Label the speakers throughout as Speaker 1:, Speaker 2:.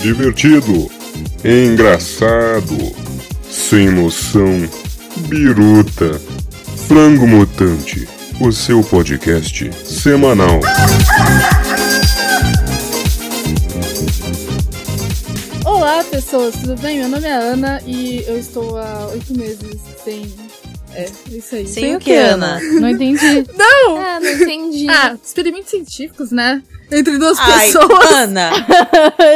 Speaker 1: divertido, engraçado, sem noção, biruta. Frango Mutante, o seu podcast semanal.
Speaker 2: Olá, pessoas, tudo bem? Meu nome é Ana e eu estou há oito meses sem. É, é isso aí.
Speaker 3: Sem o que, Ana?
Speaker 4: Não entendi.
Speaker 2: Não!
Speaker 3: Ah, não entendi.
Speaker 2: Ah, experimentos científicos, né? Entre duas
Speaker 3: Ai,
Speaker 2: pessoas.
Speaker 3: Ana!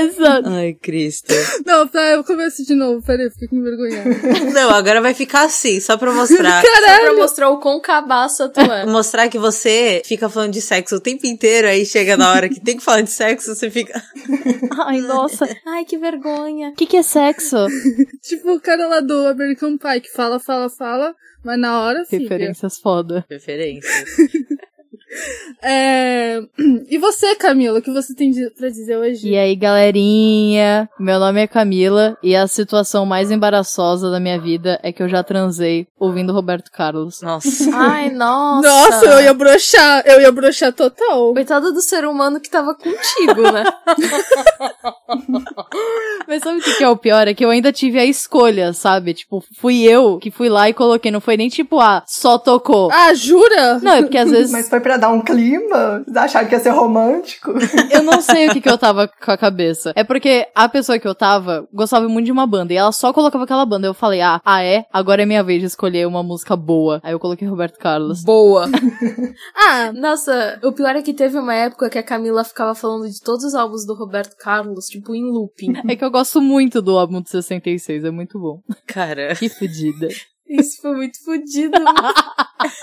Speaker 4: Exato.
Speaker 3: Ai, Cristo.
Speaker 2: Não, tá, eu começo de novo. Peraí, eu fico com vergonha.
Speaker 3: Não, agora vai ficar assim, só pra mostrar.
Speaker 5: Só pra mostrar o quão cabaça tu é.
Speaker 3: Mostrar que você fica falando de sexo o tempo inteiro, aí chega na hora que tem que falar de sexo, você fica.
Speaker 4: Ai, nossa.
Speaker 5: Ai, que vergonha.
Speaker 4: O que, que é sexo?
Speaker 2: tipo o cara lá do American Pie que fala, fala, fala, mas na hora fica.
Speaker 4: Referências foda.
Speaker 3: Preferência.
Speaker 2: É... E você, Camila, o que você tem de- pra dizer hoje?
Speaker 4: E aí, galerinha? Meu nome é Camila e a situação mais embaraçosa da minha vida é que eu já transei ouvindo Roberto Carlos.
Speaker 3: Nossa.
Speaker 5: Ai, nossa.
Speaker 2: Nossa, eu ia broxar, eu ia broxar total.
Speaker 5: Coitada do ser humano que tava contigo, né?
Speaker 4: Mas sabe o que, que é o pior? É que eu ainda tive a escolha, sabe? Tipo, fui eu que fui lá e coloquei. Não foi nem tipo, ah, só tocou.
Speaker 2: Ah, jura?
Speaker 4: Não, é porque às vezes
Speaker 6: Mas foi pra dar um clima? Vocês acharam que ia ser romântico?
Speaker 4: eu não sei o que, que eu tava com a cabeça. É porque a pessoa que eu tava gostava muito de uma banda e ela só colocava aquela banda. Eu falei, ah, ah é? Agora é minha vez de escolher uma música boa. Aí eu coloquei Roberto Carlos.
Speaker 2: Boa. ah,
Speaker 5: Nossa, o pior é que teve uma época que a Camila ficava falando de todos os álbuns do Roberto Carlos, tipo, em looping.
Speaker 4: É que eu gosto muito do álbum de 66, é muito bom.
Speaker 3: Cara.
Speaker 4: Que fedida.
Speaker 5: Isso foi muito fodido.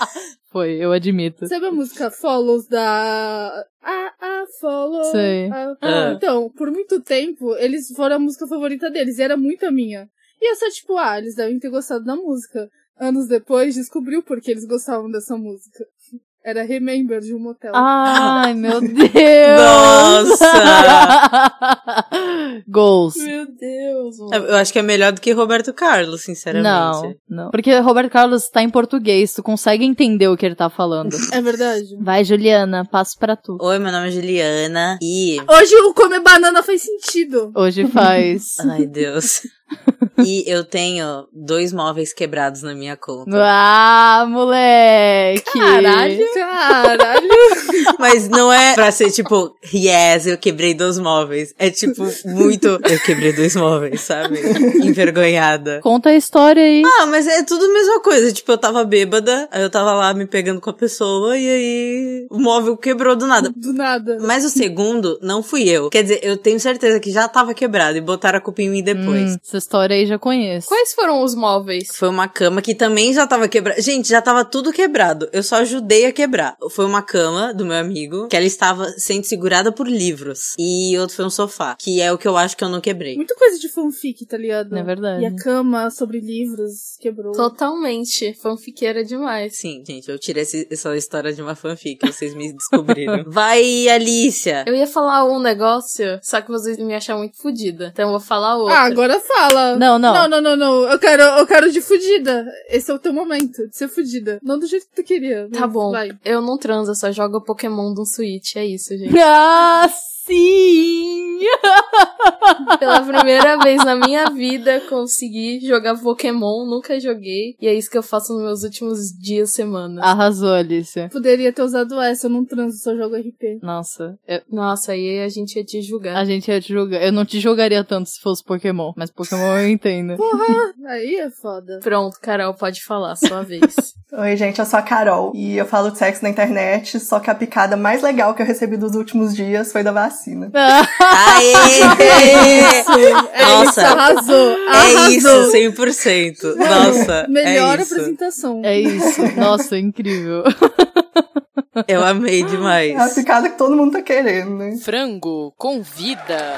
Speaker 4: Foi, eu admito.
Speaker 2: sabe a música Follows da. Ah, ah, Follow.
Speaker 4: Sei.
Speaker 2: Ah,
Speaker 3: Ah.
Speaker 2: Então, por muito tempo, eles foram a música favorita deles, e era muito a minha. E eu só, tipo, ah, eles devem ter gostado da música. Anos depois, descobriu por que eles gostavam dessa música. Era Remember de um motel.
Speaker 4: Ah. Ai, meu Deus!
Speaker 3: Nossa!
Speaker 4: Goals.
Speaker 5: Meu Deus, mano.
Speaker 3: Eu acho que é melhor do que Roberto Carlos, sinceramente.
Speaker 4: Não, não. Porque Roberto Carlos tá em português, tu consegue entender o que ele tá falando.
Speaker 2: É verdade.
Speaker 4: Vai, Juliana, passo pra tu.
Speaker 3: Oi, meu nome é Juliana e.
Speaker 2: Hoje o comer banana faz sentido.
Speaker 4: Hoje faz.
Speaker 3: Ai, Deus. E eu tenho dois móveis quebrados na minha conta.
Speaker 4: ah, moleque!
Speaker 2: Caralho.
Speaker 3: Mas não é pra ser tipo, yes, eu quebrei dois móveis. É tipo, muito, eu quebrei dois móveis, sabe? Envergonhada.
Speaker 4: Conta a história aí.
Speaker 3: Ah, mas é tudo a mesma coisa. Tipo, eu tava bêbada, aí eu tava lá me pegando com a pessoa e aí o móvel quebrou do nada.
Speaker 2: Do nada.
Speaker 3: Mas o segundo não fui eu. Quer dizer, eu tenho certeza que já tava quebrado e botaram a culpa em mim depois.
Speaker 4: Hum, essa história aí já conheço.
Speaker 5: Quais foram os móveis?
Speaker 3: Foi uma cama que também já tava quebrada. Gente, já tava tudo quebrado. Eu só ajudei a quebrar. Foi uma cama do meu amigo, que ela estava sendo segurada por livros. E outro foi um sofá, que é o que eu acho que eu não quebrei.
Speaker 2: Muita coisa de fanfic, tá ligado?
Speaker 4: É verdade.
Speaker 2: E a cama sobre livros quebrou.
Speaker 5: Totalmente. Fanfiqueira demais.
Speaker 3: Sim, gente, eu tirei esse- essa história de uma fanfic, vocês me descobriram. Vai, Alicia!
Speaker 5: Eu ia falar um negócio, só que vocês me acham muito fodida. Então eu vou falar outro.
Speaker 2: Ah, agora fala.
Speaker 4: Não, não.
Speaker 2: Não, não, não, não. Eu quero, eu quero de fudida. Esse é o teu momento, de ser fudida. Não do jeito que tu queria.
Speaker 5: Tá
Speaker 2: mas
Speaker 5: bom.
Speaker 2: Vai.
Speaker 5: Eu não transo, eu só jogo Pokémon de um Switch. É isso, gente.
Speaker 4: Ah, sim!
Speaker 5: Pela primeira vez na minha vida, consegui jogar Pokémon. Nunca joguei. E é isso que eu faço nos meus últimos dias, semana.
Speaker 4: Arrasou, Alicia.
Speaker 2: Poderia ter usado essa, eu não transo, só jogo RP.
Speaker 4: Nossa, eu-
Speaker 5: Nossa, aí a gente ia te
Speaker 4: a
Speaker 5: julgar.
Speaker 4: gente ia te julgar. Eu não te julgaria tanto se fosse Pokémon, mas Pokémon eu entendo.
Speaker 2: Aí é foda.
Speaker 5: Pronto, Carol, pode falar, sua vez.
Speaker 6: Oi, gente, eu sou a Carol e eu falo de sexo na internet, só que a picada mais legal que eu recebi dos últimos dias foi da vacina.
Speaker 3: Aê! Nossa,
Speaker 2: Arrasou,
Speaker 3: é
Speaker 2: arrasou.
Speaker 3: isso, 100%. Nossa,
Speaker 2: Melhor
Speaker 3: é isso.
Speaker 2: apresentação.
Speaker 4: É isso. Nossa, incrível.
Speaker 3: Eu amei demais.
Speaker 6: É a picada que todo mundo tá querendo, né?
Speaker 7: Frango com vida.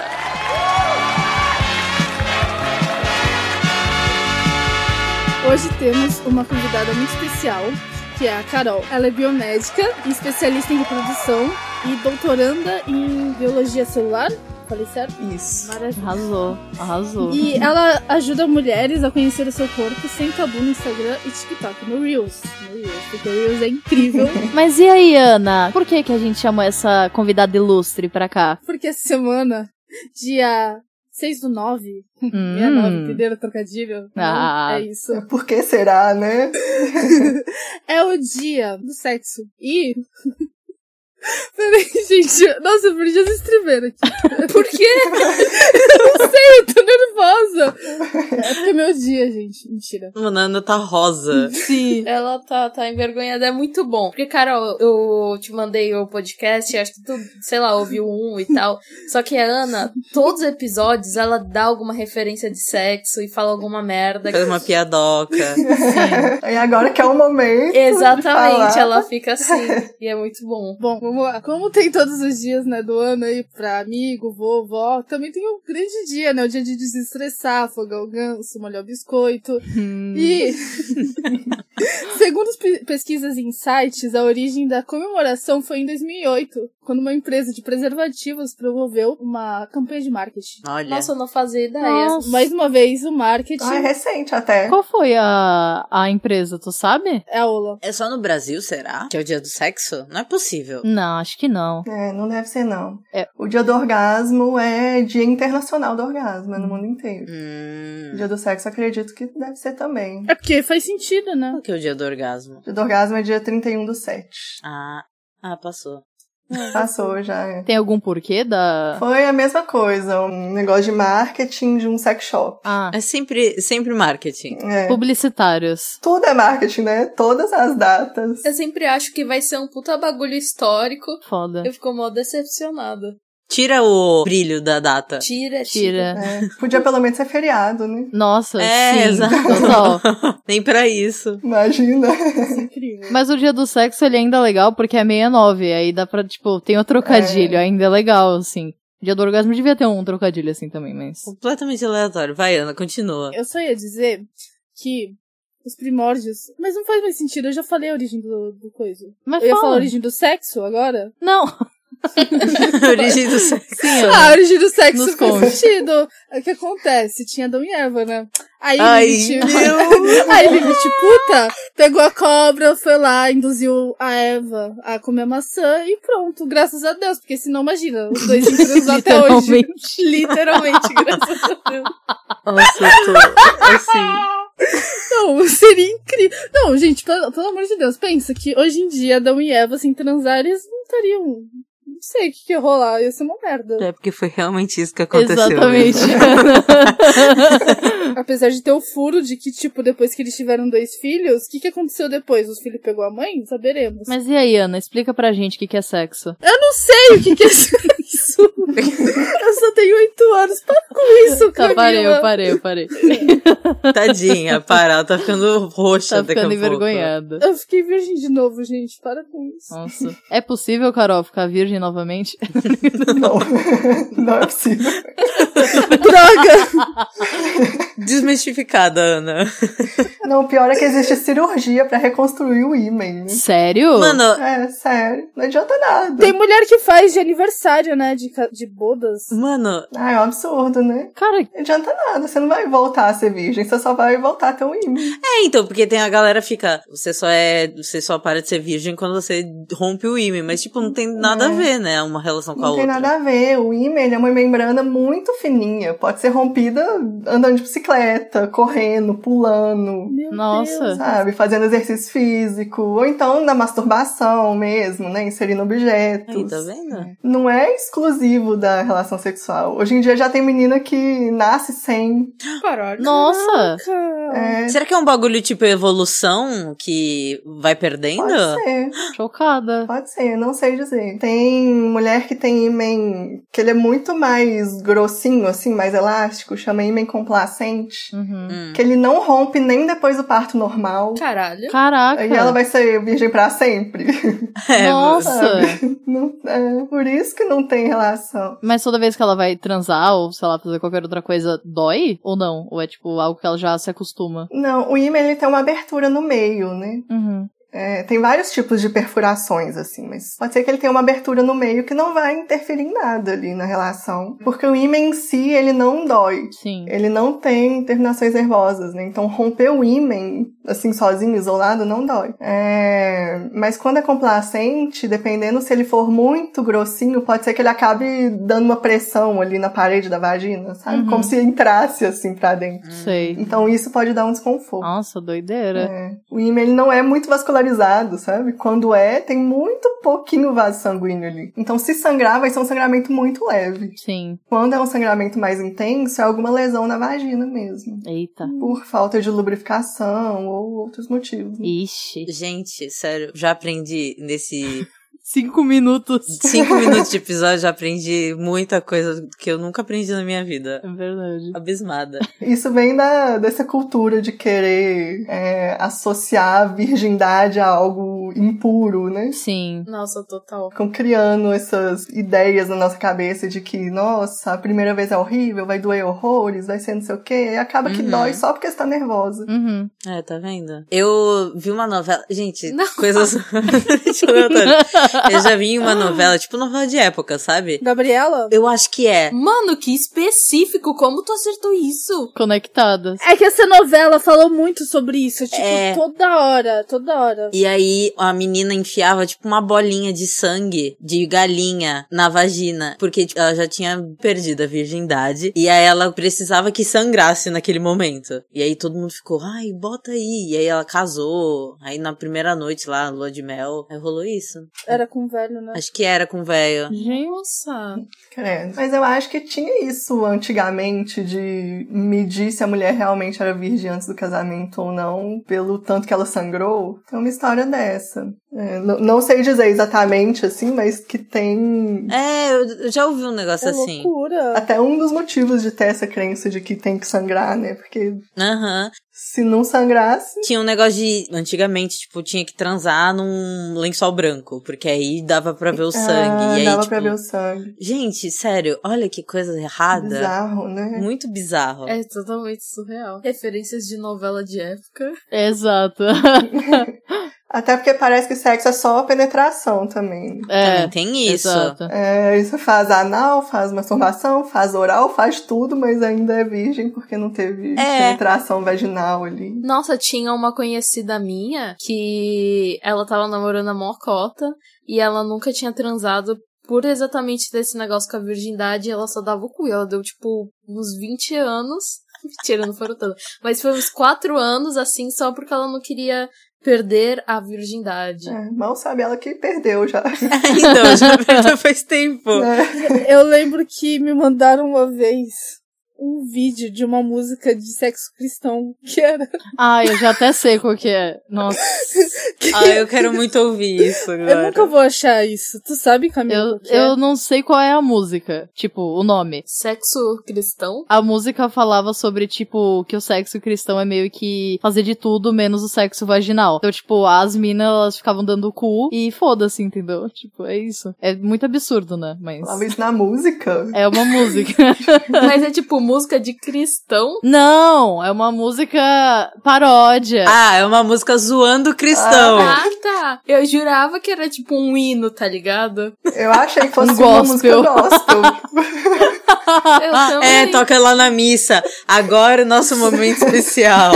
Speaker 2: Hoje temos uma convidada muito especial, que é a Carol. Ela é biomédica, especialista em reprodução e doutoranda em biologia celular. Falei certo?
Speaker 6: Isso.
Speaker 2: Maravilha.
Speaker 4: Arrasou, arrasou.
Speaker 2: E ela ajuda mulheres a conhecer o seu corpo sem tabu no Instagram e TikTok, no Reels. No Reels, porque o Reels é incrível.
Speaker 4: Mas e aí, Ana? Por que que a gente chamou essa convidada ilustre pra cá?
Speaker 2: porque essa semana, dia 6 do 9.
Speaker 4: Hum.
Speaker 2: 69, entenderam o trocadilho?
Speaker 4: Ah.
Speaker 2: É isso.
Speaker 6: Por que será, né?
Speaker 2: É o dia do sexo. E. Peraí, gente. Nossa, eu perdi as estribeiras aqui. Por quê? Não sei, eu tô nervosa. É porque é meu dia, gente. Mentira.
Speaker 3: Mano, a Ana tá rosa.
Speaker 4: Sim.
Speaker 5: Ela tá, tá envergonhada, é muito bom. Porque, Carol, eu te mandei o podcast, acho que tu, sei lá, ouviu um e tal. Só que a Ana, todos os episódios, ela dá alguma referência de sexo e fala alguma merda.
Speaker 3: Faz uma piadoca.
Speaker 6: E agora que é o momento.
Speaker 5: Exatamente,
Speaker 6: falar.
Speaker 5: ela fica assim. E é muito bom.
Speaker 2: Bom, vamos lá. Como tem todos os dias, né, do ano aí pra amigo, vovó, também tem um grande dia, né? O dia de desestressar, afogar o ganso, molhar o biscoito. E, segundo as pe- pesquisas em sites, a origem da comemoração foi em 2008, quando uma empresa de preservativos promoveu uma campanha de marketing.
Speaker 3: Olha.
Speaker 5: Nossa, eu não fazia ideia.
Speaker 4: Nossa.
Speaker 2: Mais uma vez, o marketing
Speaker 6: Ah, é recente até.
Speaker 4: Qual foi a, a empresa, tu sabe?
Speaker 2: é a Ola.
Speaker 3: É só no Brasil, será? Que é o dia do sexo? Não é possível.
Speaker 4: Não, acho que não.
Speaker 6: É, não deve ser, não.
Speaker 4: É.
Speaker 6: O dia do orgasmo é dia internacional do orgasmo, é no mundo inteiro. O
Speaker 3: Hum.
Speaker 6: dia do sexo, acredito que deve ser também.
Speaker 2: É porque faz sentido, né?
Speaker 3: Qual que é o dia do orgasmo?
Speaker 6: O dia do orgasmo é dia 31 do 7.
Speaker 3: Ah, ah passou.
Speaker 6: Passou já, é.
Speaker 4: Tem algum porquê da.
Speaker 6: Foi a mesma coisa, um negócio de marketing de um sex shop.
Speaker 4: Ah,
Speaker 3: É sempre, sempre marketing.
Speaker 6: É.
Speaker 4: publicitários.
Speaker 6: Tudo é marketing, né? Todas as datas.
Speaker 5: Eu sempre acho que vai ser um puta bagulho histórico.
Speaker 4: Foda.
Speaker 5: Eu fico mó decepcionada.
Speaker 3: Tira o brilho da data.
Speaker 5: Tira,
Speaker 4: Tira.
Speaker 5: tira.
Speaker 6: É, Podia pelo menos ser feriado, né?
Speaker 4: Nossa,
Speaker 3: É,
Speaker 4: sim,
Speaker 3: exato.
Speaker 4: total.
Speaker 3: Nem pra isso.
Speaker 6: Imagina.
Speaker 2: Isso é incrível.
Speaker 4: Mas o dia do sexo ele ainda é legal porque é 69, aí dá pra, tipo, tem o trocadilho, ainda é legal, assim. Dia do orgasmo devia ter um trocadilho assim também, mas.
Speaker 3: Completamente aleatório. Vai, Ana, continua.
Speaker 2: Eu só ia dizer que os primórdios. Mas não faz mais sentido, eu já falei a origem do, do coisa.
Speaker 4: Mas
Speaker 2: Eu ia falar a
Speaker 4: fala.
Speaker 2: origem do sexo agora?
Speaker 4: Não,
Speaker 3: Origem do sexo.
Speaker 4: sim,
Speaker 2: Ah, a origem do sexo
Speaker 4: Nos
Speaker 2: faz
Speaker 4: conte.
Speaker 2: sentido. É O que acontece? Tinha Adão e Eva, né? Aí
Speaker 3: Ai,
Speaker 2: Lilith-
Speaker 3: meu.
Speaker 2: Aí Lilith, puta, pegou a cobra, foi lá, induziu a Eva a comer maçã e pronto, graças a Deus, porque senão imagina, os dois se transam até hoje.
Speaker 4: literalmente.
Speaker 2: Literalmente, graças a Deus.
Speaker 3: Nossa, eu tô assim.
Speaker 2: Não, Então, seria incrível. Não, gente, pelo, pelo amor de Deus, pensa que hoje em dia Adão e Eva sem transar, eles não estariam. Não sei o que, que ia rolar, ia ser uma merda.
Speaker 3: É porque foi realmente isso que aconteceu. né?
Speaker 4: Exatamente.
Speaker 3: mesmo.
Speaker 2: Apesar de ter o furo de que, tipo, depois que eles tiveram dois filhos, o que, que aconteceu depois? Os filhos pegou a mãe? Saberemos.
Speaker 4: mas e aí, Ana, explica pra gente o que, que é sexo.
Speaker 2: Eu não sei o que, que é isso. Eu só tenho oito anos, para com isso,
Speaker 4: Tá,
Speaker 2: Camila.
Speaker 4: parei, eu parei, eu parei.
Speaker 3: Tadinha, para. Ela tá ficando roxa
Speaker 4: Tá
Speaker 3: daqui a
Speaker 4: ficando
Speaker 3: pouco.
Speaker 4: envergonhada.
Speaker 2: Eu fiquei virgem de novo, gente, para com isso.
Speaker 4: Nossa. É possível, Carol, ficar virgem novamente?
Speaker 2: Uhum.
Speaker 6: Não. Não é possível.
Speaker 2: Droga!
Speaker 3: Desmistificada, Ana.
Speaker 6: Não, o pior é que existe cirurgia pra reconstruir o ímen. né?
Speaker 4: Sério?
Speaker 3: Mano,
Speaker 6: É, sério. Não adianta nada.
Speaker 2: Tem mulher que faz de aniversário, né, de, ca- de bodas.
Speaker 3: mano,
Speaker 6: Ah, é um absurdo, né?
Speaker 4: Cara,
Speaker 6: Não adianta nada, você não vai voltar a ser virgem, você só vai voltar a ter um ímã.
Speaker 3: é então, porque tem a galera que fica, você só é, você só para de ser virgem quando você rompe o ímã, mas tipo, não tem nada a ver, né, uma relação com a
Speaker 6: É. Não tem
Speaker 3: outra.
Speaker 6: nada a ver, o ímã ele é uma membrana muito fininha, pode ser rompida andando de bicicleta, correndo, pulando,
Speaker 2: Meu
Speaker 4: Nossa.
Speaker 6: sabe, fazendo exercício físico, ou então na masturbação mesmo, né, inserindo objetos.
Speaker 3: Aí, tá vendo?
Speaker 6: Não é exclusivo da relação sexual. Hoje em dia já tem menina que nasce sem.
Speaker 2: Caraca.
Speaker 4: nossa.
Speaker 6: É,
Speaker 3: Será que é um bagulho tipo evolução que vai perdendo?
Speaker 6: pode ser.
Speaker 4: Chocada.
Speaker 6: Pode ser, não sei dizer. Tem mulher que tem imen que ele é muito mais grossinho, assim, mais elástico, chama imen complacente,
Speaker 4: Uhum.
Speaker 3: Hum.
Speaker 6: que ele não rompe nem depois do parto normal.
Speaker 5: Caralho.
Speaker 4: Caraca.
Speaker 6: E ela vai ser virgem pra sempre.
Speaker 3: É,
Speaker 4: Nossa.
Speaker 6: Não- é, por isso que não tem relação.
Speaker 4: Mas toda vez que ela vai transar ou, sei lá, fazer qualquer outra coisa, dói? Ou não? Ou é tipo algo que ela já se acostuma?
Speaker 6: Não, o imen ele tem uma abertura no meio, né?
Speaker 4: Uhum.
Speaker 6: É, tem vários tipos de perfurações, assim, mas pode ser que ele tenha uma abertura no meio que não vai interferir em nada ali na relação. Porque o ímã em si, ele não dói.
Speaker 4: Sim.
Speaker 6: Ele não tem terminações nervosas, né? Então romper o ímã, assim, sozinho, isolado, não dói. É, Mas quando é complacente, dependendo se ele for muito grossinho, pode ser que ele acabe dando uma pressão ali na parede da vagina, sabe?
Speaker 4: Uhum.
Speaker 6: Como se entrasse, assim, pra dentro.
Speaker 4: Sei.
Speaker 6: Então isso pode dar um desconforto.
Speaker 4: Nossa, doideira.
Speaker 6: É. O ímã ele não é muito vascularizado, sabe? Quando é, tem muito pouquinho vaso sanguíneo ali. Então, se sangrar, vai ser um sangramento muito leve.
Speaker 4: Sim.
Speaker 6: Quando é um sangramento mais intenso, é alguma lesão na vagina mesmo.
Speaker 4: Eita.
Speaker 6: Por falta de lubrificação ou outros motivos. né?
Speaker 4: Ixi.
Speaker 3: Gente, sério, já aprendi nesse
Speaker 4: Cinco minutos.
Speaker 3: cinco minutos de episódio, já aprendi muita coisa que eu nunca aprendi na minha vida.
Speaker 4: É verdade.
Speaker 3: Abismada.
Speaker 6: Isso vem da, dessa cultura de querer é, associar a virgindade a algo impuro, né?
Speaker 4: Sim.
Speaker 5: Nossa, total.
Speaker 6: Ficam criando essas ideias na nossa cabeça de que, nossa, a primeira vez é horrível, vai doer horrores, vai ser não sei o quê, e acaba que
Speaker 3: Uhum.
Speaker 6: dói só porque você tá nervosa.
Speaker 4: Uhum.
Speaker 3: É, tá vendo? Eu vi uma novela. Gente,
Speaker 5: Não.
Speaker 3: coisas. Deixa eu ver outra. Eu já vi uma novela, tipo novela de época, sabe?
Speaker 2: Gabriela?
Speaker 3: Eu acho que é.
Speaker 5: Mano, que específico! Como tu acertou isso?
Speaker 4: Conectadas.
Speaker 2: É que essa novela falou muito sobre isso, tipo,
Speaker 3: É.
Speaker 2: toda hora, toda hora.
Speaker 3: E aí a menina enfiava tipo uma bolinha de sangue de galinha na vagina, porque tipo, ela já tinha perdido a virgindade e aí ela precisava que sangrasse naquele momento. E aí todo mundo ficou, ai, bota aí. E aí ela casou. Aí na primeira noite lá, lua de mel, aí rolou isso.
Speaker 2: Era com o velho, né?
Speaker 3: Acho que era com o velho.
Speaker 4: Gente.
Speaker 5: Nossa.
Speaker 6: Credo. Mas eu acho que tinha isso antigamente de medir se a mulher realmente era virgem antes do casamento ou não, pelo tanto que ela sangrou. Tem uma história dessa. É, n- não sei dizer exatamente assim, mas que tem.
Speaker 3: É, eu eu já ouvi um negócio
Speaker 2: É
Speaker 3: assim.
Speaker 2: loucura.
Speaker 6: Até um dos motivos de ter essa crença de que tem que sangrar, né? Porque
Speaker 3: Aham.
Speaker 6: se não sangrasse.
Speaker 3: Tinha um negócio de. Antigamente, tipo, tinha que transar num lençol branco, porque aí dava pra ver o sangue.
Speaker 6: ah,
Speaker 3: E aí,
Speaker 6: dava
Speaker 3: tipo,
Speaker 6: pra ver o sangue.
Speaker 3: Gente, sério, olha que coisa errada.
Speaker 6: Bizarro, né?
Speaker 3: Muito bizarro.
Speaker 5: É totalmente surreal. Referências de novela de época.
Speaker 4: Exato.
Speaker 6: Até porque parece que sexo é só penetração também.
Speaker 4: é.
Speaker 3: Também tem isso.
Speaker 4: Exato.
Speaker 6: É, isso faz anal, faz masturbação, faz oral, faz tudo, mas ainda é virgem porque não teve
Speaker 3: É.
Speaker 6: penetração vaginal ali.
Speaker 5: Nossa, tinha uma conhecida minha que ela tava namorando a mocota e ela nunca tinha transado por exatamente desse negócio com a virgindade, ela só dava o cu. E Ela deu, tipo, uns 20 anos. Mentira, não foram tanto. Mas foi uns 4 anos, assim, só porque ela não queria perder a virgindade.
Speaker 6: É, mal sabe ela que perdeu já.
Speaker 3: então, já perdeu faz tempo.
Speaker 6: né?
Speaker 2: Eu lembro que me mandaram uma vez um vídeo de uma música de sexo cristão, que era
Speaker 4: Ah, eu já até sei qual que é. Nossa.
Speaker 3: Ah, eu quero muito ouvir isso
Speaker 2: Eu
Speaker 3: agora.
Speaker 2: nunca vou achar isso. Tu sabe, Camila?
Speaker 4: Eu,
Speaker 2: o que é?
Speaker 4: eu não sei qual é a música. Tipo, o nome.
Speaker 5: Sexo cristão?
Speaker 4: A música falava sobre, tipo, que o sexo cristão é meio que fazer de tudo menos o sexo vaginal. Então, tipo, as minas, elas ficavam dando o cu e foda-se, entendeu? Tipo, é isso. É muito absurdo, né? Mas.
Speaker 6: Falava isso na música.
Speaker 4: É uma música.
Speaker 5: Mas é tipo música de cristão?
Speaker 4: Não! É uma música paródia.
Speaker 3: Ah, é uma música zoando o cristão.
Speaker 5: Ah, tá. Eu jurava que era tipo um hino, tá ligado?
Speaker 6: Eu achei que fosse
Speaker 4: Um
Speaker 6: uma música
Speaker 4: gospel.
Speaker 6: gospel.
Speaker 5: Eu também.
Speaker 3: é, toca lá na missa. Agora o nosso momento especial.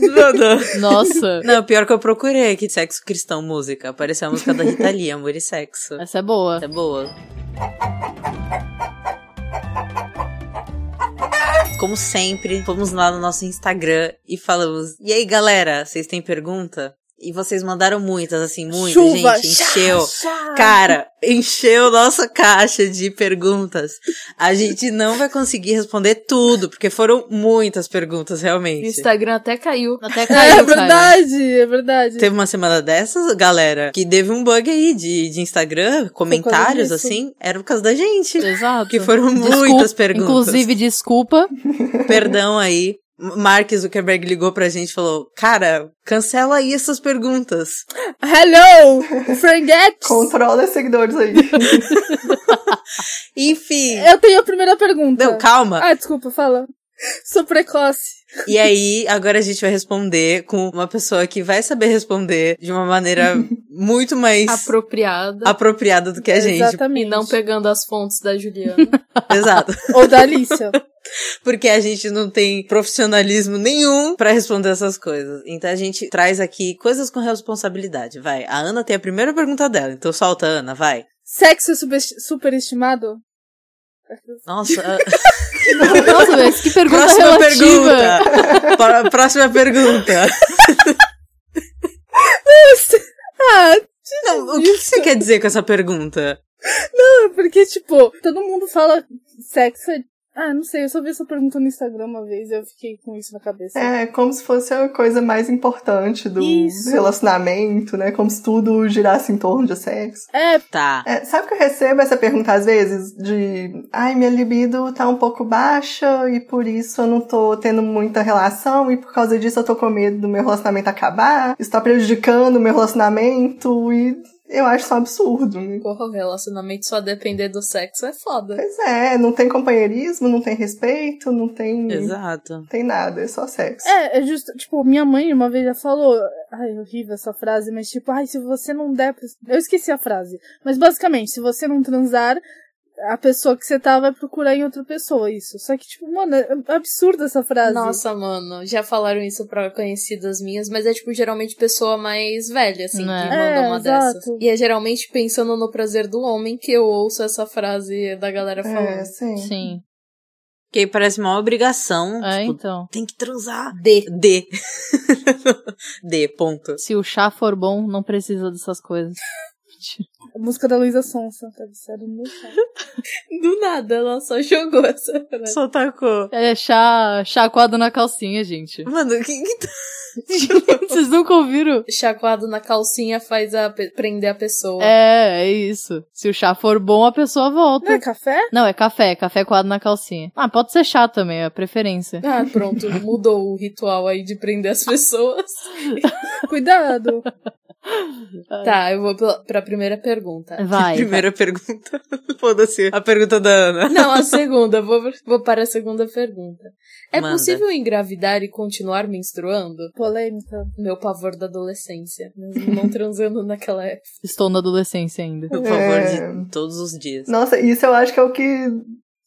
Speaker 3: Dudu.
Speaker 4: Nossa.
Speaker 3: Não, pior que eu procurei aqui, sexo cristão, música. Apareceu a música da Rita Lee, Amor e Sexo.
Speaker 4: Essa é boa.
Speaker 3: É boa. Como sempre, fomos lá no nosso Instagram e falamos: E aí, galera, vocês têm pergunta? E vocês mandaram muitas, assim, muitas,
Speaker 2: Chuva,
Speaker 3: gente.
Speaker 2: chá,
Speaker 3: Encheu.
Speaker 2: chá.
Speaker 3: Cara, encheu nossa caixa de perguntas. A gente não vai conseguir responder tudo, porque foram muitas perguntas,
Speaker 5: O
Speaker 3: realmente.
Speaker 5: Instagram até caiu.
Speaker 4: Até
Speaker 2: É,
Speaker 4: caiu, cara.
Speaker 2: verdade, é verdade.
Speaker 3: Teve uma semana dessas, galera, que teve um bug aí de, de Instagram, comentários,
Speaker 2: disso.
Speaker 3: assim. Era por causa da gente.
Speaker 4: Exato.
Speaker 3: Que foram
Speaker 4: Desculpa-
Speaker 3: muitas perguntas.
Speaker 4: Inclusive, desculpa.
Speaker 3: Perdão aí. Mark Zuckerberg ligou pra gente e falou: Cara, cancela aí essas perguntas.
Speaker 2: Hello, Franguettes!
Speaker 6: Controla os seguidores aí.
Speaker 3: Enfim.
Speaker 2: Eu tenho a primeira pergunta.
Speaker 3: Não, calma.
Speaker 2: Ah, desculpa, fala. Sou precoce.
Speaker 3: E aí, agora a gente vai responder com uma pessoa que vai saber responder de uma maneira muito mais
Speaker 5: Apropriada.
Speaker 3: apropriada do que a É, gente.
Speaker 5: E
Speaker 2: Exatamente.
Speaker 5: não pegando as fontes da Juliana.
Speaker 3: Exato.
Speaker 2: Ou da Alicia.
Speaker 3: Porque a gente não tem profissionalismo nenhum pra responder essas coisas. Então a gente traz aqui coisas com responsabilidade. Vai. A Ana tem a primeira pergunta dela. Então solta, Ana, vai.
Speaker 2: Sexo é subesti- superestimado?
Speaker 3: Nossa. a-
Speaker 4: Nossa, mas que pergunta
Speaker 3: Próxima
Speaker 4: relativa.
Speaker 3: pergunta. Pró- Próxima pergunta.
Speaker 2: Ah,
Speaker 3: Não, o que que você quer dizer com essa pergunta?
Speaker 2: porque, tipo, todo mundo fala sexo é... Ah, não sei, eu só vi essa pergunta no Instagram uma vez e eu fiquei com isso na cabeça.
Speaker 6: É, como se fosse a coisa mais importante do
Speaker 2: Isso.
Speaker 6: relacionamento, né? Como se tudo girasse em torno de sexo.
Speaker 2: É,
Speaker 3: Tá.
Speaker 6: É, sabe que eu recebo essa pergunta às vezes? De, ai, minha libido tá um pouco baixa e por isso eu não tô tendo muita relação e por causa disso eu tô com medo do meu relacionamento acabar, isso tá prejudicando o meu relacionamento e eu acho isso um absurdo. né?
Speaker 5: Porra, o relacionamento só depender do sexo é foda.
Speaker 6: Pois é, não tem companheirismo, não tem respeito, não tem, não
Speaker 3: Exato.
Speaker 6: tem nada, é só sexo.
Speaker 2: É, é justo, tipo, minha mãe uma vez já falou, ai, horrível essa frase, mas tipo, ai, se você não der, pro- eu esqueci a frase, mas basicamente, se você não transar, a pessoa que você tá vai procurar em outra pessoa, isso. Só que tipo, mano, é absurda essa frase.
Speaker 5: Nossa, mano, já falaram isso pra conhecidas minhas, mas é tipo geralmente pessoa mais velha, assim,
Speaker 4: Né?
Speaker 5: que manda
Speaker 2: É,
Speaker 5: uma
Speaker 2: exato.
Speaker 5: dessas. E é geralmente pensando no prazer do homem que eu ouço essa frase da galera falando.
Speaker 6: É, sim.
Speaker 4: Sim.
Speaker 3: Porque parece uma obrigação.
Speaker 4: É,
Speaker 3: tipo,
Speaker 4: então.
Speaker 3: tem que transar.
Speaker 5: D.
Speaker 3: D. D, ponto.
Speaker 4: Se o chá for bom, não precisa dessas coisas.
Speaker 2: A música da Luísa Sonsa, tá de sério, não deixa.
Speaker 5: Do nada, ela só jogou essa frase.
Speaker 3: Só tacou.
Speaker 4: É chá, chá coado na calcinha, gente.
Speaker 3: Mano, que, tá que
Speaker 4: Vocês nunca ouviram?
Speaker 5: Chacoado na calcinha faz a pe- prender a pessoa.
Speaker 4: É, é isso. Se o chá for bom, a pessoa volta.
Speaker 2: Não é café?
Speaker 4: Não, é café, café coado na calcinha. Ah, pode ser chá também, é a preferência.
Speaker 5: Ah, pronto, mudou o ritual aí de prender as pessoas.
Speaker 2: Cuidado.
Speaker 5: Tá, eu vou pela- pra primeira pergunta.
Speaker 4: Vai.
Speaker 3: primeira pergunta? Foda-se. A pergunta da Ana.
Speaker 5: Não, a segunda. Vou, vou para a segunda pergunta. É
Speaker 3: Manda.
Speaker 5: possível engravidar e continuar menstruando?
Speaker 2: Polêmica.
Speaker 5: Meu pavor da adolescência. Mesmo não transando naquela época.
Speaker 4: Estou na adolescência ainda.
Speaker 3: Por favor,
Speaker 6: É.
Speaker 3: de todos os dias.
Speaker 6: Nossa, isso eu acho que é o que.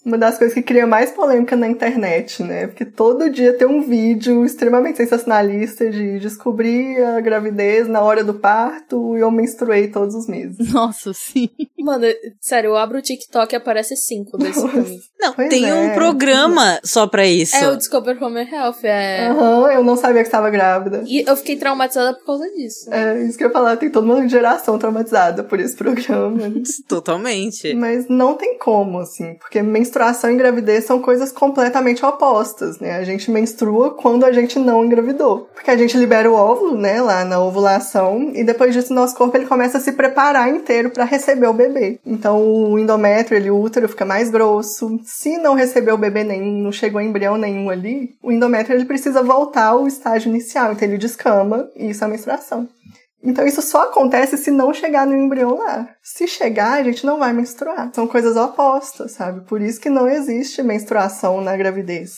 Speaker 6: Uma das coisas que cria mais polêmica na internet, né? Porque todo dia tem um vídeo extremamente sensacionalista de descobrir a gravidez na hora do parto e eu menstruei todos os meses.
Speaker 4: Nossa, sim.
Speaker 5: Mano, eu- sério, eu abro o TikTok e aparece cinco desse pra mim.
Speaker 3: Não,
Speaker 6: Pois
Speaker 3: tem
Speaker 6: é.
Speaker 3: um programa só pra isso.
Speaker 5: É o Discover Home and Health. É...
Speaker 6: Aham, eu não sabia que estava grávida.
Speaker 5: E eu fiquei traumatizada por causa disso.
Speaker 6: É isso que eu ia falar, tem toda uma geração traumatizada por esse programa. né?
Speaker 3: Totalmente.
Speaker 6: Mas não tem como, assim, porque menstruação e gravidez são coisas completamente opostas, né? A gente menstrua quando a gente não engravidou. Porque a gente libera o óvulo, né, lá na ovulação, e depois disso o nosso corpo ele começa a se preparar inteiro pra receber o bebê. Então o endométrio, ele, o útero fica mais grosso. Se não recebeu o bebê nenhum, não chegou embrião nenhum ali, o endométrio ele precisa voltar ao estágio inicial, então ele descama, e isso é a menstruação. Então isso só acontece se não chegar no embrião lá. Se chegar, a gente não vai menstruar. São coisas opostas, sabe? Por isso que não existe menstruação na gravidez.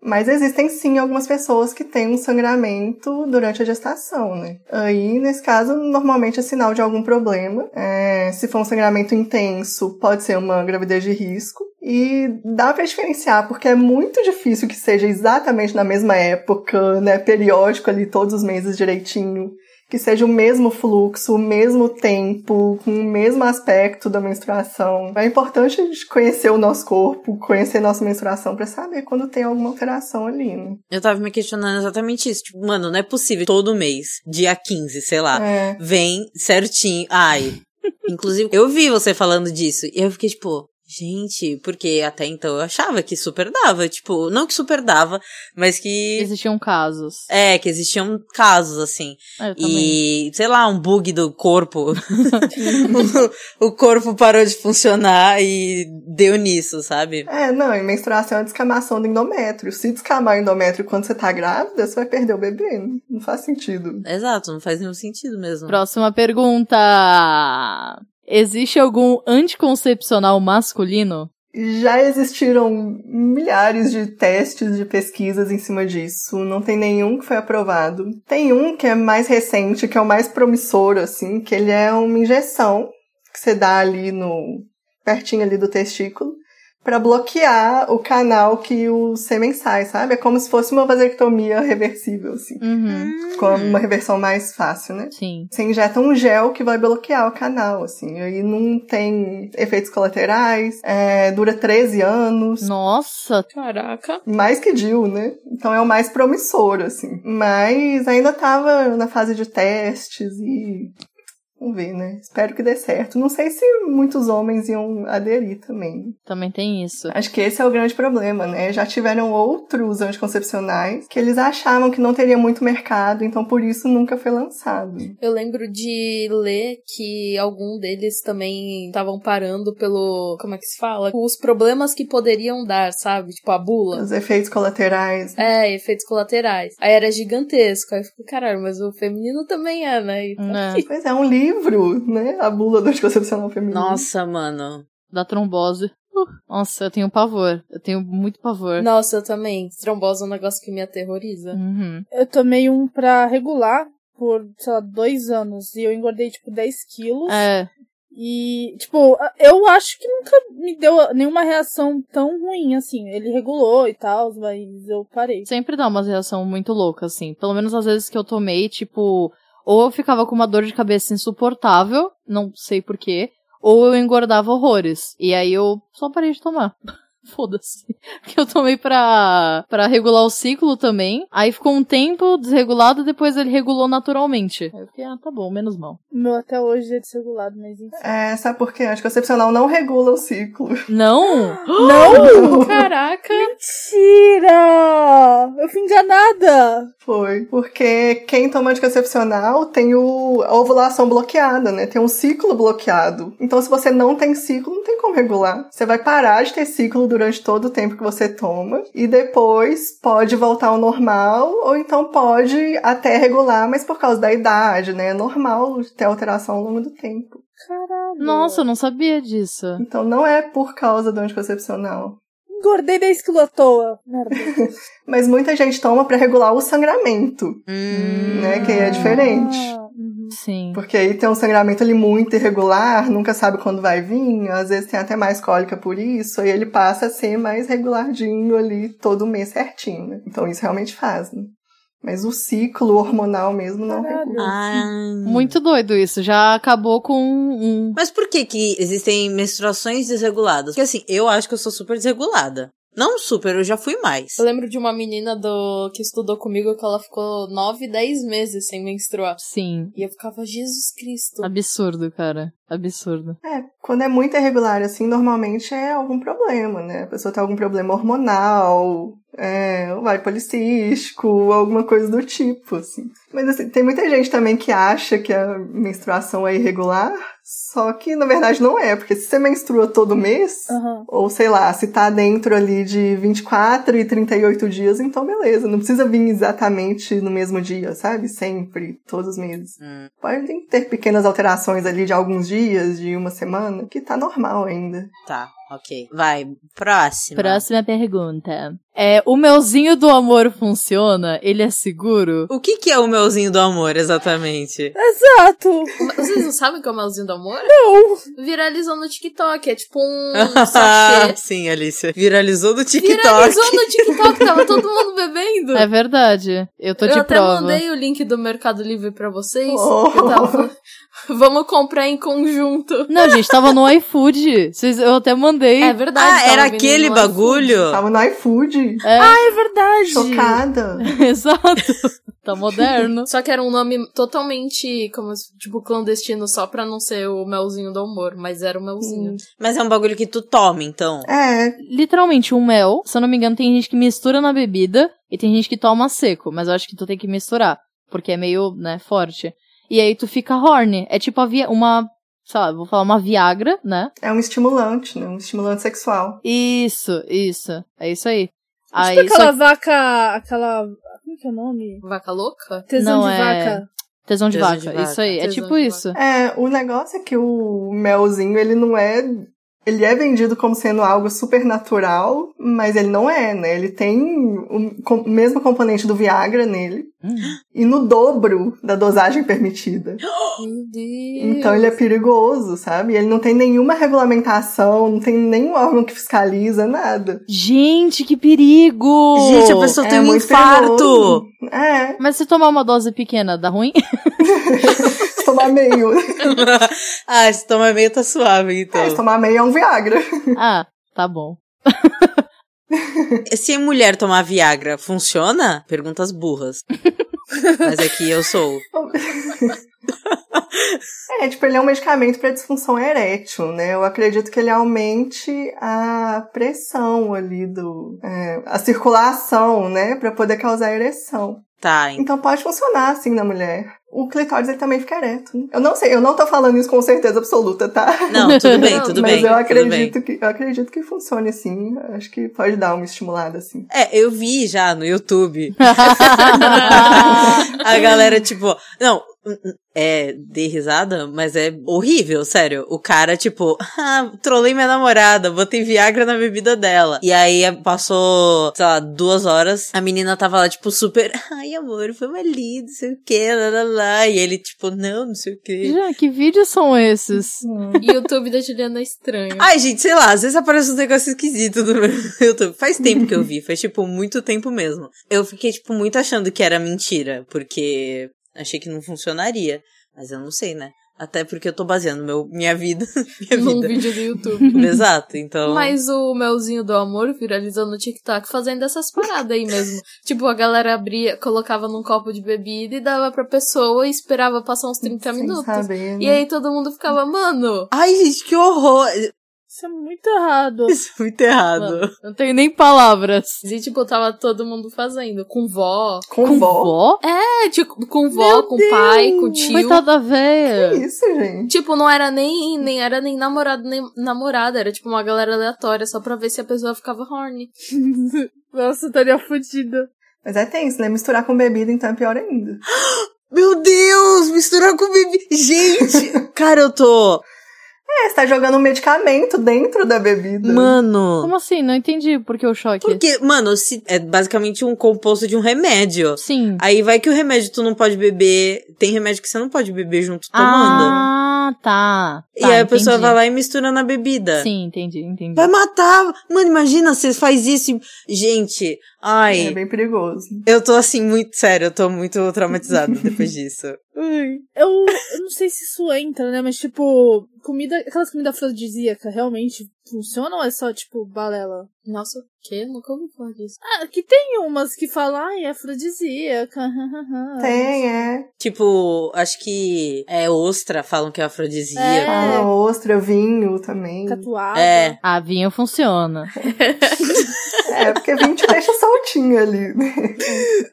Speaker 6: Mas existem sim algumas pessoas que têm um sangramento durante a gestação, né? Aí, nesse caso, normalmente é sinal de algum problema. É, se for um sangramento intenso, pode ser uma gravidez de risco. E dá pra diferenciar, porque é muito difícil que seja exatamente na mesma época, né? Periódico ali, todos os meses direitinho que seja o mesmo fluxo, o mesmo tempo, com o mesmo aspecto da menstruação. É importante a gente conhecer o nosso corpo, conhecer nossa menstruação pra saber quando tem alguma alteração ali, né?
Speaker 3: Eu tava me questionando exatamente isso. Tipo, mano, não é possível. Todo mês, dia 15, sei lá,
Speaker 6: É.
Speaker 3: vem certinho. Ai. Inclusive, eu vi você falando disso. E eu fiquei tipo, gente, porque até então eu achava que super dava. Tipo, não que super dava, mas que.
Speaker 4: Existiam casos.
Speaker 3: É, que existiam casos, assim.
Speaker 4: É, eu também.
Speaker 3: E, sei lá, um bug do corpo. o, o corpo parou de funcionar e deu nisso, sabe?
Speaker 6: É, não, e menstruação é a descamação do endométrio. Se descamar o endométrio quando você tá grávida, você vai perder o bebê. Não faz sentido.
Speaker 3: Exato, não faz nenhum sentido mesmo.
Speaker 4: Próxima pergunta. Existe algum anticoncepcional masculino?
Speaker 6: Já existiram milhares de testes de pesquisas em cima disso, não tem nenhum que foi aprovado. Tem um que é mais recente, que é o mais promissor, assim, que ele é uma injeção que você dá ali no. pertinho ali do testículo, para bloquear o canal que o sêmen sai, sabe? É como se fosse uma vasectomia reversível, assim.
Speaker 4: Uhum.
Speaker 6: Com uma reversão mais fácil, né?
Speaker 4: Sim.
Speaker 6: Você injeta um gel que vai bloquear o canal, assim. Aí não tem efeitos colaterais, é, dura 13 anos.
Speaker 4: Nossa,
Speaker 5: Caraca.
Speaker 6: Mais que Jill, né? Então é o mais promissor, assim. Mas ainda tava na fase de testes e. Vamos ver, né? Espero que dê certo. Não sei se muitos homens iam aderir também.
Speaker 4: também tem isso.
Speaker 6: Acho que esse é o grande problema, né? Já tiveram outros anticoncepcionais que eles achavam que não teria muito mercado, então por isso nunca foi lançado.
Speaker 5: Eu lembro de ler que algum deles também estavam parando pelo. Como é que se fala? Os problemas que poderiam dar, sabe? Tipo, a bula.
Speaker 6: Os efeitos colaterais.
Speaker 5: É, efeitos colaterais. Aí era gigantesco. Aí eu fico, caralho, mas o feminino também é, né? E-
Speaker 4: Né?
Speaker 6: Pois é, um livro, né? A bula do anticoncepcional feminino.
Speaker 3: Nossa, mano.
Speaker 4: Da trombose. Uh, nossa, eu tenho pavor. Eu tenho muito pavor.
Speaker 5: Nossa, eu também. Trombose é um negócio que me aterroriza.
Speaker 4: Uhum.
Speaker 2: Eu tomei um pra regular por, sei lá, dois anos. E eu engordei, tipo, 10 quilos.
Speaker 4: É,
Speaker 2: E, tipo, eu acho que nunca me deu nenhuma reação tão ruim, assim. Ele regulou e tal, mas eu parei.
Speaker 4: sempre dá uma reação muito louca, assim. Pelo menos às vezes que eu tomei, tipo, ou eu ficava com uma dor de cabeça insuportável, não sei porquê, ou eu engordava horrores. E aí eu só parei de tomar. Foda-se. Que eu tomei pra, pra regular o ciclo também. Aí ficou um tempo desregulado, depois ele regulou naturalmente. Aí eu fiquei, ah, tá bom, menos mal.
Speaker 2: O meu até hoje é desregulado, mas enfim.
Speaker 6: É, sabe por quê? Anticoncepcional não regula o ciclo.
Speaker 4: Não! Oh!
Speaker 6: Não!
Speaker 5: Caraca!
Speaker 2: Mentira! Eu fui enganada!
Speaker 6: Foi. Porque quem toma anticoncepcional tem o, a ovulação bloqueada, né? Tem um ciclo bloqueado. Então, se você não tem ciclo, não tem como regular. Você vai parar de ter ciclo durante todo o tempo que você toma. E depois pode voltar ao normal, ou então pode até regular, mas por causa da idade, né? É normal ter alteração ao longo do tempo.
Speaker 2: Caralho.
Speaker 4: Nossa, eu não sabia disso.
Speaker 6: Então, não é por causa do anticoncepcional.
Speaker 2: Engordei 10 quilos à toa. Merda.
Speaker 6: Mas muita gente toma pra regular o sangramento,
Speaker 3: Hum.
Speaker 6: né? Que é diferente.
Speaker 2: Ah, uhum.
Speaker 4: Sim.
Speaker 6: Porque aí tem um sangramento ali muito irregular, nunca sabe quando vai vir, às vezes tem até mais cólica por isso, aí ele passa a ser mais regulardinho ali todo mês certinho. né? Então isso realmente faz, né? Mas o ciclo hormonal mesmo não
Speaker 2: Caralho.
Speaker 6: regula.
Speaker 5: um
Speaker 3: Ah.
Speaker 4: Muito doido isso. Já acabou com um.
Speaker 3: Mas por que que existem menstruações desreguladas? Porque assim, eu acho que eu sou super desregulada. Não super, eu já fui mais.
Speaker 5: Eu lembro de uma menina do que estudou comigo que ela ficou 9, 10 meses sem menstruar.
Speaker 4: Sim.
Speaker 5: E eu ficava, Jesus Cristo.
Speaker 4: Absurdo, cara. Absurdo.
Speaker 6: É, quando é muito irregular, assim, normalmente é algum problema, né? A pessoa tem algum problema hormonal, é, vai policístico, alguma coisa do tipo, assim. Mas, assim, tem muita gente também que acha que a menstruação é irregular, só que, na verdade, não é, porque se você menstrua todo mês,
Speaker 2: Aham.
Speaker 6: ou sei lá, se tá dentro ali de 24 e 38 dias, então beleza, não precisa vir exatamente no mesmo dia, sabe? Sempre, todos os meses.
Speaker 3: Hum.
Speaker 6: Podem ter pequenas alterações ali de alguns dias, de uma semana, que tá normal ainda.
Speaker 3: Tá, ok. Vai, próxima.
Speaker 4: Próxima pergunta. É, o melzinho do amor funciona? Ele é seguro?
Speaker 3: O que que é o melzinho do amor, exatamente?
Speaker 2: Exato!
Speaker 5: Vocês não sabem como é o Zinho do Amor?
Speaker 2: Não!
Speaker 5: Viralizou no TikTok. É tipo um sachê.
Speaker 3: Sim, Alicia. Viralizou do TikTok.
Speaker 5: Viralizou no TikTok, tava todo mundo bebendo.
Speaker 4: É verdade. Eu tô
Speaker 5: eu
Speaker 4: de
Speaker 5: até
Speaker 4: prova.
Speaker 5: mandei o link do Mercado Livre pra vocês.
Speaker 6: Oh.
Speaker 5: Eu tava... Vamos comprar em conjunto.
Speaker 4: Não, gente, tava no iFood. Vocês- Eu até mandei.
Speaker 5: É verdade.
Speaker 3: Ah,
Speaker 5: tava
Speaker 3: era
Speaker 5: vindo no
Speaker 3: aquele
Speaker 5: iFood.
Speaker 3: bagulho?
Speaker 6: Tava no iFood,
Speaker 2: É verdade!
Speaker 6: chocada.
Speaker 4: Exato. Tá moderno.
Speaker 5: Só que era um nome totalmente, como se- tipo, clandestino, só pra não ser o melzinho do amor, mas era o melzinho.
Speaker 3: Mas é um bagulho que tu toma, então.
Speaker 6: É,
Speaker 4: Literalmente, um mel, se eu não me engano, tem gente que mistura na bebida e tem gente que toma seco, mas eu acho que tu tem que misturar, porque é meio, né, forte. E aí tu fica horny. É tipo a via- uma, sei lá, vou falar uma Viagra, né?
Speaker 6: é um estimulante, né? Um estimulante sexual.
Speaker 4: Isso, isso. É isso aí.
Speaker 2: Tipo
Speaker 4: Aí,
Speaker 2: aquela
Speaker 4: só que
Speaker 2: vaca. aquela. Como que é o nome?
Speaker 5: Vaca louca?
Speaker 2: Tesão
Speaker 4: Não,
Speaker 2: de
Speaker 4: é-
Speaker 2: vaca.
Speaker 4: tesão de
Speaker 3: Tesão
Speaker 4: vaca,
Speaker 3: de vaca,
Speaker 4: isso aí. É
Speaker 5: tesão
Speaker 4: tipo
Speaker 5: de
Speaker 4: isso.
Speaker 6: É, o negócio é que o melzinho, ele não é Ele é vendido como sendo algo supernatural, mas ele não é, né? Ele tem o com- mesmo componente do Viagra nele e no dobro da dosagem permitida.
Speaker 5: Meu Deus.
Speaker 6: Então ele é perigoso, sabe? Ele não tem nenhuma regulamentação, não tem nenhum órgão que fiscaliza, nada.
Speaker 4: Gente, que perigo!
Speaker 3: Gente, a pessoa
Speaker 6: É
Speaker 3: tem um
Speaker 6: muito
Speaker 3: infarto!
Speaker 6: perigoso. É,
Speaker 4: Mas se tomar uma dose pequena, dá ruim?
Speaker 6: se tomar meio.
Speaker 3: ah, se tomar meio tá suave,
Speaker 6: É, se
Speaker 3: então.
Speaker 6: tomar meio é um Viagra.
Speaker 4: ah, tá bom.
Speaker 3: Se é mulher tomar Viagra, funciona? Perguntas burras. Mas aqui eu sou.
Speaker 6: É, tipo, ele é um medicamento para disfunção erétil, né? Eu acredito que ele aumente a pressão ali do. é, a circulação, né? Para poder causar ereção.
Speaker 3: Tá, então.
Speaker 6: Então pode funcionar assim na mulher. O clitóris ele também fica ereto. né? Eu não sei, eu não tô falando isso com certeza absoluta, tá?
Speaker 3: Não, tudo bem, tudo
Speaker 6: Mas
Speaker 3: bem. tudo
Speaker 6: eu
Speaker 3: bem.
Speaker 6: acredito que eu acredito que funcione assim. Acho que pode dar uma estimulada assim.
Speaker 3: É, eu vi já no YouTube. a galera, tipo, não, é, dei risada, mas é horrível, sério. O cara, tipo, ah, trolei minha namorada, botei Viagra na bebida dela. E aí eh, passou, sei lá, duas horas, a menina tava lá, tipo, super, ai amor, foi uma linda, não sei o que, lá, lá, lá. E ele, tipo, não, não sei o que.
Speaker 4: Já, que vídeos são esses?
Speaker 5: YouTube da Juliana é estranho.
Speaker 3: Ai, gente, sei lá, às vezes aparece um negócio esquisito no meu YouTube. Faz tempo que eu vi, faz, tipo, muito tempo mesmo. Eu fiquei, tipo, muito achando que era mentira, porque achei que não funcionaria. Mas eu não sei, né? Até porque eu tô baseando meu, minha vida. Minha
Speaker 5: Num
Speaker 3: vida.
Speaker 5: vídeo do YouTube.
Speaker 3: Exato, então.
Speaker 5: Mas o Melzinho do Amor viralizou no TikTok fazendo essas paradas aí mesmo. tipo, a galera abria, colocava num copo de bebida e dava pra pessoa e esperava passar uns 30
Speaker 6: Sem
Speaker 5: minutos.
Speaker 6: saber,
Speaker 5: Então, E
Speaker 6: né?
Speaker 5: aí todo mundo ficava, mano.
Speaker 3: Ai, gente, que horror!
Speaker 2: Isso é muito errado.
Speaker 3: Isso é muito errado.
Speaker 4: Não tenho nem palavras.
Speaker 5: E tipo, tava todo mundo fazendo. Com vó.
Speaker 6: Com vó.
Speaker 4: Vó?
Speaker 5: É, tipo, com vó, com pai, com tio.
Speaker 4: Coitada véia.
Speaker 6: é Isso, gente.
Speaker 5: Tipo, não era nem, nem era nem namorado, nem namorada, era tipo uma galera aleatória, só pra ver se a pessoa ficava horny.
Speaker 2: Nossa, eu estaria fodida.
Speaker 6: Mas é tenso, né? Misturar com bebida então é pior ainda.
Speaker 3: Meu Deus, misturar com bebê. Gente, cara, eu tô.
Speaker 6: É, você tá jogando um medicamento dentro da bebida.
Speaker 3: Mano.
Speaker 4: Como assim? Não entendi por que o choque.
Speaker 3: Porque, mano, se- é basicamente um composto de um remédio.
Speaker 4: Sim.
Speaker 3: Aí vai que o remédio tu não pode beber. Tem remédio que você não pode beber junto tomando.
Speaker 4: Ah, tá.
Speaker 3: e aí a pessoa vai
Speaker 4: vai
Speaker 3: lá e mistura na
Speaker 6: "É."
Speaker 3: bebida.
Speaker 4: Sim, entendi, entendi.
Speaker 3: Vai matar. Mano, imagina, você faz isso. e- Gente,
Speaker 6: É
Speaker 3: ai.
Speaker 6: bem perigoso.
Speaker 3: Eu tô assim, muito. Sério, eu tô muito traumatizada depois disso.
Speaker 2: Eu, eu não sei se isso entra, né? Mas, tipo, comida. Aquelas comidas afrodisíacas realmente funcionam ou é só, tipo, balela?
Speaker 5: Nossa, o quê? Nunca ouvi falar disso.
Speaker 2: Ah, que tem umas que falam, ai, é afrodisíaca.
Speaker 6: Tem, é.
Speaker 3: Tipo, acho que é ostra, falam que é afrodisíaco.
Speaker 6: Ah, ostra, vinho também.
Speaker 2: Catuaba.
Speaker 3: É.
Speaker 4: Ah, vinho funciona.
Speaker 6: É, porque vinho te deixa soltinho ali. né?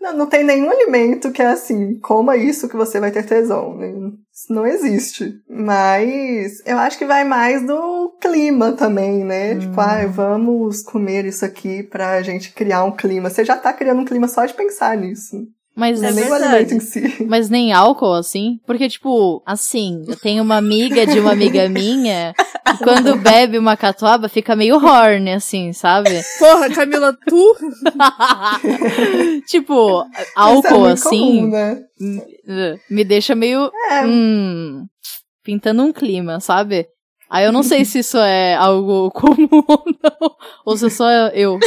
Speaker 6: Não, não tem nenhum alimento que é assim, coma isso que você vai ter tesão. né? Isso não existe. Mas eu acho que vai mais do clima também, né? Tipo,
Speaker 4: Hum.
Speaker 6: ah, vamos comer isso aqui pra gente criar um clima. Você já tá criando um clima só de pensar nisso.
Speaker 4: Mas,
Speaker 6: Não é nem o
Speaker 3: verdade.
Speaker 6: alimento em si.
Speaker 4: mas nem álcool, assim? Porque, tipo, assim, eu tenho uma amiga de uma amiga minha que quando bebe uma catuaba fica meio horny, assim, sabe?
Speaker 2: Porra, Camila, tu?
Speaker 4: tipo,
Speaker 6: Isso é
Speaker 4: álcool,
Speaker 6: muito
Speaker 4: assim,
Speaker 6: comum, né?
Speaker 4: eh, me deixa meio.
Speaker 6: É.
Speaker 4: hum, pintando um clima, sabe? Aí eu não sei se isso é algo comum ou não. Ou se só eu.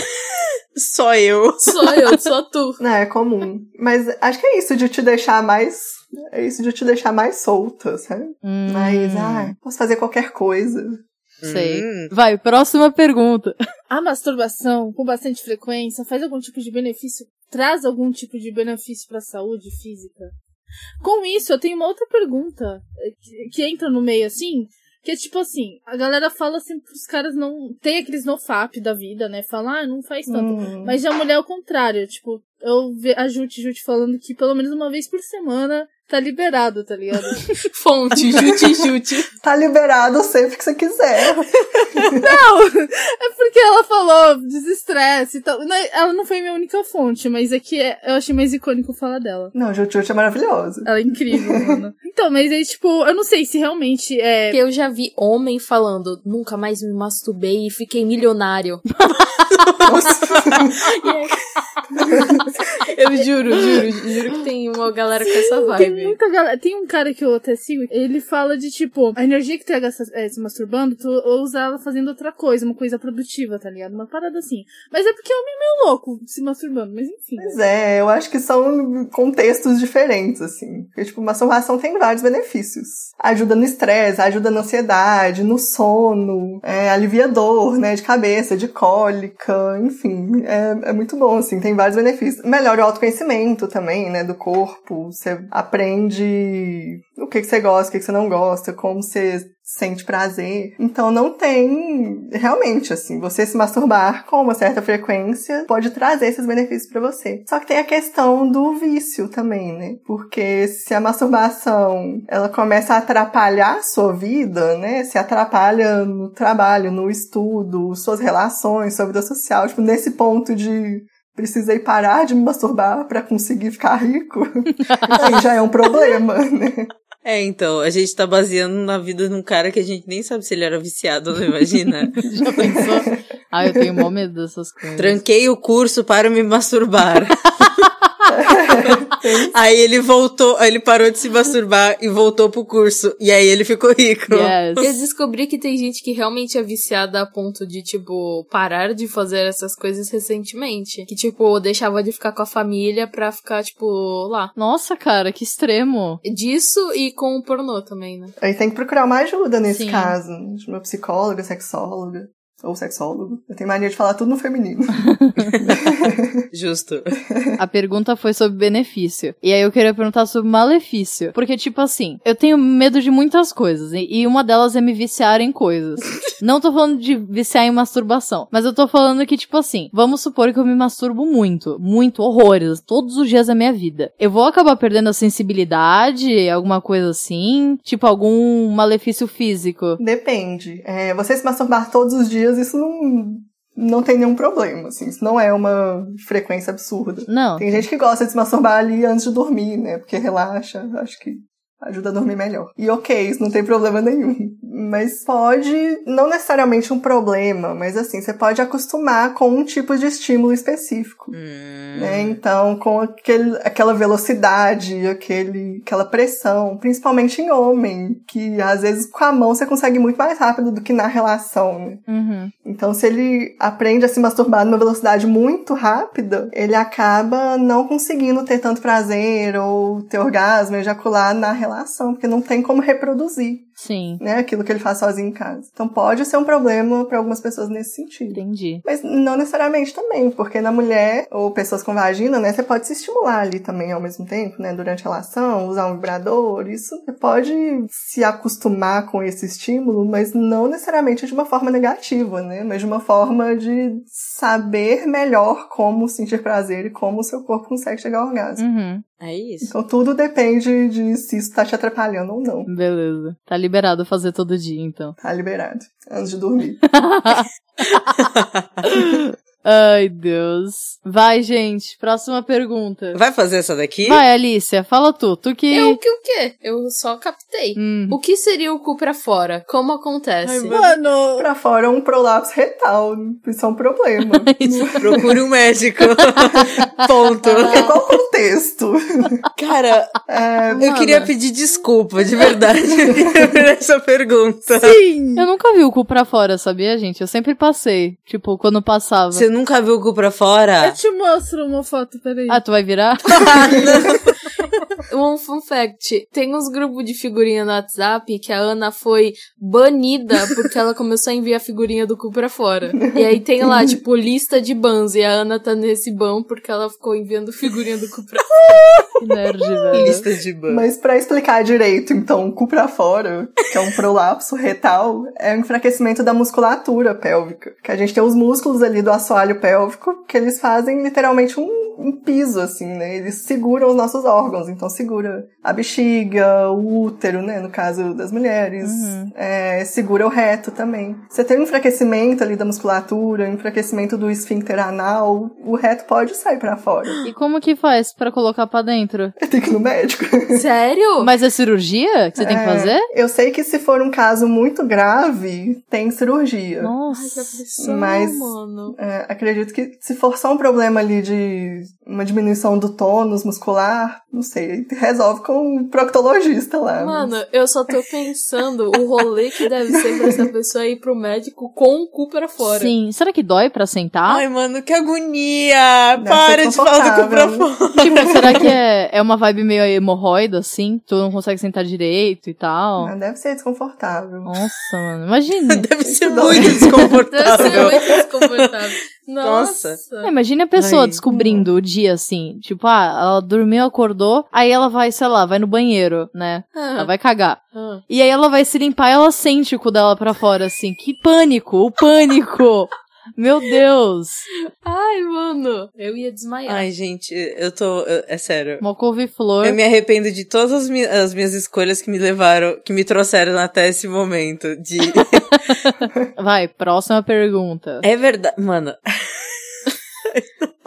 Speaker 3: Só eu.
Speaker 5: Sou eu, sou tu.
Speaker 6: Não, é comum. Mas acho que é isso de te deixar mais. É isso de te deixar mais solta, sabe?
Speaker 4: Hum,
Speaker 6: Mas, ah, posso fazer qualquer coisa.
Speaker 4: Sei.
Speaker 3: Hum.
Speaker 4: Vai, próxima pergunta.
Speaker 2: A masturbação com bastante frequência faz algum tipo de benefício? Traz algum tipo de benefício para a saúde física? Com isso, eu tenho uma outra pergunta eh, que, que entra no meio assim, que é tipo assim, a galera fala sempre que os caras não tem aqueles nofap da vida, né? Fala, ah, não faz tanto.
Speaker 6: Hum.
Speaker 2: Mas já a mulher é o contrário, tipo, eu ve- a Jute Jute falando que pelo menos uma vez por semana Tá liberado, tá ligado?
Speaker 5: Fonte, jute, jute.
Speaker 6: Tá liberado sempre que você quiser.
Speaker 2: Não, é porque ela falou desestresse e tal. Não, Ela não foi minha única fonte, mas é que é- eu achei mais icônico falar dela.
Speaker 6: Não, Jutjut é maravilhoso.
Speaker 2: Ela é incrível, mano. Então, mas aí, tipo, eu não sei se realmente é.
Speaker 5: Porque eu já vi homem falando, nunca mais me masturbei e fiquei milionário. eu juro, juro, juro que tem uma galera com essa
Speaker 2: Tem
Speaker 5: vibe.
Speaker 2: muita galera. Tem um cara que eu até sigo, ele fala de tipo, a energia que tu ia gastar eh, se masturbando, tu usa ela fazendo outra coisa, uma coisa produtiva, tá ligado? Uma parada assim. Mas é porque é homem meio louco se masturbando, mas enfim.
Speaker 6: Pois é, eu acho que são contextos diferentes, assim. Porque, tipo, masturbação tem vários benefícios. Ajuda no estresse, ajuda na ansiedade, no sono, é, alivia dor, né, de cabeça, de cólica, enfim. É, é muito bom, assim, tem vários benefícios. Melhora o autoconhecimento também, né, do corpo. Você aprende o que, que você gosta, o que, que você não gosta, como você sente prazer. Então não tem realmente assim, você se masturbar com uma certa frequência pode trazer esses benefícios pra você. Só que tem a questão do vício também, né? Porque se a masturbação, ela começa a atrapalhar a sua vida, né? Se atrapalha no trabalho, no estudo, suas relações, sua vida social, tipo nesse ponto de precisei parar de me masturbar pra conseguir ficar rico. Aí já é um problema, né?
Speaker 3: É, então, a gente tá baseando na vida de um cara que a gente nem sabe se ele era viciado ou não, imagina.
Speaker 4: Já pensou? Ah, eu tenho mó medo dessas coisas.
Speaker 3: Tranquei o curso para me masturbar. aí ele voltou, aí ele parou de se masturbar e voltou pro curso. E aí ele ficou rico.
Speaker 5: Eu
Speaker 4: Yes.
Speaker 5: descobri que tem gente que realmente é viciada a ponto de, tipo, parar de fazer essas coisas recentemente. Que, tipo, deixava de ficar com a família pra ficar, tipo, lá.
Speaker 4: Nossa, cara, que extremo.
Speaker 5: Disso e com o pornô também, né?
Speaker 6: Aí tem que procurar uma ajuda nesse
Speaker 4: Sim.
Speaker 6: caso. De uma psicóloga, sexóloga. Ou sexólogo. Eu tenho mania de falar tudo no feminino.
Speaker 3: Justo.
Speaker 4: A pergunta foi sobre benefício. E aí eu queria perguntar sobre malefício. Porque, tipo assim, eu tenho medo de muitas coisas. E e uma delas é me viciar em coisas. Não tô falando de viciar em masturbação. Mas eu tô falando que, tipo assim, vamos supor que eu me masturbo muito. Muito, horrores. Todos os dias da minha vida. Eu vou acabar perdendo a sensibilidade, alguma coisa assim. Tipo, algum malefício físico.
Speaker 6: Depende. É, você se masturbar todos os dias, isso não, não tem nenhum problema, assim. Isso não é uma frequência absurda.
Speaker 4: Não.
Speaker 6: Tem gente que gosta de se masturbar ali antes de dormir, né? Porque relaxa, acho que ajuda a dormir melhor. E ok, isso não tem problema nenhum. Mas pode, não necessariamente um problema, mas assim, você pode acostumar com um tipo de estímulo específico. né? Então, com aquele, aquela velocidade, aquele, aquela pressão, principalmente em homem, que às vezes com a mão você consegue muito mais rápido do que na relação, né?
Speaker 4: Uhum.
Speaker 6: Então, se ele aprende a se masturbar numa velocidade muito rápida, ele acaba não conseguindo ter tanto prazer ou ter orgasmo, ejacular na relação, porque não tem como reproduzir,
Speaker 4: Sim.
Speaker 6: né, aquilo que ele faz sozinho em casa. Então, pode ser um problema para algumas pessoas nesse sentido.
Speaker 4: Entendi.
Speaker 6: Mas não necessariamente também, porque na mulher ou pessoas com vagina, né, você pode se estimular ali também ao mesmo tempo, né, durante a relação, usar um vibrador, isso você pode se acostumar com esse estímulo, mas não necessariamente de uma forma negativa, né, mas de uma forma de saber melhor como sentir prazer e como o seu corpo consegue chegar ao orgasmo.
Speaker 4: Uhum.
Speaker 3: É isso.
Speaker 6: Então tudo depende de se isso tá te atrapalhando ou não.
Speaker 4: Beleza. Tá liberado fazer todo dia, então.
Speaker 6: Tá liberado. Antes de dormir.
Speaker 4: Ai, Deus. Vai, gente. Próxima pergunta.
Speaker 3: Vai fazer essa daqui?
Speaker 4: Vai, Alicia. Fala tu. Tu que...
Speaker 5: Eu que É o quê? Eu só captei.
Speaker 4: Hum.
Speaker 5: O que seria o cu pra fora? Como acontece?
Speaker 2: Mano!
Speaker 6: Pra fora é um prolapso retal. Isso é um problema.
Speaker 3: Procure um médico. Ponto.
Speaker 6: Porque qual o contexto?
Speaker 3: Cara,
Speaker 6: É,
Speaker 3: eu queria pedir desculpa, de verdade, por essa pergunta.
Speaker 2: Sim!
Speaker 4: Eu nunca vi o cu pra fora, sabia, gente? Eu sempre passei. Tipo, quando passava.
Speaker 3: Você nunca viu o cu pra fora?
Speaker 2: Eu te mostro uma foto, peraí.
Speaker 4: Ah, tu vai virar?
Speaker 5: Um fun fact: tem uns grupos de figurinha no WhatsApp que a Ana foi banida porque ela começou a enviar figurinha do cu pra fora. E aí tem lá, tipo, lista de bans. E a Ana tá nesse ban porque ela ficou enviando figurinha do cu pra fora.
Speaker 4: Que Nerd, velho.
Speaker 3: Lista de ban.
Speaker 6: Mas pra explicar direito, então, o cu pra fora, que é um prolapso retal, é um enfraquecimento da musculatura pélvica. Que a gente tem os músculos ali do assoalho pélvico, que eles fazem literalmente um um piso, assim, né? Eles seguram os nossos órgãos, então segura a bexiga, o útero, né? No caso das mulheres,
Speaker 4: Uhum.
Speaker 6: É, segura o reto também. Você tem um enfraquecimento ali da musculatura, um enfraquecimento do esfíncter anal, o reto pode sair pra fora.
Speaker 4: E como que faz pra colocar pra dentro?
Speaker 6: Tem que ir no médico.
Speaker 5: Sério?
Speaker 4: Mas é cirurgia que você tem que
Speaker 6: É,
Speaker 4: fazer?
Speaker 6: Eu sei que se for um caso muito grave, tem cirurgia.
Speaker 5: Ai, que
Speaker 4: Nossa.
Speaker 5: aflição,
Speaker 6: Mas-
Speaker 5: mano.
Speaker 6: É, acredito que se for só um problema ali de uma diminuição do tônus muscular, não sei, resolve com um proctologista lá.
Speaker 5: Mano, eu só tô pensando o rolê que deve ser pra essa pessoa ir pro médico com o cu pra fora.
Speaker 4: Sim. Será que dói pra sentar?
Speaker 3: Ai, mano, que agonia!
Speaker 6: Deve
Speaker 3: Para
Speaker 6: ser
Speaker 3: de falar do cu pra
Speaker 6: confortável,
Speaker 3: fora.
Speaker 4: Tipo, será que é, é uma vibe meio hemorroida, assim? Tu não consegue sentar direito e tal?
Speaker 6: Mas deve ser desconfortável.
Speaker 4: Nossa, mano. Imagina.
Speaker 3: Deve ser
Speaker 6: dói.
Speaker 3: muito
Speaker 5: Deve ser
Speaker 3: desconfortável.
Speaker 5: muito desconfortável. Nossa.
Speaker 4: É, imagina a pessoa
Speaker 3: Ai.
Speaker 4: descobrindo o dia assim, tipo, ah, ela dormiu, acordou, aí ela vai, sei lá, vai no banheiro, né? Ela vai cagar.
Speaker 5: Ah.
Speaker 4: E aí ela vai se limpar e ela sente o cu dela pra fora, assim. Que pânico, o pânico! Meu Deus!
Speaker 5: Ai, mano. Eu ia desmaiar.
Speaker 3: Ai, gente, eu tô. eu- É sério.
Speaker 4: Uma couve-flor.
Speaker 3: Eu É me arrependo de todas as, mi- as minhas escolhas que me levaram, que me trouxeram até esse momento. De...
Speaker 4: Vai, próxima pergunta.
Speaker 3: é verdade. Mano,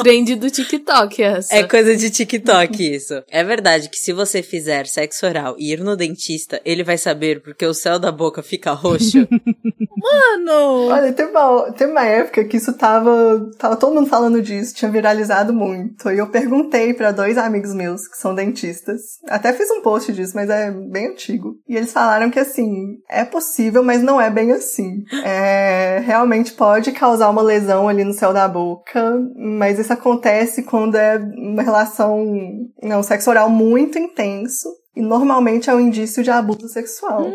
Speaker 5: Trend do TikTok essa.
Speaker 3: É coisa de TikTok isso. É verdade que se você fizer sexo oral e ir no dentista, ele vai saber porque o céu da boca fica roxo. Mano!
Speaker 6: Olha, teve uma, teve uma época que isso tava, tava todo mundo falando disso, tinha viralizado muito. E eu perguntei pra dois amigos meus que são dentistas. Até fiz um post disso, mas é bem antigo. E eles falaram que assim, é possível, mas não é bem assim. É, realmente pode causar uma lesão ali no céu da boca, mas isso acontece quando é uma relação, não, sexo oral muito intenso. E normalmente é um indício de abuso sexual.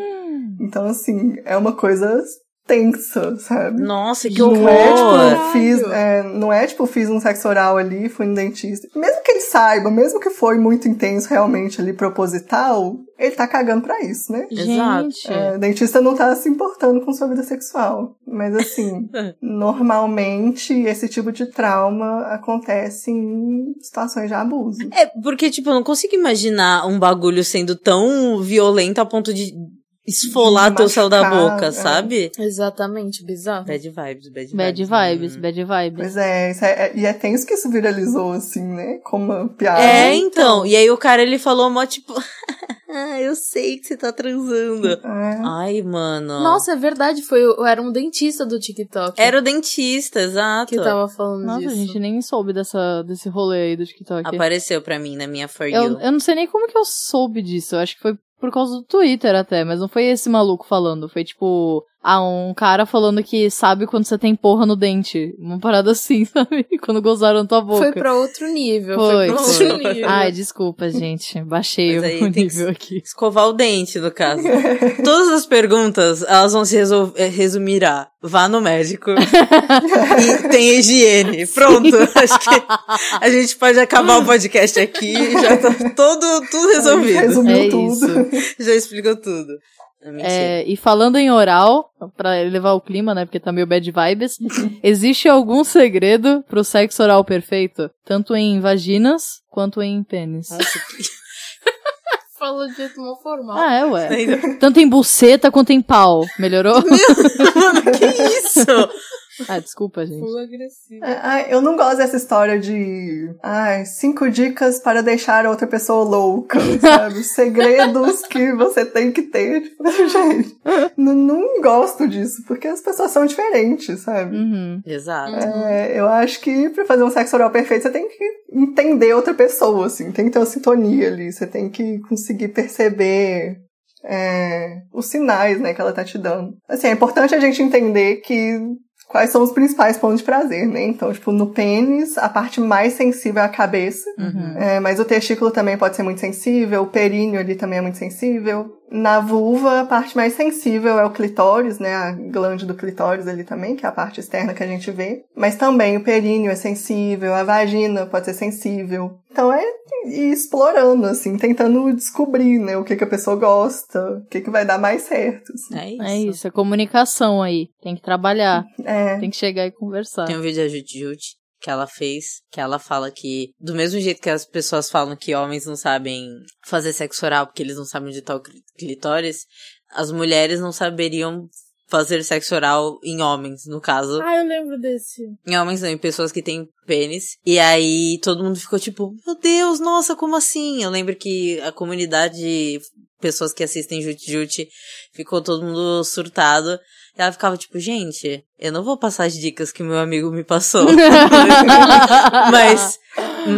Speaker 6: Então, assim, é uma coisa tensa, sabe?
Speaker 3: Nossa, que
Speaker 6: Não é,
Speaker 3: horror!
Speaker 6: tipo, fiz, é, não é tipo, fiz um sexo oral ali, fui no dentista. Mesmo que ele saiba, mesmo que foi muito intenso realmente ali, proposital, ele tá cagando pra isso, né?
Speaker 3: Exato.
Speaker 4: Gente,
Speaker 6: É, dentista não tá se importando com sua vida sexual. Mas assim, normalmente esse tipo de trauma acontece em situações de abuso.
Speaker 3: É, porque, tipo, eu não consigo imaginar um bagulho sendo tão violento a ponto de esfolar
Speaker 6: De
Speaker 3: teu céu da
Speaker 6: machucar,
Speaker 3: boca,
Speaker 6: é.
Speaker 3: sabe?
Speaker 5: Exatamente, bizarro.
Speaker 3: Bad vibes, bad vibes.
Speaker 4: bad vibes,
Speaker 3: Hum.
Speaker 4: bad vibes.
Speaker 6: Pois é, isso é- é- e é tenso que isso viralizou, assim, né? Como uma piada.
Speaker 3: É, então. E aí o cara, ele falou mó, tipo... ah, eu sei que você tá transando.
Speaker 6: É.
Speaker 3: Ai, mano.
Speaker 5: Nossa, é verdade. Foi, o- era um dentista do TikTok
Speaker 3: Era o dentista, exato.
Speaker 5: que tava falando
Speaker 4: Nossa,
Speaker 5: disso.
Speaker 4: gente, nem soube dessa, desse rolê aí do TikTok.
Speaker 3: Apareceu pra mim na minha For
Speaker 4: Eu,
Speaker 3: You.
Speaker 4: eu não sei nem como que eu soube disso. Eu acho que foi por causa do Twitter até, mas não foi esse maluco falando. Foi tipo, ah, um cara falando que sabe quando você tem porra no dente. Uma parada assim, sabe? Quando gozaram na tua boca.
Speaker 5: Foi pra outro nível.
Speaker 4: Foi,
Speaker 5: Foi, pra
Speaker 3: foi.
Speaker 5: outro nível.
Speaker 4: Ai, desculpa, gente. Baixei
Speaker 3: Mas
Speaker 4: o
Speaker 3: aí tem que
Speaker 4: nível aqui.
Speaker 3: Escovar o dente, no caso. Todas as perguntas, elas vão se resol- eh, resumir a vá no médico e tem higiene. Pronto. Acho que a gente pode acabar o podcast aqui. Já tá todo, tudo resolvido.
Speaker 6: Resumiu
Speaker 4: É
Speaker 6: tudo.
Speaker 4: isso.
Speaker 3: Já explicou tudo. Não, Mentira.
Speaker 4: É, e falando em oral, pra elevar o clima, né? Porque tá meio bad vibes. existe algum segredo pro sexo oral perfeito? Tanto em vaginas quanto em pênis.
Speaker 5: Falou de jeito mal formal.
Speaker 4: Ah, é, ué.
Speaker 3: Ainda-
Speaker 4: Tanto em buceta quanto em pau. Melhorou?
Speaker 3: Mano, que isso?
Speaker 4: ah, desculpa, gente.
Speaker 5: Full agressivo.
Speaker 6: É, ai, eu não gosto dessa história de ai, cinco dicas para deixar outra pessoa louca, sabe? Segredos que você tem que ter. Tipo, Gente, não, não gosto disso, porque as pessoas são diferentes, sabe?
Speaker 4: Uhum.
Speaker 3: Exato.
Speaker 6: É, eu acho que pra fazer um sexo oral perfeito, você tem que entender outra pessoa, assim, tem que ter uma sintonia ali, você tem que conseguir perceber é, os sinais, né, que ela tá te dando. Assim, é importante a gente entender que quais são os principais pontos de prazer, né? Então, tipo, no pênis, a parte mais sensível é a cabeça,
Speaker 4: Uhum.
Speaker 6: é, mas o testículo também pode ser muito sensível, o períneo ali também é muito sensível. Na vulva, a parte mais sensível é o clitóris, né? A glande do clitóris ali também, que é a parte externa que a gente vê. Mas também o períneo é sensível, a vagina pode ser sensível. Então é ir explorando, assim, tentando descobrir, né? O que, que a pessoa gosta, o que, que vai dar mais certo. assim.
Speaker 3: É isso.
Speaker 4: É isso, é comunicação aí. Tem que trabalhar,
Speaker 6: É.
Speaker 4: tem que chegar e conversar.
Speaker 3: Tem um vídeo da Jut Jut que ela fez, que ela fala que, do mesmo jeito que as pessoas falam que homens não sabem fazer sexo oral porque eles não sabem onde tá o cli- clitóris, as mulheres não saberiam fazer sexo oral em homens, no caso.
Speaker 2: Ah, eu lembro desse.
Speaker 3: Em homens não, em pessoas que têm pênis. E aí todo mundo ficou tipo, meu Deus, nossa, como assim? Eu lembro que a comunidade, pessoas que assistem Jute Jute, ficou todo mundo surtado. E ela ficava tipo, gente, eu não vou passar as dicas que meu amigo me passou. mas,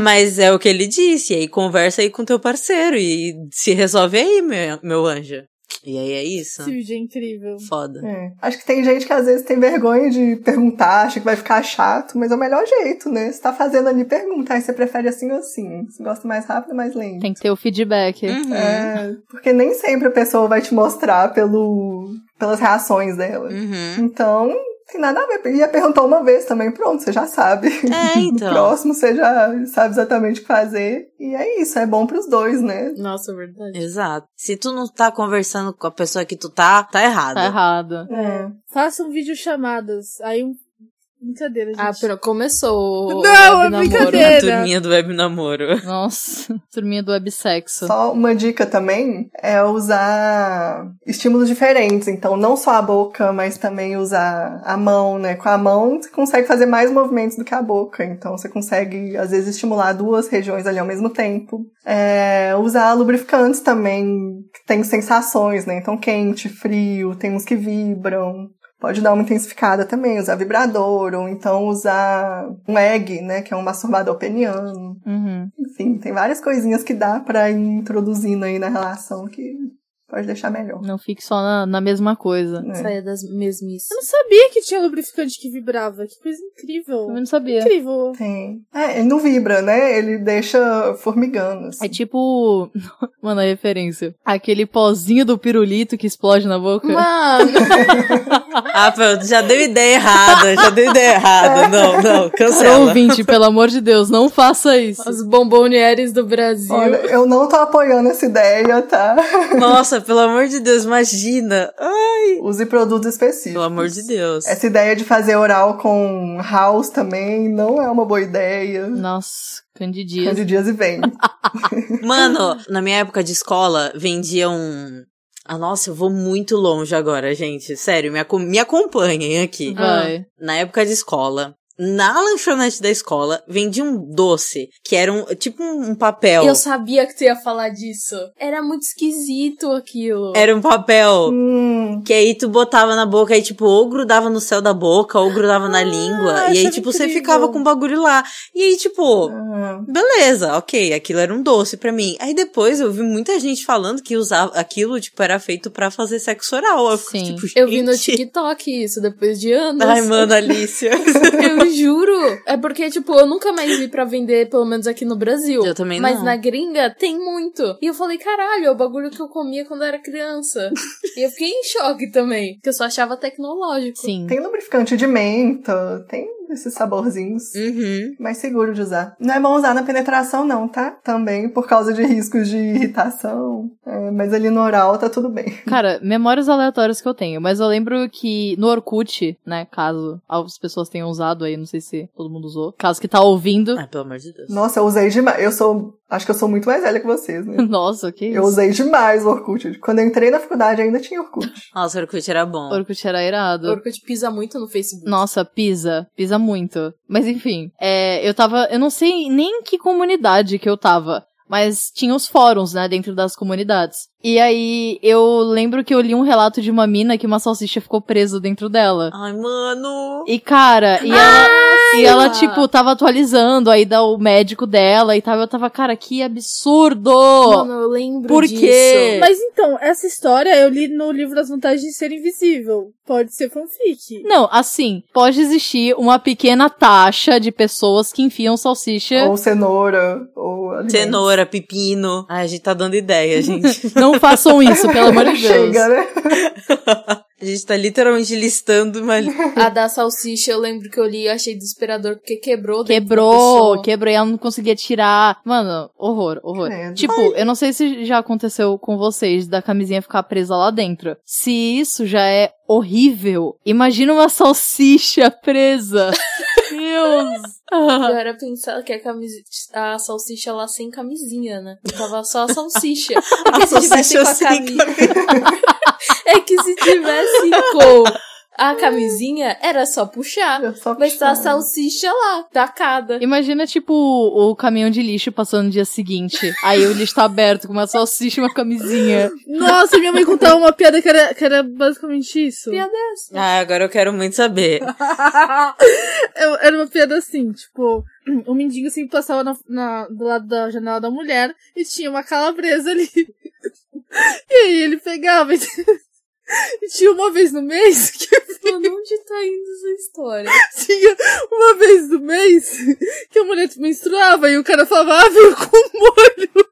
Speaker 3: mas é o que ele disse. E aí conversa aí com teu parceiro e se resolve aí, meu, meu anjo. E aí é isso.
Speaker 2: Esse vídeo é incrível.
Speaker 3: Foda.
Speaker 6: É. Acho que tem gente que às vezes tem vergonha de perguntar, acha que vai ficar chato, mas é o melhor jeito, né? Você tá fazendo ali, pergunta. Aí você prefere assim ou assim. Você gosta mais rápido ou mais lento?
Speaker 4: Tem que ter o feedback.
Speaker 3: Uhum.
Speaker 6: É, porque nem sempre a pessoa vai te mostrar pelo, pelas reações dela.
Speaker 3: Uhum.
Speaker 6: Então, tem nada a ver. Ia perguntar uma vez também, pronto, você já sabe.
Speaker 3: É, então.
Speaker 6: No próximo você já sabe exatamente o que fazer. E é isso, é bom pros dois, né?
Speaker 5: Nossa, é verdade.
Speaker 3: Exato. Se tu não tá conversando com a pessoa que tu tá, tá errado.
Speaker 4: Tá errado.
Speaker 6: É.
Speaker 2: Façam videochamadas. um Aí um. Brincadeira, gente.
Speaker 5: Ah, pera, começou. o
Speaker 2: Não, é
Speaker 5: namoro. né?
Speaker 2: brincadeira.
Speaker 3: Na turminha do web namoro.
Speaker 4: Nossa, turminha do websexo.
Speaker 6: Só uma dica também é usar estímulos diferentes. Então, não só a boca, mas também usar a mão, né? Com a mão, você consegue fazer mais movimentos do que a boca. Então, você consegue, às vezes, estimular duas regiões ali ao mesmo tempo. É, usar lubrificantes também, que tem sensações, né? Então, quente, frio, tem uns que vibram. Pode dar uma intensificada também, usar vibrador, ou então usar um egg, né? Que é um masturbador peniano.
Speaker 4: Uhum.
Speaker 6: Enfim, tem várias coisinhas que dá pra ir introduzindo aí na relação que pode deixar melhor.
Speaker 4: Não fique só na, na mesma coisa.
Speaker 6: né?
Speaker 5: Saia das mesmices.
Speaker 2: Eu não sabia que tinha lubrificante que vibrava. Que coisa incrível.
Speaker 4: Eu não sabia.
Speaker 2: Incrível.
Speaker 6: Tem. É, ele não vibra, né? Ele deixa formigando. assim.
Speaker 4: É tipo. Mano, a referência. Aquele pozinho do pirulito que explode na boca.
Speaker 5: Mano,
Speaker 3: Ah, pronto, já deu ideia errada, já deu ideia errada. Não, não,
Speaker 4: Pro
Speaker 3: cancela.
Speaker 4: ouvinte, pelo amor de Deus, não faça isso.
Speaker 5: os bombonieres do Brasil.
Speaker 6: Olha, eu não tô apoiando essa ideia, tá?
Speaker 3: Nossa, pelo amor de Deus, imagina. Ah,
Speaker 6: Use produtos
Speaker 3: Pelo
Speaker 6: específicos.
Speaker 3: amor de Deus.
Speaker 6: Essa ideia de fazer oral com house também não é uma boa ideia.
Speaker 4: Nossa, candidias.
Speaker 6: De dias e vem.
Speaker 3: Mano, na minha época de escola, vendiam. Ah, nossa, eu vou muito longe agora, gente. Sério, me, acom- me acompanhem aqui.
Speaker 4: Vai.
Speaker 3: na época de escola, na lanchonete da escola, vendia um doce, que era um, tipo um, um papel.
Speaker 5: Eu sabia que tu ia falar disso. Era muito esquisito aquilo.
Speaker 3: Era um papel.
Speaker 6: hum,
Speaker 3: Que aí tu botava na boca e, tipo, ou grudava no céu da boca, ou grudava na língua. E aí,
Speaker 2: achava
Speaker 3: tipo, você
Speaker 2: incrível.
Speaker 3: ficava com o bagulho lá. E aí, tipo,
Speaker 6: ah,
Speaker 3: beleza, ok, aquilo era um doce pra mim. Aí depois eu vi muita gente falando que usava aquilo, tipo, era feito pra fazer sexo oral. Eu fico,
Speaker 4: Sim.
Speaker 3: tipo,
Speaker 5: Eu vi no
Speaker 3: gente.
Speaker 5: TikTok isso depois de anos.
Speaker 3: Ai, mano, Alicia.
Speaker 5: Eu juro. É porque, tipo, eu nunca mais vi pra vender, pelo menos aqui no Brasil.
Speaker 3: Eu também
Speaker 5: Mas
Speaker 3: não.
Speaker 5: na gringa tem muito. E eu falei, caralho, é o bagulho que eu comia quando era criança. e eu fiquei em choque também. Porque eu só achava tecnológico.
Speaker 4: Sim.
Speaker 6: tem lubrificante de menta, tem esses saborzinhos.
Speaker 3: uhum.
Speaker 6: Mais seguro de usar. Não é bom usar na penetração, não, tá? Também por causa de riscos de irritação. É, mas ali no oral tá tudo bem.
Speaker 4: Cara, memórias aleatórias que eu tenho, mas eu lembro que no Orkut, né, caso as pessoas tenham usado aí, não sei se todo mundo usou, caso que tá ouvindo.
Speaker 3: Ai, pelo amor de Deus.
Speaker 6: Nossa, eu usei demais. Eu sou. Acho que eu sou muito mais velha que vocês, né?
Speaker 4: Nossa, que isso.
Speaker 6: Eu usei demais o Orkut. Quando eu entrei na faculdade ainda tinha Orkut.
Speaker 3: Nossa, o Orkut era bom.
Speaker 4: Orkut era irado.
Speaker 5: O Orkut pisa muito no Facebook.
Speaker 4: Nossa, pisa, pisa muito. Mas enfim, é, eu tava, eu não sei nem em que comunidade que eu tava, mas tinha os fóruns, né, dentro das comunidades. E aí eu lembro que eu li um relato de uma mina que uma salsicha ficou presa dentro dela.
Speaker 3: Ai, mano.
Speaker 4: E cara, e ela, e ela tipo tava atualizando aí da o médico dela e tal, eu tava, cara, que absurdo.
Speaker 5: Mano, eu lembro
Speaker 4: Por
Speaker 5: disso.
Speaker 4: quê?
Speaker 2: Mas então, essa história eu li no livro das vantagens de ser invisível. Pode ser fanfic.
Speaker 4: Não, assim, pode existir uma pequena taxa de pessoas que enfiam salsicha.
Speaker 6: Ou cenoura, ou. alimentos.
Speaker 3: Cenoura, pepino. Ai, a gente tá dando ideia, gente.
Speaker 4: Não façam isso, pelo amor de Deus.
Speaker 6: Chega, né?
Speaker 3: a gente tá literalmente listando uma.
Speaker 5: A da salsicha, eu lembro que eu li e achei desesperador, porque quebrou dentro da
Speaker 4: Quebrou,
Speaker 5: pessoa.
Speaker 4: quebrou, e ela não conseguia tirar. Mano, horror, horror.
Speaker 6: Credo.
Speaker 4: Tipo, eu não sei se já aconteceu com vocês da camisinha ficar presa lá dentro. Se isso já é horrível, imagina uma salsicha presa. Deus!
Speaker 5: Eu era é pensar que a, camisi- a salsicha lá sem camisinha, né? Tava só a salsicha.
Speaker 3: A
Speaker 5: Porque se tivesse
Speaker 3: salsicha
Speaker 5: com a
Speaker 3: sem
Speaker 5: cami- É que se tivesse com a camisinha, era só puxar.
Speaker 6: Eu só
Speaker 5: Mas tá a
Speaker 6: puxava.
Speaker 5: salsicha lá, tacada.
Speaker 4: Imagina, tipo, o o caminhão de lixo passando no dia seguinte. Aí o lixo tá aberto com uma salsicha e uma camisinha.
Speaker 2: Nossa, minha mãe contava uma piada que era, que era basicamente isso.
Speaker 5: Piada. é
Speaker 3: Ah, agora eu quero muito saber.
Speaker 2: Eu- era uma piada assim, tipo, o mendigo sempre passava na- na- do lado da janela da mulher e tinha uma calabresa ali. E aí ele pegava e, e tinha uma vez no mês que
Speaker 5: Mano, onde tá indo essa história?
Speaker 2: tinha uma vez no mês que a mulher menstruava e o cara falava, ah, veio com molho.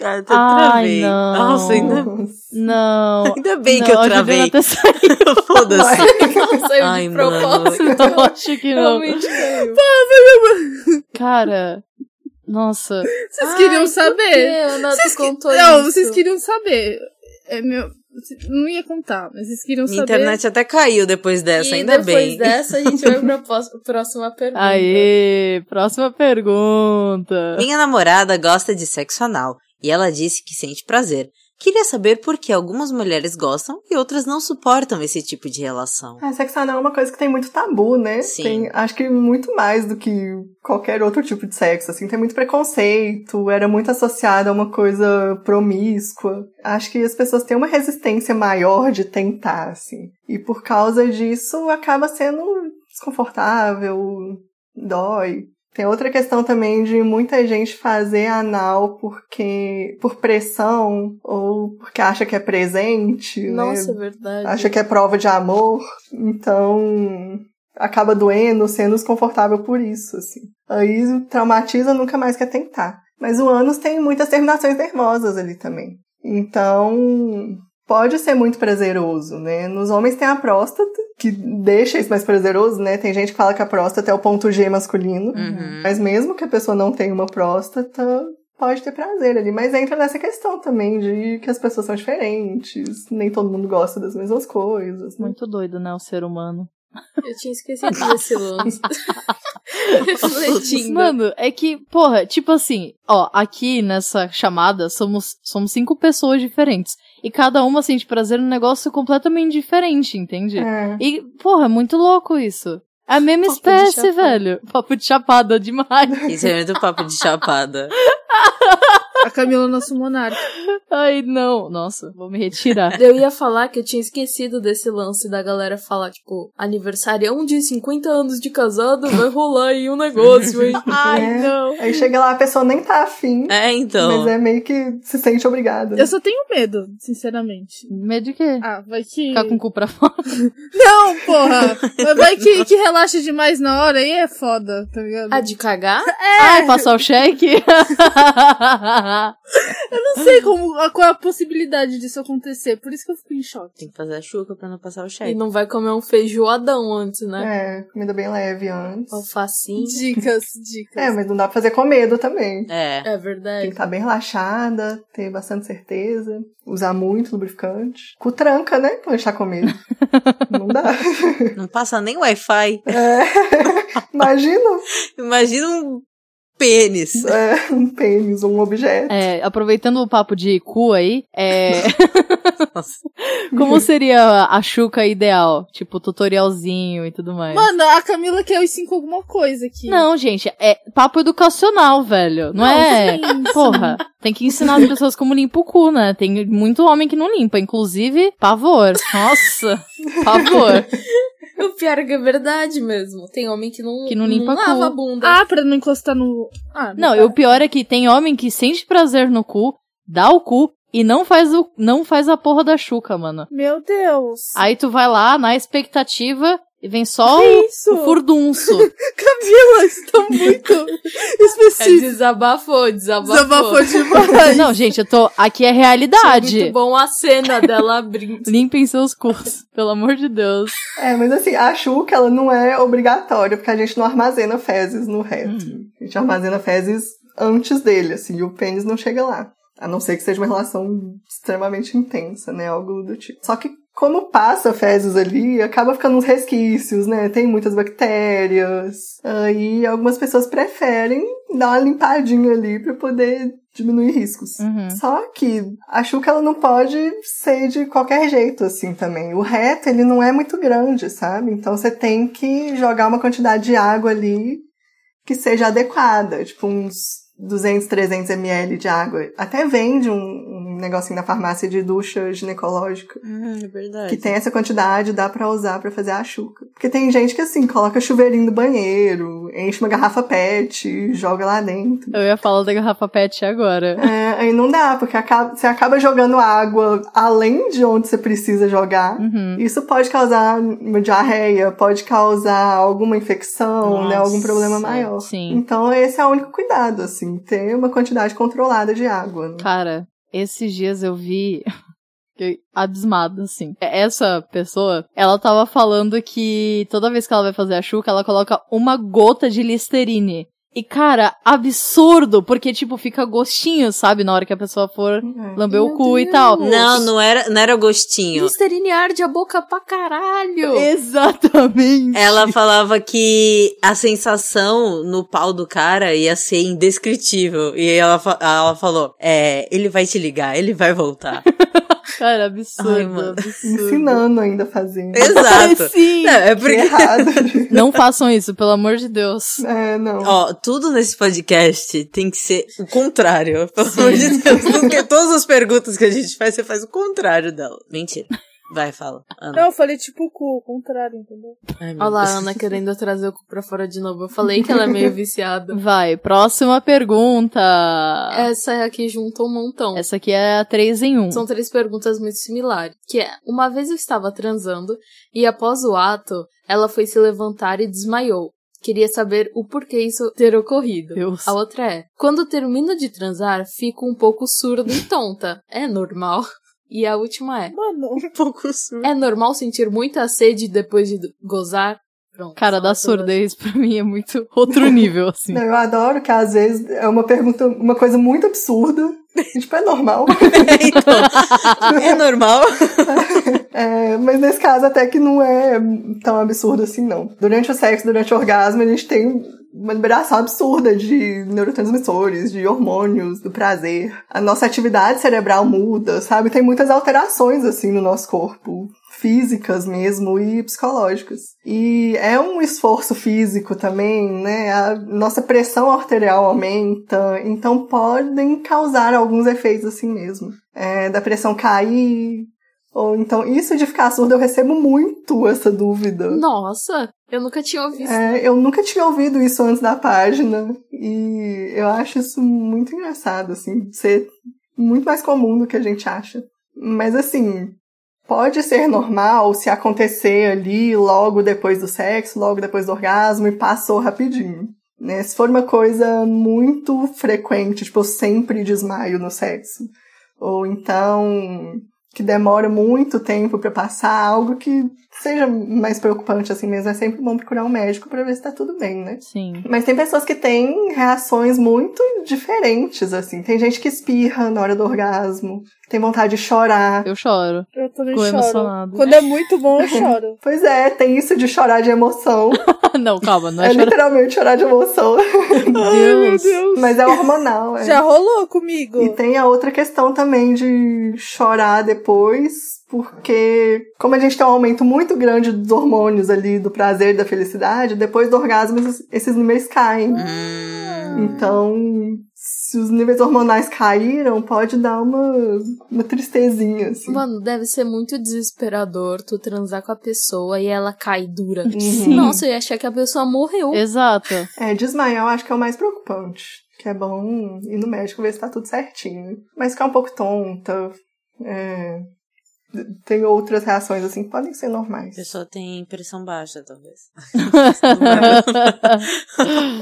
Speaker 3: Ah, eu
Speaker 4: Ai,
Speaker 3: travei.
Speaker 4: não.
Speaker 3: Nossa,
Speaker 4: né?
Speaker 3: ainda,
Speaker 4: Não.
Speaker 3: ainda bem
Speaker 4: não,
Speaker 3: que eu
Speaker 4: a Juliana
Speaker 3: travei.
Speaker 4: até saiu,
Speaker 3: Foda-se.
Speaker 5: Não saiu
Speaker 3: Ai,
Speaker 5: de
Speaker 3: mano.
Speaker 5: propósito.
Speaker 4: eu acho que não.
Speaker 5: Realmente saiu.
Speaker 4: Cara, nossa.
Speaker 2: Vocês queriam
Speaker 5: Ai, Por que
Speaker 2: saber?
Speaker 5: a Ana
Speaker 2: Vocês que-
Speaker 5: contou
Speaker 2: não,
Speaker 5: isso?
Speaker 2: vocês queriam saber. É meu... Não ia contar, mas vocês queriam
Speaker 3: Minha
Speaker 2: saber.
Speaker 3: internet até caiu depois dessa,
Speaker 5: e
Speaker 3: ainda
Speaker 5: depois
Speaker 3: bem.
Speaker 5: dessa, a gente vai pra pós- próxima pergunta.
Speaker 4: Aê, próxima pergunta.
Speaker 3: Minha namorada gosta de sexo anal e ela disse que sente prazer. Queria saber por que algumas mulheres gostam e outras não suportam esse tipo de relação.
Speaker 6: Ah, sexo anal é uma coisa que tem muito tabu, né?
Speaker 3: Sim.
Speaker 6: Tem, acho que muito mais do que qualquer outro tipo de sexo, assim. Tem muito preconceito, era muito associado a uma coisa promíscua. Acho que as pessoas têm uma resistência maior de tentar, assim. E por causa disso, acaba sendo desconfortável, dói. Tem outra questão também de muita gente fazer anal porque por pressão ou porque acha que é presente, né?
Speaker 5: Nossa, é verdade.
Speaker 6: acha que é prova de amor, então acaba doendo, sendo desconfortável por isso, assim. Aí traumatiza, nunca mais quer tentar. Mas o ânus tem muitas terminações nervosas ali também. Então, pode ser muito prazeroso, né? Nos homens tem a próstata, que deixa isso mais prazeroso, né? Tem gente que fala que a próstata é o ponto G masculino.
Speaker 3: Uhum.
Speaker 6: Mas mesmo que a pessoa não tenha uma próstata, pode ter prazer ali. Mas entra nessa questão também de que as pessoas são diferentes, nem todo mundo gosta das mesmas coisas, né?
Speaker 4: Muito doido, né, o ser humano.
Speaker 5: Eu tinha esquecido desse lance. Refletindo.
Speaker 4: Mano, é que, porra, tipo assim, ó, aqui nessa chamada somos, somos cinco pessoas diferentes. E cada uma sente prazer num negócio completamente diferente, entende?
Speaker 6: É.
Speaker 4: E, porra, é muito louco isso. É a mesma
Speaker 5: Papo de
Speaker 4: espécie,
Speaker 5: chapada.
Speaker 4: velho. Papo de chapada demais.
Speaker 3: Isso é muito papo de chapada.
Speaker 2: A Camila, nosso monarca.
Speaker 4: Ai, não. Nossa, vou me retirar.
Speaker 5: Eu ia falar que eu tinha esquecido desse lance da galera falar, tipo, aniversarião de 50 anos de casado, vai rolar aí um negócio, hein?
Speaker 4: Ai,
Speaker 6: É.
Speaker 4: não.
Speaker 6: Aí chega lá, a pessoa nem tá afim,
Speaker 3: É, então.
Speaker 6: mas é meio que se sente obrigada.
Speaker 2: Eu só tenho medo, sinceramente.
Speaker 4: Medo de quê?
Speaker 2: Ah, vai que.
Speaker 4: Ficar com o cu pra fora.
Speaker 2: Não, porra! Mas vai que, que relaxa demais na hora aí é foda, tá ligado?
Speaker 5: Ah, de cagar?
Speaker 4: Ai, passar o cheque.
Speaker 2: Não sei como, a- qual é a possibilidade disso acontecer, por isso que eu fico em choque.
Speaker 3: Tem que fazer a chuca pra não passar o
Speaker 5: E
Speaker 3: cheque.
Speaker 5: não vai comer um feijoadão antes, né?
Speaker 6: É, comida bem leve antes.
Speaker 5: Alfacinho.
Speaker 2: Dicas, dicas.
Speaker 6: É, mas não dá pra fazer com medo também.
Speaker 3: É.
Speaker 5: É
Speaker 6: Tem que
Speaker 5: verdade.
Speaker 6: estar bem relaxada, ter bastante certeza, usar muito lubrificante. Cu tranca, né? Pra deixar com medo. Não dá. É.
Speaker 3: Não passa nem Wi-Fi.
Speaker 6: Imagina
Speaker 3: Imagina um pênis.
Speaker 6: é, um pênis, um objeto.
Speaker 4: É, aproveitando o papo de cu aí, é,
Speaker 3: Nossa.
Speaker 4: como seria a chuca ideal? Tipo, tutorialzinho e tudo mais.
Speaker 2: Mano, a Camila quer os cinco alguma coisa aqui.
Speaker 4: Não, gente, é papo educacional, velho. Não, é. Porra, tem que ensinar as pessoas como limpa o cu, né? Tem muito homem que não limpa, inclusive, pavor. Nossa, pavor.
Speaker 5: O pior é que é verdade mesmo. Tem homem que não,
Speaker 4: Que não limpa cu.
Speaker 5: lava a bunda.
Speaker 2: Ah, pra não encostar no. Ah,
Speaker 4: Não, e o pior é que tem homem que sente prazer no cu, dá o cu e não faz, o, não faz a porra da chuca, mano.
Speaker 2: Meu Deus.
Speaker 4: Aí tu vai lá na expectativa e vem só
Speaker 2: Que
Speaker 4: o,
Speaker 2: isso?
Speaker 4: o furdunço.
Speaker 2: Camila, está muito
Speaker 5: É
Speaker 2: específico.
Speaker 5: desabafou, desabafou. é
Speaker 2: Desabafou demais.
Speaker 4: não, gente, eu tô. Aqui é
Speaker 5: Achei Muito
Speaker 4: realidade.
Speaker 5: bom a cena dela abrindo.
Speaker 4: Limpem seus cus, pelo amor de Deus.
Speaker 6: É, mas assim, a chuca ela não é obrigatória, porque a gente não armazena fezes no reto. A gente armazena fezes antes dele, assim, e o pênis não chega lá. A não ser que seja uma relação extremamente intensa, né? Algo do tipo. Só que Como passa fezes ali, acaba ficando uns resquícios, né? Tem muitas bactérias. Aí algumas pessoas preferem dar uma limpadinha ali pra poder diminuir riscos.
Speaker 4: Uhum.
Speaker 6: Só que a Xuca, ela não pode ser de qualquer jeito, assim, também. O reto, ele não é muito grande, sabe? Então, você tem que jogar uma quantidade de água ali que seja adequada. Tipo, uns 200, 300 ml de água. Até vende um, um negocinho na farmácia de ducha ginecológica.
Speaker 3: Hum, é verdade.
Speaker 6: Que tem essa quantidade, dá pra usar pra fazer a chuca. Porque tem gente que, assim, coloca chuveirinho no banheiro, enche uma garrafa pet, e joga lá dentro.
Speaker 4: Eu ia falar da garrafa pet agora.
Speaker 6: É, aí não dá, porque acaba- você acaba jogando água além de onde você precisa jogar.
Speaker 4: Uhum.
Speaker 6: Isso pode causar uma diarreia, pode causar alguma infecção, né? Algum
Speaker 3: Nossa,
Speaker 6: problema maior.
Speaker 4: sim.
Speaker 6: Então esse é o único cuidado, assim, ter uma quantidade controlada de água. né?
Speaker 4: Cara, esses dias eu vi. Fiquei abismada, assim. Essa pessoa, ela tava falando que toda vez que ela vai fazer a chuca, ela coloca uma gota de Listerine. E, cara, absurdo, porque, tipo, fica gostinho, sabe? Na hora que a pessoa
Speaker 6: É.
Speaker 4: for lamber o
Speaker 5: Meu
Speaker 4: cu e
Speaker 5: Deus.
Speaker 4: tal.
Speaker 3: Não, não era, não era o gostinho.
Speaker 5: Listerine arde a boca pra caralho.
Speaker 4: É, Exatamente.
Speaker 3: Ela falava que a sensação no pau do cara ia ser indescritível. E ela, fa- ela falou: É, ele vai te ligar, ele vai voltar.
Speaker 4: Cara, absurdo.
Speaker 3: Ai, mano.
Speaker 4: absurdo.
Speaker 6: Ensinando ainda a fazer.
Speaker 4: Ai,
Speaker 3: Exato.
Speaker 4: Sim.
Speaker 3: Não, é
Speaker 6: Que
Speaker 3: porque.
Speaker 6: errado.
Speaker 4: Não façam isso, pelo amor de Deus.
Speaker 6: é, não.
Speaker 3: Ó, tudo nesse podcast tem que ser o contrário. Pelo amor de Deus. Porque todas as perguntas que a gente faz, você faz o contrário dela. Mentira. Vai, fala. Ana.
Speaker 2: Não, eu falei tipo o cu, o contrário, entendeu?
Speaker 3: Ai, meu
Speaker 5: Olha lá,
Speaker 4: Uhum.
Speaker 3: Deus.
Speaker 5: Ana querendo trazer o cu pra fora de novo. Eu falei que ela é meio viciada.
Speaker 4: Vai, próxima pergunta. É,
Speaker 5: Essa aqui junta um montão.
Speaker 4: Essa aqui é a 3 em 1.
Speaker 5: São três perguntas muito similares, que é: uma vez eu estava transando e após o ato, ela foi se levantar e desmaiou. Queria saber o porquê isso ter ocorrido.
Speaker 4: Deus.
Speaker 5: A outra é: quando termino de transar, fico um pouco surda e tonta. É normal. E a última é:
Speaker 2: Mano,
Speaker 3: Um pouco surdo.
Speaker 5: é normal sentir muita sede depois de gozar? Pronto.
Speaker 4: Cara,
Speaker 5: são
Speaker 4: da
Speaker 5: essas as-
Speaker 4: surdez pra mim é muito outro nível, assim.
Speaker 6: Não, eu adoro que às vezes é uma pergunta, uma coisa muito absurda. E, tipo, é normal.
Speaker 3: Então, é normal.
Speaker 6: É, mas nesse caso até que não é tão absurdo assim, não. Durante o sexo, durante o orgasmo, a gente tem uma liberação absurda de neurotransmissores, de hormônios, do prazer. A nossa atividade cerebral muda, sabe? Tem muitas alterações, assim, no nosso corpo. Físicas mesmo e psicológicas. E é um esforço físico também, né? A nossa pressão arterial aumenta, então podem causar alguns efeitos assim mesmo. É, da pressão cair, ou então, isso de ficar surda, eu recebo muito essa dúvida.
Speaker 5: Nossa, eu nunca tinha ouvido.
Speaker 6: É, eu nunca tinha ouvido isso antes da página. E eu acho isso muito engraçado, assim, ser muito mais comum do que a gente acha. Mas assim, pode ser normal se acontecer ali logo depois do sexo, logo depois do orgasmo e passou rapidinho. Né? Se for uma coisa muito frequente, tipo, eu sempre desmaio no sexo. Ou então que demora muito tempo pra passar, algo que seja mais preocupante assim mesmo, é sempre bom procurar um médico pra ver se tá tudo bem, né?
Speaker 4: Sim.
Speaker 6: Mas tem pessoas que têm reações muito diferentes, assim. Tem gente que espirra na hora do orgasmo, tem vontade de chorar.
Speaker 4: Eu choro.
Speaker 2: eu também
Speaker 4: Ficou
Speaker 2: choro.
Speaker 4: emocionado.
Speaker 2: Quando é muito bom, eu choro.
Speaker 6: Pois é, tem isso de chorar de emoção.
Speaker 4: não, calma, não
Speaker 6: é
Speaker 4: é chorar.
Speaker 6: literalmente chorar de emoção.
Speaker 4: Deus.
Speaker 6: Mas é hormonal, é.
Speaker 2: Já rolou comigo.
Speaker 6: E tem a outra questão também de chorar depois, porque como a gente tem um aumento muito grande dos hormônios ali, do prazer, da felicidade, depois do orgasmo esses, esses níveis caem. Hum. Então, se os níveis hormonais caíram, pode dar uma, uma tristezinha, assim.
Speaker 5: Mano, deve ser muito desesperador tu transar com a pessoa e ela cai dura.
Speaker 6: Sim.
Speaker 5: Nossa, eu ia achar que a pessoa morreu.
Speaker 4: Exato.
Speaker 6: Uhum. É, desmaiar eu acho que é o mais preocupante. Que é bom ir no médico ver se tá tudo certinho. Mas ficar um pouco tonta. é, Tem outras reações assim que podem ser normais.
Speaker 3: A pessoa tem pressão baixa, talvez.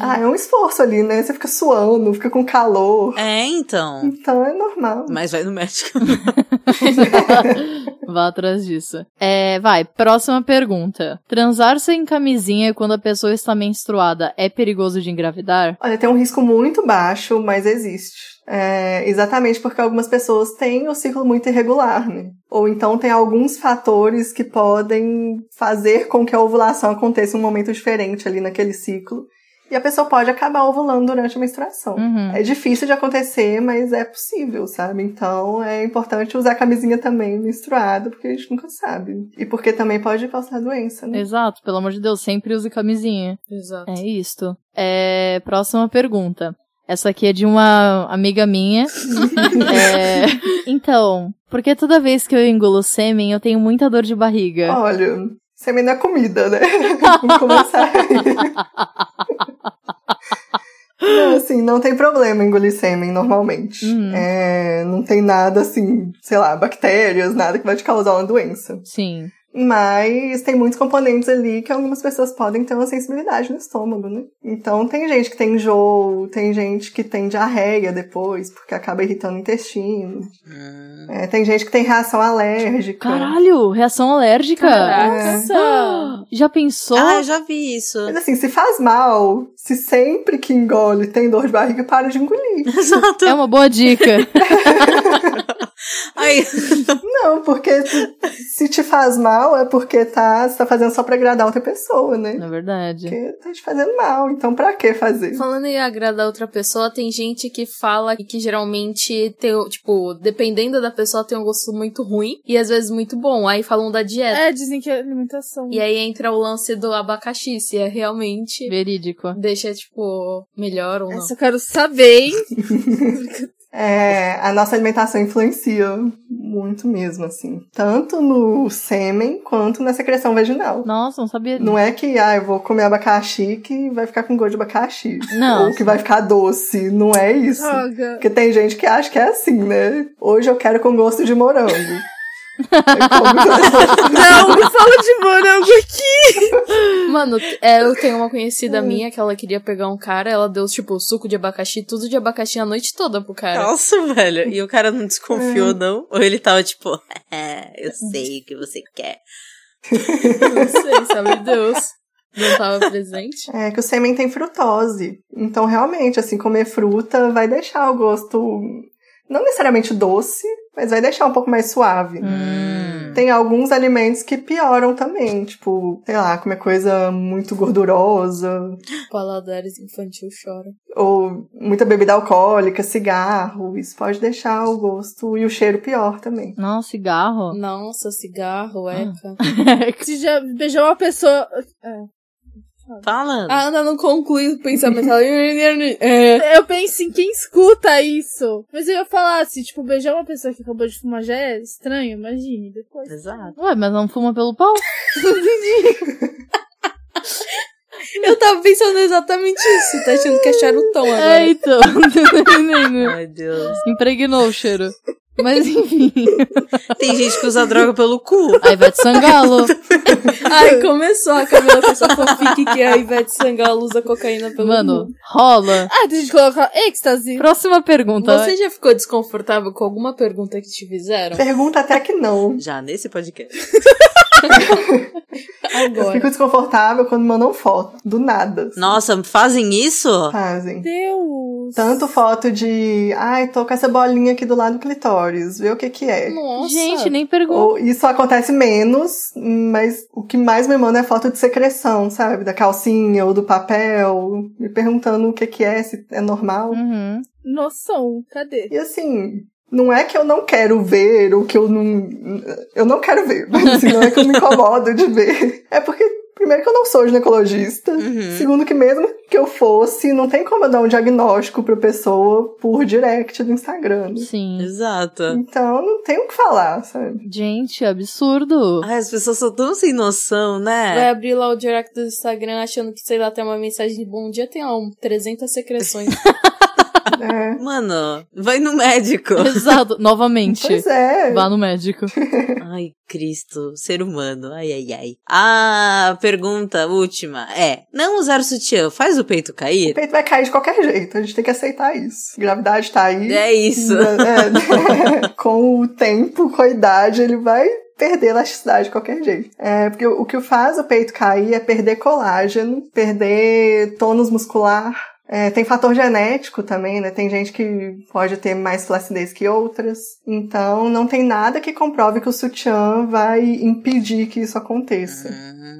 Speaker 6: Ah, é um esforço ali, né? Você fica suando, fica com calor.
Speaker 3: É, então.
Speaker 6: Então é normal.
Speaker 3: Mas vai no médico.
Speaker 4: Vá atrás disso. É, vai, próxima pergunta. Transar sem camisinha quando a pessoa está menstruada é perigoso de engravidar?
Speaker 6: Olha, tem um risco muito baixo, mas existe. É, exatamente porque algumas pessoas têm o ciclo muito irregular, né? Ou então tem alguns fatores que podem fazer com que a ovulação aconteça em um momento diferente ali naquele ciclo. E a pessoa pode acabar ovulando durante a menstruação.
Speaker 4: Uhum.
Speaker 6: É difícil de acontecer, mas é possível, sabe? Então é importante usar camisinha também menstruada, porque a gente nunca sabe. E porque também pode causar doença, né?
Speaker 4: Exato, pelo amor de Deus, sempre use camisinha.
Speaker 5: Exato.
Speaker 4: É isto. É, próxima pergunta. Essa aqui é de uma amiga minha. É, então, porque toda vez que eu engulo sêmen, eu tenho muita dor de barriga.
Speaker 6: Olha, sêmen não é comida, né? Vamos começar aí. Não, assim, não tem problema engolir sêmen normalmente.
Speaker 4: Uhum.
Speaker 6: É, não tem nada assim, sei lá, bactérias, nada que vai te causar uma doença.
Speaker 4: Sim.
Speaker 6: Mas tem muitos componentes ali que algumas pessoas podem ter uma sensibilidade no estômago, né? Então tem gente que tem enjoo, tem gente que tem diarreia depois, porque acaba irritando o intestino. É, tem gente que tem reação alérgica.
Speaker 4: Caralho, reação alérgica.
Speaker 5: Caraca!
Speaker 4: Já pensou? É
Speaker 3: Ah, eu já vi isso.
Speaker 6: Mas assim, se faz mal, se sempre que engole tem dor de barriga, para de engolir.
Speaker 3: Exato.
Speaker 4: É uma boa dica.
Speaker 3: Aí,
Speaker 6: Não, porque se- se te faz mal é porque tá, você tá fazendo só pra agradar outra pessoa, né?
Speaker 4: Na verdade.
Speaker 6: Porque tá te fazendo mal, então pra que fazer?
Speaker 5: Falando em agradar outra pessoa, tem gente que fala que geralmente tem, o- tipo, dependendo da pessoa, tem um gosto muito ruim e às vezes muito bom. Aí falam da dieta.
Speaker 2: É, dizem que é alimentação.
Speaker 5: E aí entra o lance do abacaxi, se é realmente
Speaker 4: Verídico.
Speaker 5: deixa, tipo, melhor ou não.
Speaker 2: Essa eu quero saber, hein?
Speaker 6: É, a nossa alimentação influencia muito mesmo, assim. Tanto no sêmen quanto na secreção vaginal.
Speaker 4: Nossa, não sabia.
Speaker 6: Não é que, ah, eu vou comer abacaxi que vai ficar com gosto de abacaxi.
Speaker 4: Não.
Speaker 6: Ou que vai ficar doce. Não é isso.
Speaker 2: Droga.
Speaker 6: Porque tem gente que acha que é assim, né? Hoje eu quero com gosto de morango. Aí come-
Speaker 2: Não, me fala de morango aqui.
Speaker 5: Mano, é, eu tenho uma
Speaker 2: Hum.
Speaker 5: conhecida minha que ela queria pegar um cara, ela deu, tipo, suco de abacaxi, tudo de abacaxi a noite toda pro cara.
Speaker 3: nossa, velho. E o cara não desconfiou, não? Ou ele tava tipo, é, eu sei o que você quer.
Speaker 5: Não sei, sabe Deus. Não tava presente.
Speaker 6: é que o sêmen tem frutose. Então, realmente, assim, comer fruta vai deixar o gosto não necessariamente doce, mas vai deixar um pouco mais suave.
Speaker 4: Hum.
Speaker 6: Tem alguns alimentos que pioram também, tipo, sei lá, comer coisa muito gordurosa,
Speaker 5: Paladares infantil chora.
Speaker 6: ou muita bebida alcoólica, cigarro, isso pode deixar o gosto e o cheiro pior também.
Speaker 4: Nossa, cigarro.
Speaker 5: Nossa, cigarro, eca.
Speaker 2: Você já beijou uma pessoa.
Speaker 3: Falando.
Speaker 5: A Ana Ah, não conclui o pensamento. Ela... É.
Speaker 2: Eu penso em quem escuta isso. Mas eu ia falar, se, tipo, beijar uma pessoa que acabou de fumar já é estranho, imagine
Speaker 4: É.
Speaker 2: depois.
Speaker 3: Exato.
Speaker 4: Ué, mas não fuma pelo pau?
Speaker 5: Eu tava pensando exatamente isso. Tá achando que é charutão agora.
Speaker 4: É, então.
Speaker 3: Ai, Deus.
Speaker 4: Impregnou o cheiro. Mas enfim.
Speaker 3: Tem gente que usa droga pelo cu.
Speaker 4: Aí vai de sangalo.
Speaker 5: Ai, começou a Camila com essa fanfic que a Ivete Sangalo usa cocaína pelo
Speaker 4: Mano, rola.
Speaker 2: Ah, tem gente que coloca êxtase.
Speaker 4: Próxima pergunta.
Speaker 5: Você já ficou desconfortável com alguma pergunta que te fizeram?
Speaker 6: Pergunta até que não.
Speaker 3: Já nesse podcast.
Speaker 6: Eu
Speaker 5: Agora.
Speaker 6: fico desconfortável quando mandam foto, do nada. assim,
Speaker 3: Nossa, fazem isso?
Speaker 6: Fazem.
Speaker 2: Deus.
Speaker 6: Tanto foto de, ai, tô com essa bolinha aqui do lado do clitóris, vê o que que é.
Speaker 5: Nossa.
Speaker 4: Gente, nem pergunta.
Speaker 6: Ou, isso acontece menos, mas o que mais me manda é foto de secreção, sabe? Da calcinha ou do papel, me perguntando o que que é, se é normal.
Speaker 4: Uhum.
Speaker 2: Noção, cadê?
Speaker 6: E assim, não é que eu não quero ver, ou que eu não. Eu não quero ver, mas assim, não é que eu me incomodo de ver. É porque, primeiro, que eu não sou ginecologista.
Speaker 3: Uhum.
Speaker 6: Segundo, que mesmo que eu fosse, não tem como eu dar um diagnóstico pra pessoa por direct do Instagram. né?
Speaker 4: Sim.
Speaker 3: Exato.
Speaker 6: Então, não tem o que falar, sabe?
Speaker 4: Gente, absurdo.
Speaker 3: Ai, as pessoas são tão sem noção,
Speaker 5: Vai
Speaker 3: né?
Speaker 5: abrir lá o direct do Instagram achando que, sei lá, tem uma mensagem de bom dia, tem lá um 300 secreções.
Speaker 6: É.
Speaker 3: Mano, vai no médico.
Speaker 4: Exato, novamente.
Speaker 6: Pois é.
Speaker 4: Vá no médico.
Speaker 3: Ai, Cristo, ser humano. Ai, ai, ai. A pergunta última é: não usar sutiã faz o peito
Speaker 6: O
Speaker 3: cair?
Speaker 6: peito vai cair de qualquer jeito, a gente tem que aceitar isso. Gravidade tá aí.
Speaker 3: É isso.
Speaker 6: É, é. com o tempo, com a idade, ele vai perder elasticidade de qualquer jeito. É, porque o o que faz o peito cair é perder colágeno, perder tônus muscular. É, tem fator genético também, né? Tem gente que pode ter mais flacidez que outras. Então, não tem nada que comprove que o sutiã vai impedir que isso aconteça.
Speaker 3: Hum,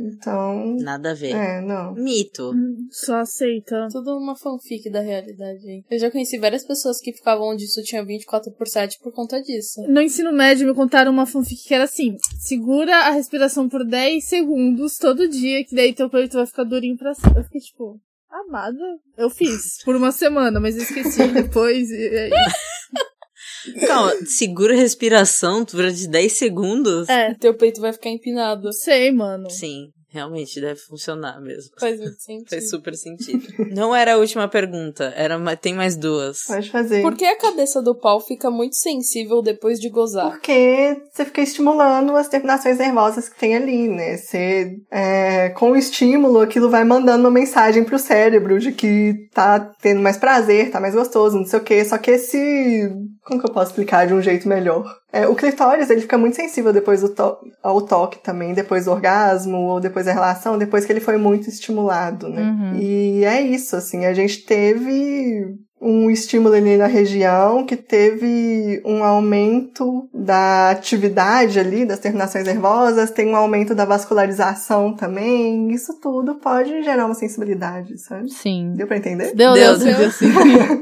Speaker 6: Então,
Speaker 3: nada a ver.
Speaker 6: é, não.
Speaker 3: Mito.
Speaker 2: Só aceita.
Speaker 5: Tudo uma fanfic da realidade, hein? Eu já conheci várias pessoas que ficavam de sutiã 24 por 7 por conta disso.
Speaker 2: No ensino médio me contaram uma fanfic que era assim: segura a respiração por 10 segundos todo dia, que daí teu peito vai ficar durinho pra cima. Eu fiquei tipo, amada. Eu fiz por uma semana, mas esqueci depois. E, é isso.
Speaker 3: Calma, segura a respiração durante 10 segundos?
Speaker 2: é,
Speaker 5: Teu peito vai ficar empinado.
Speaker 2: não sei, mano.
Speaker 3: Sim, realmente deve funcionar mesmo.
Speaker 5: Faz muito sentido.
Speaker 3: Faz super sentido. Não era a última pergunta, era ma- tem mais duas.
Speaker 6: Pode fazer.
Speaker 5: Por que a cabeça do pau fica muito sensível depois de gozar?
Speaker 6: Porque você fica estimulando as terminações nervosas que tem ali, né? Você, é, com o estímulo, aquilo vai mandando uma mensagem pro cérebro de que tá tendo mais prazer, tá mais gostoso, não sei o quê. Só que esse. Como que eu posso explicar de um jeito melhor? É, o clitóris, ele fica muito sensível depois do to- ao toque também, depois do orgasmo, ou depois da relação, depois que ele foi muito estimulado, né?
Speaker 4: Uhum.
Speaker 6: E é isso, assim, a gente teve um estímulo ali na região, que teve um aumento da atividade ali, das terminações nervosas, tem um aumento da vascularização também. Isso tudo pode gerar uma sensibilidade, sabe?
Speaker 4: Sim.
Speaker 6: Deu pra entender?
Speaker 4: Deu,
Speaker 3: Deu,
Speaker 4: deu, deu,
Speaker 5: deu.
Speaker 4: sim.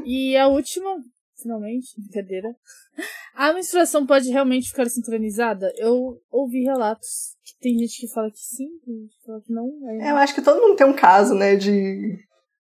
Speaker 2: E a última, finalmente, brincadeira. A menstruação pode realmente ficar sincronizada? Eu ouvi relatos que tem gente que fala que sim, tem gente que fala que não. aí-
Speaker 6: Eu acho que todo mundo tem um caso, né, de...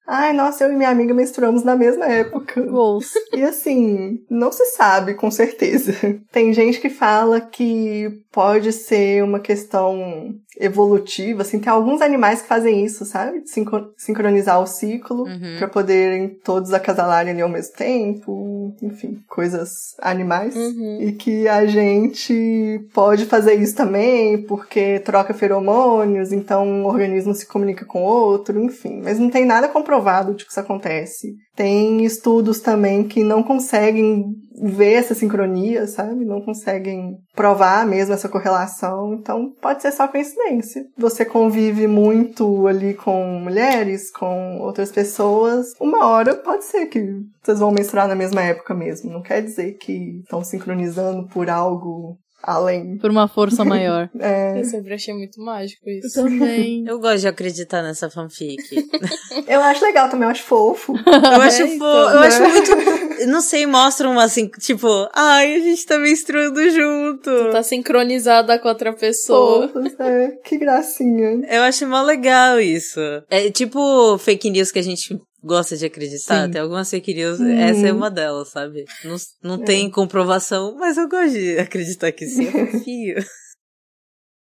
Speaker 6: Ai, nossa, eu e minha amiga menstruamos na mesma época.
Speaker 4: Goals.
Speaker 6: E assim, não se sabe com certeza. Tem gente que fala que pode ser uma questão evolutiva, assim, tem alguns animais que fazem isso, sabe? Sinco- sincronizar o ciclo
Speaker 3: Uhum.
Speaker 6: pra poderem todos acasalarem ali ao mesmo tempo, enfim, coisas animais.
Speaker 5: Uhum.
Speaker 6: E que a gente pode fazer isso também, porque troca feromônios, então um organismo se comunica com outro, enfim. Mas não tem nada comprovado de que isso acontece. Tem estudos também que não conseguem ver essa sincronia, sabe? Não conseguem provar mesmo essa correlação. Então pode ser só coincidência. Você convive muito ali com mulheres, com outras pessoas. Uma hora pode ser que vocês vão menstruar na mesma época mesmo. Não quer dizer que estão sincronizando por algo além.
Speaker 4: Por uma força maior.
Speaker 6: É,
Speaker 5: Eu sempre achei muito mágico
Speaker 2: Eu
Speaker 5: isso.
Speaker 2: também.
Speaker 3: Eu gosto de acreditar nessa fanfic.
Speaker 6: eu acho legal também, eu acho fofo.
Speaker 3: Eu acho,
Speaker 2: É,
Speaker 3: fo-
Speaker 2: então,
Speaker 3: eu
Speaker 6: né?
Speaker 3: acho muito. Não sei, mostram assim, tipo, ai, a gente tá menstruando junto.
Speaker 5: Tá sincronizada com outra pessoa.
Speaker 6: Fofos, é. Que gracinha.
Speaker 3: Eu acho mó legal isso. É tipo fake news que a gente gosta de acreditar.
Speaker 4: Sim.
Speaker 3: Tem algumas fake news,
Speaker 6: Uhum.
Speaker 3: essa é uma delas, sabe? Não, não tem comprovação, mas eu gosto de acreditar que sim, eu confio.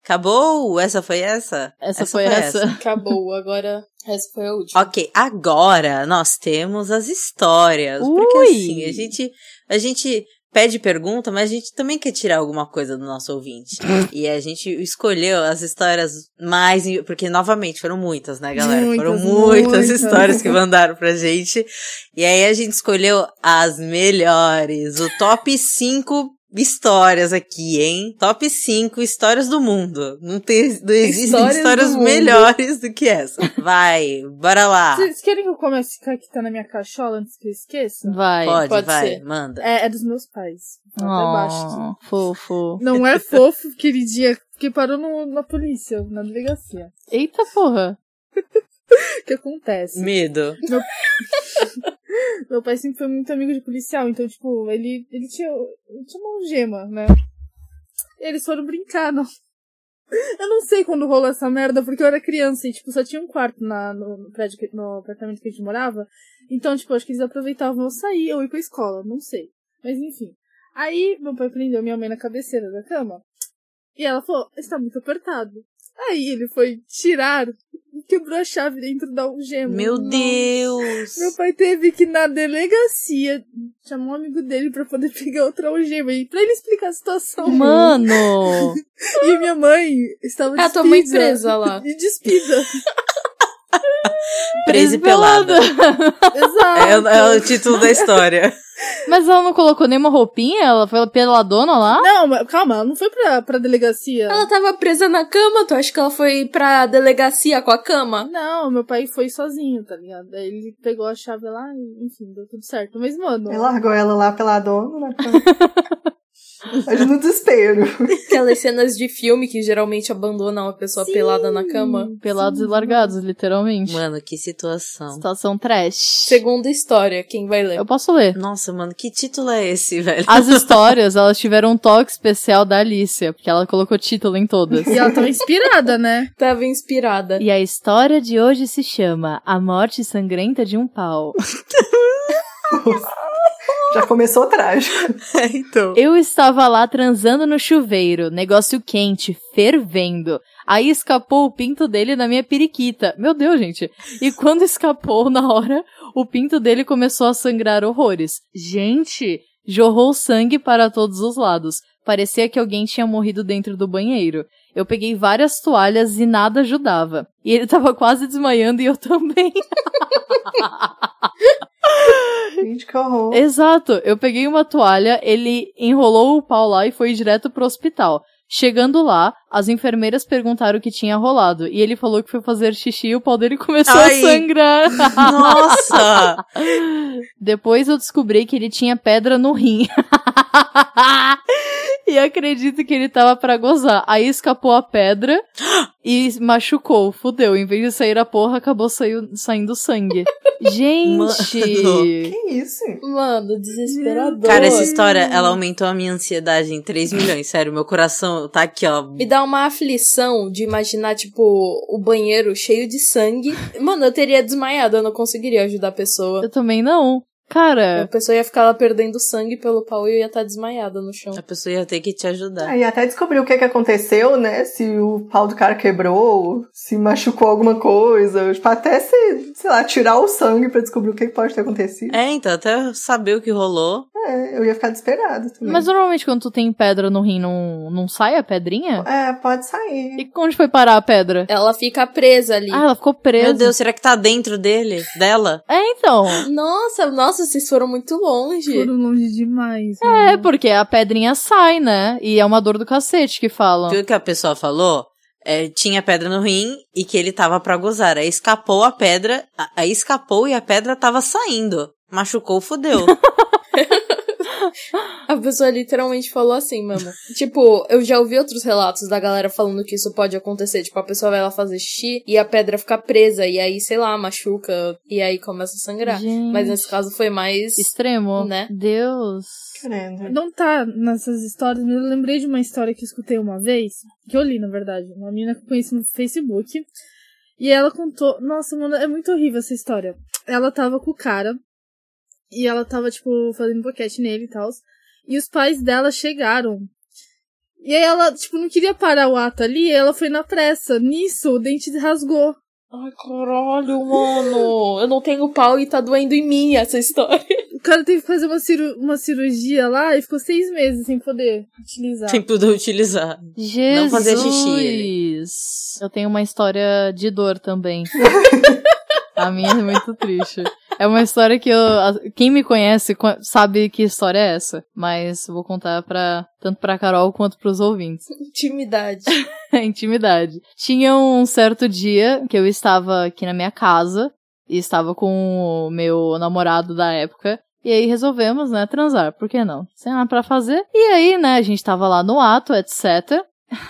Speaker 3: Acabou? Essa foi essa?
Speaker 4: Essa, foi essa.
Speaker 5: Acabou, agora essa foi a última.
Speaker 3: Ok, agora nós temos as histórias. Porque
Speaker 4: Ui!
Speaker 3: assim, a gente, a gente pede pergunta, mas a gente também quer tirar alguma coisa do nosso ouvinte. e a gente escolheu as histórias mais. Porque, novamente, foram muitas, né, galera? foram
Speaker 2: Muitas,
Speaker 3: muitas,
Speaker 2: muitas.
Speaker 3: histórias que mandaram pra gente. E aí a gente escolheu as melhores, o top 5 histórias aqui, hein? Top 5 histórias do mundo. Não, tem, não existem
Speaker 5: Histórias
Speaker 3: histórias,
Speaker 5: do mundo.
Speaker 3: melhores do que essa. Vai, bora lá.
Speaker 2: Vocês querem que eu comece com a que tá na minha caixola antes que eu esqueça?
Speaker 4: Vai.
Speaker 3: Pode,
Speaker 5: Pode
Speaker 3: vai,
Speaker 5: ser.
Speaker 3: manda.
Speaker 2: É, é dos meus pais. Tá Até baixo aqui.
Speaker 4: Oh, fofo.
Speaker 2: Não é fofo, queridinha, porque parou no- na polícia, na delegacia.
Speaker 4: Eita porra.
Speaker 2: O que acontece?
Speaker 3: Medo.
Speaker 2: Meu pai sempre foi muito amigo de policial, então, tipo, ele, ele, tinha, ele tinha uma algema, né? Eles foram brincar, não. Eu não sei quando rolou essa merda, porque eu era criança e, tipo, só tinha um quarto na, no, no prédio, que- no apartamento que a gente morava. Então, tipo, acho que eles aproveitavam eu sair ou ir pra escola, não sei. Mas, enfim. Aí, meu pai prendeu minha mãe na cabeceira da cama. E ela falou, está muito apertado. Aí ele foi tirar quebrou a chave dentro da algema.
Speaker 3: Meu
Speaker 2: Nossa.
Speaker 3: Deus!
Speaker 2: Meu pai teve que ir na delegacia chamar um amigo dele pra poder pegar outra algema e pra ele explicar a situação.
Speaker 4: Mano!
Speaker 2: E minha mãe estava
Speaker 5: Ah,
Speaker 2: despida.
Speaker 5: tua mãe presa lá.
Speaker 2: E despida.
Speaker 3: Presa e pelada.
Speaker 2: Exato.
Speaker 3: É, é o título da história.
Speaker 4: Mas ela não colocou nenhuma roupinha? Ela foi peladona lá?
Speaker 2: Não, mas calma, ela não foi pra, pra delegacia.
Speaker 5: Ela tava presa na cama, tu acha que ela foi pra delegacia com a cama?
Speaker 2: Não, meu pai foi sozinho, tá ligado? Aí ele pegou a chave lá e, enfim, deu tudo certo. Mas, mano,
Speaker 6: Ele largou ela lá pela dona, né? Mas no desespero.
Speaker 5: Aquelas cenas de filme que geralmente abandonam a pessoa
Speaker 2: Sim.
Speaker 5: pelada na cama.
Speaker 4: Pelados e largados, literalmente.
Speaker 3: Mano, que situação.
Speaker 4: Situação trash.
Speaker 5: Segunda história, quem vai ler?
Speaker 4: Eu posso ler.
Speaker 3: Nossa, mano, que título é esse, velho?
Speaker 4: As histórias, elas tiveram um toque especial da Alicia, porque ela colocou título em todas.
Speaker 2: e ela tava inspirada, né?
Speaker 5: Tava inspirada.
Speaker 4: E a história de hoje se chama A Morte Sangrenta de um Pau.
Speaker 6: Já começou trágico.
Speaker 3: então.
Speaker 4: Eu estava lá transando no chuveiro, negócio quente, fervendo. Aí escapou o pinto dele na minha periquita. Meu Deus, gente. E quando escapou na hora, o pinto dele começou a sangrar horrores. Gente, jorrou sangue para todos os lados. Parecia que alguém tinha morrido dentro do banheiro. Eu peguei várias toalhas e nada ajudava. E ele tava quase desmaiando e eu também.
Speaker 6: Gente, que
Speaker 4: É.
Speaker 6: horror.
Speaker 4: Exato. Eu peguei uma toalha, ele enrolou o pau lá e foi direto pro hospital. Chegando lá, as enfermeiras perguntaram o que tinha rolado. E ele falou que foi fazer xixi e o pau dele começou
Speaker 3: Ai.
Speaker 4: a sangrar.
Speaker 3: Nossa!
Speaker 4: Depois eu descobri que ele tinha pedra no rim. e acredito que ele tava pra gozar. Aí escapou a pedra e machucou, fudeu. Em vez de sair a porra, acabou saiu- saindo sangue. Gente!
Speaker 3: Mano.
Speaker 6: Que isso?
Speaker 5: Mano, desesperador.
Speaker 3: Cara, essa história, ela aumentou a minha ansiedade em 3 milhões, sério. Meu coração tá aqui, ó.
Speaker 5: Me dá uma aflição de imaginar, tipo, o banheiro cheio de sangue. Mano, eu teria desmaiado, eu não conseguiria ajudar a pessoa.
Speaker 4: Eu também não. Cara.
Speaker 5: A pessoa ia ficar lá perdendo sangue pelo pau e eu ia estar desmaiada no chão.
Speaker 3: A pessoa ia ter que te ajudar.
Speaker 6: Aí Ah, até descobriu o que, que aconteceu, né? Se o pau do cara quebrou, se machucou alguma coisa. Tipo, até se, sei lá, tirar o sangue pra descobrir o que que pode ter acontecido.
Speaker 3: É, então, até eu saber o que rolou.
Speaker 6: É, eu ia ficar desesperado também.
Speaker 4: Mas normalmente quando tu tem pedra no rim, não, não sai a pedrinha?
Speaker 6: É, pode sair.
Speaker 4: E onde foi parar a pedra?
Speaker 5: Ela fica presa ali.
Speaker 4: Ah, ela ficou presa.
Speaker 3: Meu Deus, será que tá dentro dele? Dela?
Speaker 4: É, então.
Speaker 5: Nossa, nossa, vocês foram muito longe.
Speaker 2: Foram longe demais.
Speaker 4: É,
Speaker 2: mano.
Speaker 4: porque a pedrinha sai, né? E é uma dor do cacete que falam.
Speaker 3: Viu o que a pessoa falou? É, tinha pedra no rim e que ele tava pra gozar. Aí escapou a pedra, a- aí escapou e a pedra tava saindo. Machucou, fudeu.
Speaker 5: A pessoa literalmente falou assim, mano. tipo, eu já ouvi outros relatos da galera falando que isso pode acontecer. Tipo, a pessoa vai lá fazer xixi e a pedra fica presa. E aí, sei lá, machuca. E aí começa a sangrar.
Speaker 4: Gente,
Speaker 5: Mas nesse caso foi mais.
Speaker 4: Extremo.
Speaker 5: Né?
Speaker 4: Deus.
Speaker 6: Credo.
Speaker 2: Não tá nessas histórias, mas eu lembrei de uma história que eu escutei uma vez, que eu li, na verdade, uma menina que eu conheci no Facebook. E ela contou. Nossa, mano, é muito horrível essa história. Ela tava com o cara. E ela tava, tipo, fazendo boquete nele e tal. E os pais dela chegaram. E aí ela, tipo, não queria parar o ato ali, e ela foi na pressa. Nisso, o dente rasgou.
Speaker 5: Ai, caralho, mano. Eu não tenho pau e tá doendo em mim essa história.
Speaker 2: O cara teve que fazer uma, ciru- uma cirurgia lá e ficou seis meses sem poder
Speaker 4: Tá.
Speaker 2: utilizar.
Speaker 3: Sem poder utilizar.
Speaker 4: Jesus.
Speaker 3: fazia xixi,
Speaker 4: Eu tenho uma história de dor também. a minha é muito triste. É uma história que eu. a- Quem me conhece co- sabe que história é essa. Mas vou contar pra, tanto pra Carol quanto pros ouvintes.
Speaker 5: Intimidade.
Speaker 4: intimidade. Tinha um certo dia que eu estava aqui na minha casa e estava com o meu namorado da época. E aí resolvemos, né, transar. Por que não? Sem nada pra fazer. E aí, né, a gente tava lá no ato, etc.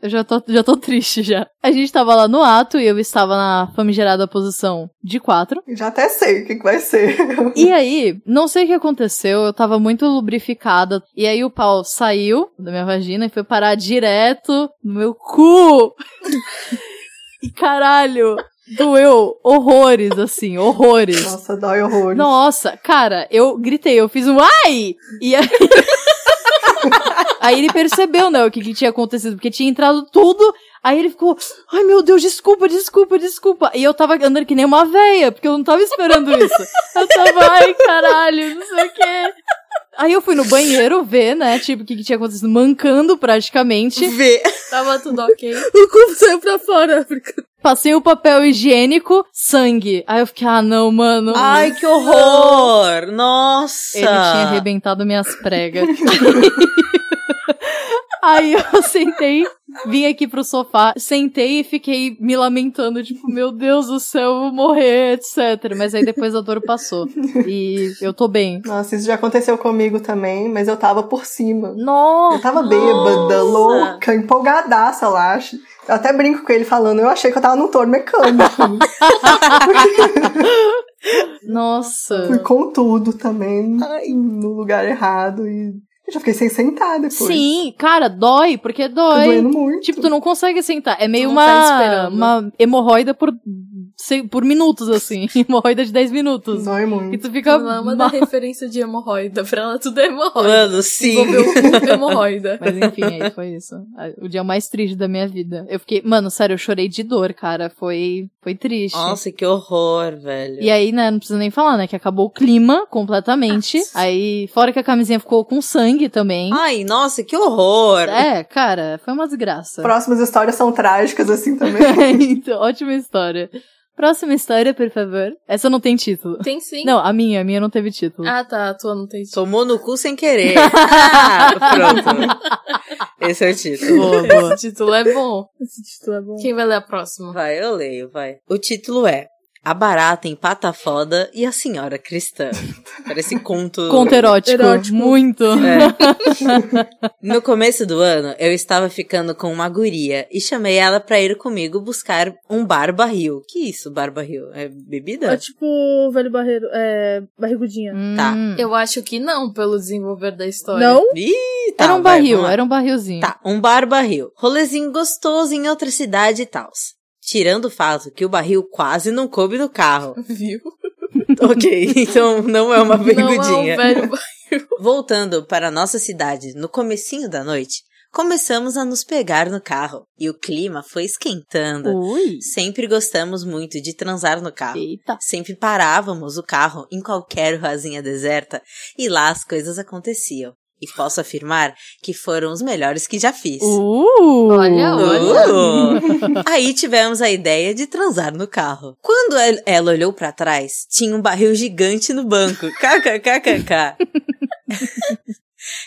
Speaker 4: Eu já tô, já tô triste já. A gente tava lá no ato e eu estava na famigerada posição de quatro.
Speaker 6: Já até sei o que, que vai ser.
Speaker 4: E aí, não sei o que aconteceu, eu tava muito lubrificada. E aí o pau saiu da minha vagina e foi parar direto no meu cu. e caralho, doeu horrores, assim, horrores.
Speaker 6: Nossa, dói horror.
Speaker 4: Nossa, cara, eu gritei, eu fiz um ai! E aí... Aí ele percebeu, né, o que, que tinha acontecido, porque tinha entrado tudo. Aí ele ficou, ai meu Deus, desculpa, desculpa, desculpa. E eu tava andando que nem uma véia, porque eu não tava esperando isso. Eu tava, ai caralho, não sei o quê. Aí eu fui no banheiro ver, né, tipo, o que, que tinha acontecido, mancando praticamente.
Speaker 3: Vê.
Speaker 5: Tava tudo ok.
Speaker 2: O cu saiu pra fora. porque-
Speaker 4: Passei o papel higiênico, sangue. Aí eu fiquei, ah não, mano.
Speaker 3: Ai, que horror! Nossa!
Speaker 4: Ele tinha arrebentado minhas pregas. Aí eu sentei, vim aqui pro sofá, sentei e fiquei me lamentando, tipo, meu Deus do céu, eu vou morrer, etc. Mas aí depois a dor passou. E eu tô bem.
Speaker 6: Nossa, isso já aconteceu comigo também, mas eu tava por cima. Eu
Speaker 4: Nossa!
Speaker 6: tava bêbada,
Speaker 3: Nossa!
Speaker 6: louca, empolgadaça lá. acho. Eu até brinco com ele falando, eu achei que eu tava num touro mecânico. Fui
Speaker 4: Nossa!
Speaker 6: com tudo também, no lugar errado. E eu já fiquei sem sentar depois.
Speaker 4: Sim, cara, dói, porque
Speaker 6: Tô
Speaker 4: dói.
Speaker 6: doendo muito.
Speaker 4: Tipo, tu não consegue sentar. É meio
Speaker 5: não
Speaker 4: uma,
Speaker 5: tá esperando.
Speaker 4: uma hemorroida por, sei- por minutos, assim. hemorroida de 10 minutos.
Speaker 6: Dói
Speaker 4: E
Speaker 6: muito.
Speaker 4: tu fica
Speaker 5: Mama da referência de hemorroida. Pra ela tudo é hemorroida.
Speaker 3: Mano, sim.
Speaker 5: Envolveu tudo hemorroida.
Speaker 4: Mas enfim, aí foi isso. Ah, O dia mais triste da minha vida. Eu fiquei, mano, sério, eu chorei de dor, cara. Foi, foi triste.
Speaker 3: Nossa, que horror, velho.
Speaker 4: E aí, né, não precisa nem falar, né, que acabou o clima completamente. Aí, fora que a camisinha ficou com sangue também.
Speaker 3: Ai, nossa, que horror!
Speaker 4: É, cara, foi uma desgraça.
Speaker 6: Próximas histórias são trágicas assim também.
Speaker 4: então, ótima história. Próxima história, por favor. Essa não tem título.
Speaker 5: Tem sim.
Speaker 4: Não, a minha, a minha não teve título.
Speaker 5: Ah, tá. A tua não tem isso.
Speaker 3: Tomou no cu sem querer. Ah, pronto. Esse é o título.
Speaker 4: Boa, boa.
Speaker 5: Esse título é bom.
Speaker 2: Esse título é bom.
Speaker 5: Quem vai ler a próxima?
Speaker 3: Vai, eu leio, vai. O título é A Barata em Pata Foda e a Senhora Cristã. Parece conto.
Speaker 4: Conto erótico.
Speaker 2: Erótico.
Speaker 4: Muito.
Speaker 3: É. No começo do ano, eu estava ficando com uma guria e chamei ela pra ir comigo buscar um bar barril. Que isso, bar barril? É
Speaker 2: É
Speaker 3: bebida?
Speaker 2: tipo o velho barreiro, é, barrigudinha.
Speaker 3: Tá.
Speaker 4: Hum.
Speaker 5: Eu acho que não, pelo desenvolver da história.
Speaker 2: Não?
Speaker 3: Ih, tá,
Speaker 4: Era um
Speaker 3: vai,
Speaker 4: barril,
Speaker 3: vamos lá.
Speaker 4: era um barrilzinho.
Speaker 3: Tá, um bar barril. Rolezinho gostoso em outra cidade e tal. Tirando o fato que o barril quase não coube no carro.
Speaker 5: Viu?
Speaker 3: ok, então não é uma
Speaker 5: Não é um
Speaker 3: bergudinha.
Speaker 5: velho...
Speaker 3: Voltando para nossa cidade no comecinho da noite, começamos a nos pegar no carro e o clima foi esquentando.
Speaker 4: Ui.
Speaker 3: Sempre gostamos muito de transar no carro.
Speaker 4: Eita.
Speaker 3: Sempre parávamos o carro em qualquer ruazinha deserta e lá as coisas aconteciam. E posso afirmar que foram os melhores que já fiz.
Speaker 4: Uh,
Speaker 5: Olha, olha.
Speaker 3: Uh! Aí tivemos a ideia de transar no carro. Quando el- ela olhou pra trás, tinha um barril gigante no banco. KKKKK.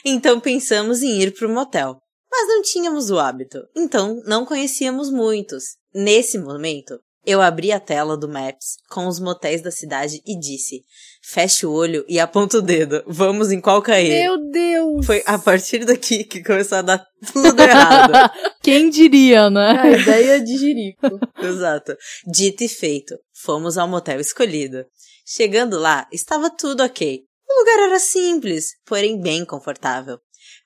Speaker 3: então pensamos em ir pro motel. Mas não tínhamos o hábito, então não conhecíamos muitos. Nesse momento, eu abri a tela do Maps com os motéis da cidade e disse: feche o olho e aponta o dedo. Vamos em qual cair.
Speaker 2: Meu Deus!
Speaker 3: Foi a partir daqui que começou a dar tudo errado.
Speaker 4: Quem diria, né?
Speaker 5: A ideia de jirico.
Speaker 3: Exato. Dito e feito, fomos ao motel escolhido. Chegando lá, estava tudo ok. O lugar era simples, porém bem confortável.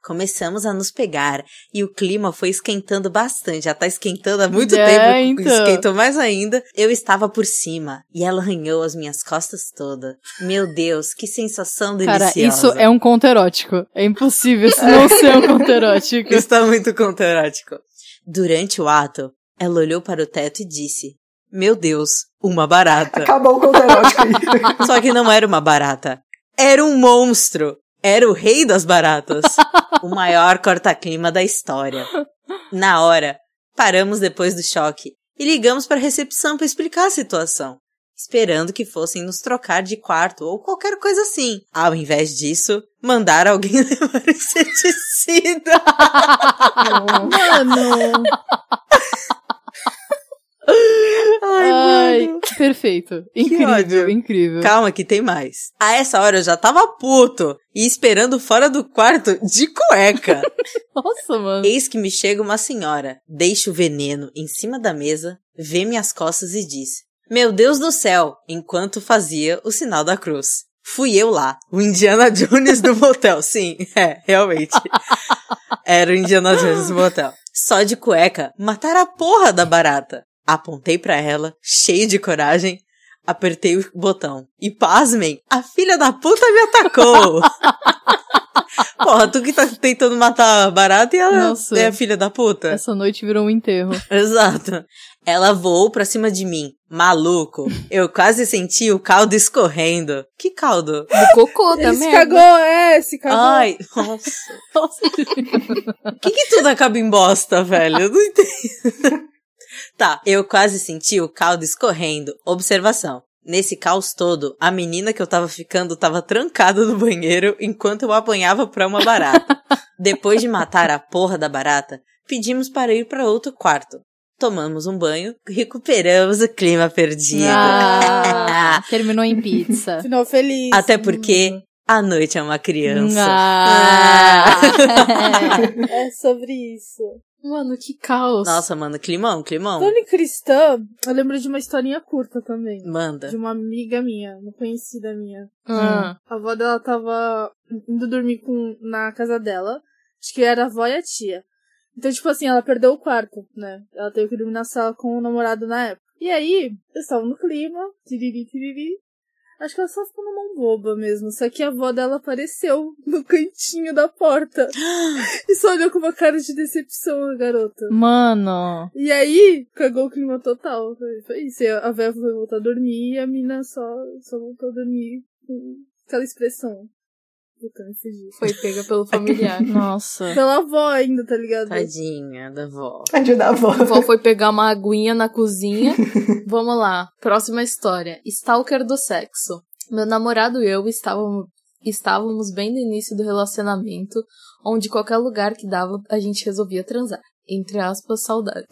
Speaker 3: Começamos a nos pegar e o clima foi esquentando bastante. Já tá esquentando há muito
Speaker 4: É,
Speaker 3: tempo,
Speaker 4: então.
Speaker 3: esquentou mais ainda. Eu estava por cima e ela arranhou as minhas costas toda. Meu Deus, que sensação
Speaker 4: Cara,
Speaker 3: deliciosa.
Speaker 4: isso é um conto erótico. É impossível isso não ser um conto erótico.
Speaker 3: Está muito conterático. Durante o ato, ela olhou para o teto e disse: Meu Deus, uma barata.
Speaker 6: Acabou o conto erótico aí.
Speaker 3: Só que não era uma barata. Era um monstro. Era o rei das baratas. o maior corta-clima da história. Na hora, paramos depois do choque e ligamos para a recepção para explicar a situação, esperando que fossem nos trocar de quarto ou qualquer coisa assim. Ao invés disso, mandar alguém levar inseticida.
Speaker 2: Mano!
Speaker 4: Ai, perfeito. Incrível,
Speaker 3: ódio.
Speaker 4: incrível.
Speaker 3: Calma que tem mais. A essa hora eu já tava puto e esperando fora do quarto de cueca.
Speaker 4: Nossa, mano.
Speaker 3: Eis que me chega uma senhora, deixa o veneno em cima da mesa, vê minhas costas e diz: Meu Deus do céu! Enquanto fazia o sinal da cruz. Fui eu lá, o Indiana Jones do motel. Sim, é, realmente. Era o Indiana Jones do motel. Só de cueca, matar a porra da barata. Apontei pra ela, cheio de coragem, apertei o botão. E pasmem, a filha da puta me atacou! Porra, tu que tá tentando matar a barata e ela
Speaker 4: Nossa.
Speaker 3: é a filha da puta.
Speaker 4: Essa noite virou um enterro.
Speaker 3: Exato. Ela voou pra cima de mim. Maluco. Eu quase senti o caldo escorrendo. Que caldo?
Speaker 5: Do cocô
Speaker 2: Ele
Speaker 5: também.
Speaker 2: se cagou, é, se cagou.
Speaker 3: Ai, nossa. Por que, que tudo acaba em bosta, velho? Eu não entendo. tá, eu quase senti o caldo escorrendo. Observação. Nesse caos todo, a menina que eu tava ficando tava trancada no banheiro enquanto eu apanhava pra uma barata. Depois de matar a porra da barata, pedimos para ir pra outro quarto. Tomamos um banho, recuperamos o clima perdido.
Speaker 4: Ah, terminou em pizza.
Speaker 2: Final feliz.
Speaker 3: Até porque a noite é uma criança.
Speaker 4: Ah.
Speaker 2: É sobre isso.
Speaker 5: Mano, que caos.
Speaker 3: Nossa, mano, climão, climão.
Speaker 2: Falando em cristã, eu lembro de uma historinha curta também.
Speaker 3: Manda.
Speaker 2: De uma amiga minha, uma conhecida minha.
Speaker 5: Ah.
Speaker 2: A avó dela tava indo dormir com, na casa dela. Acho que era a avó e a tia. Então, tipo assim, ela perdeu o quarto, né? Ela teve que dormir na sala com o namorado na época. E aí, eu estava no clima, tiriri, tiriri. Acho que ela só ficou na mão boba mesmo. Só que a avó dela apareceu no cantinho da porta. e só olhou com uma cara de decepção a garota.
Speaker 4: Mano.
Speaker 2: E aí, cagou o clima total. Foi- Foi isso. E A Véia foi voltar a dormir e a mina só, só voltou a dormir com aquela expressão. Puta, me fugi.
Speaker 5: Foi pega pelo familiar.
Speaker 4: Nossa.
Speaker 2: Pela avó ainda, tá ligado?
Speaker 3: Tadinha da vó.
Speaker 6: Tadinho da avó.
Speaker 5: A vó foi pegar uma aguinha na cozinha. Vamos lá. Próxima história. Stalker do sexo. Meu namorado e eu estávamos, estávamos bem no início do relacionamento, onde qualquer lugar que dava a gente resolvia transar. Entre aspas, saudades.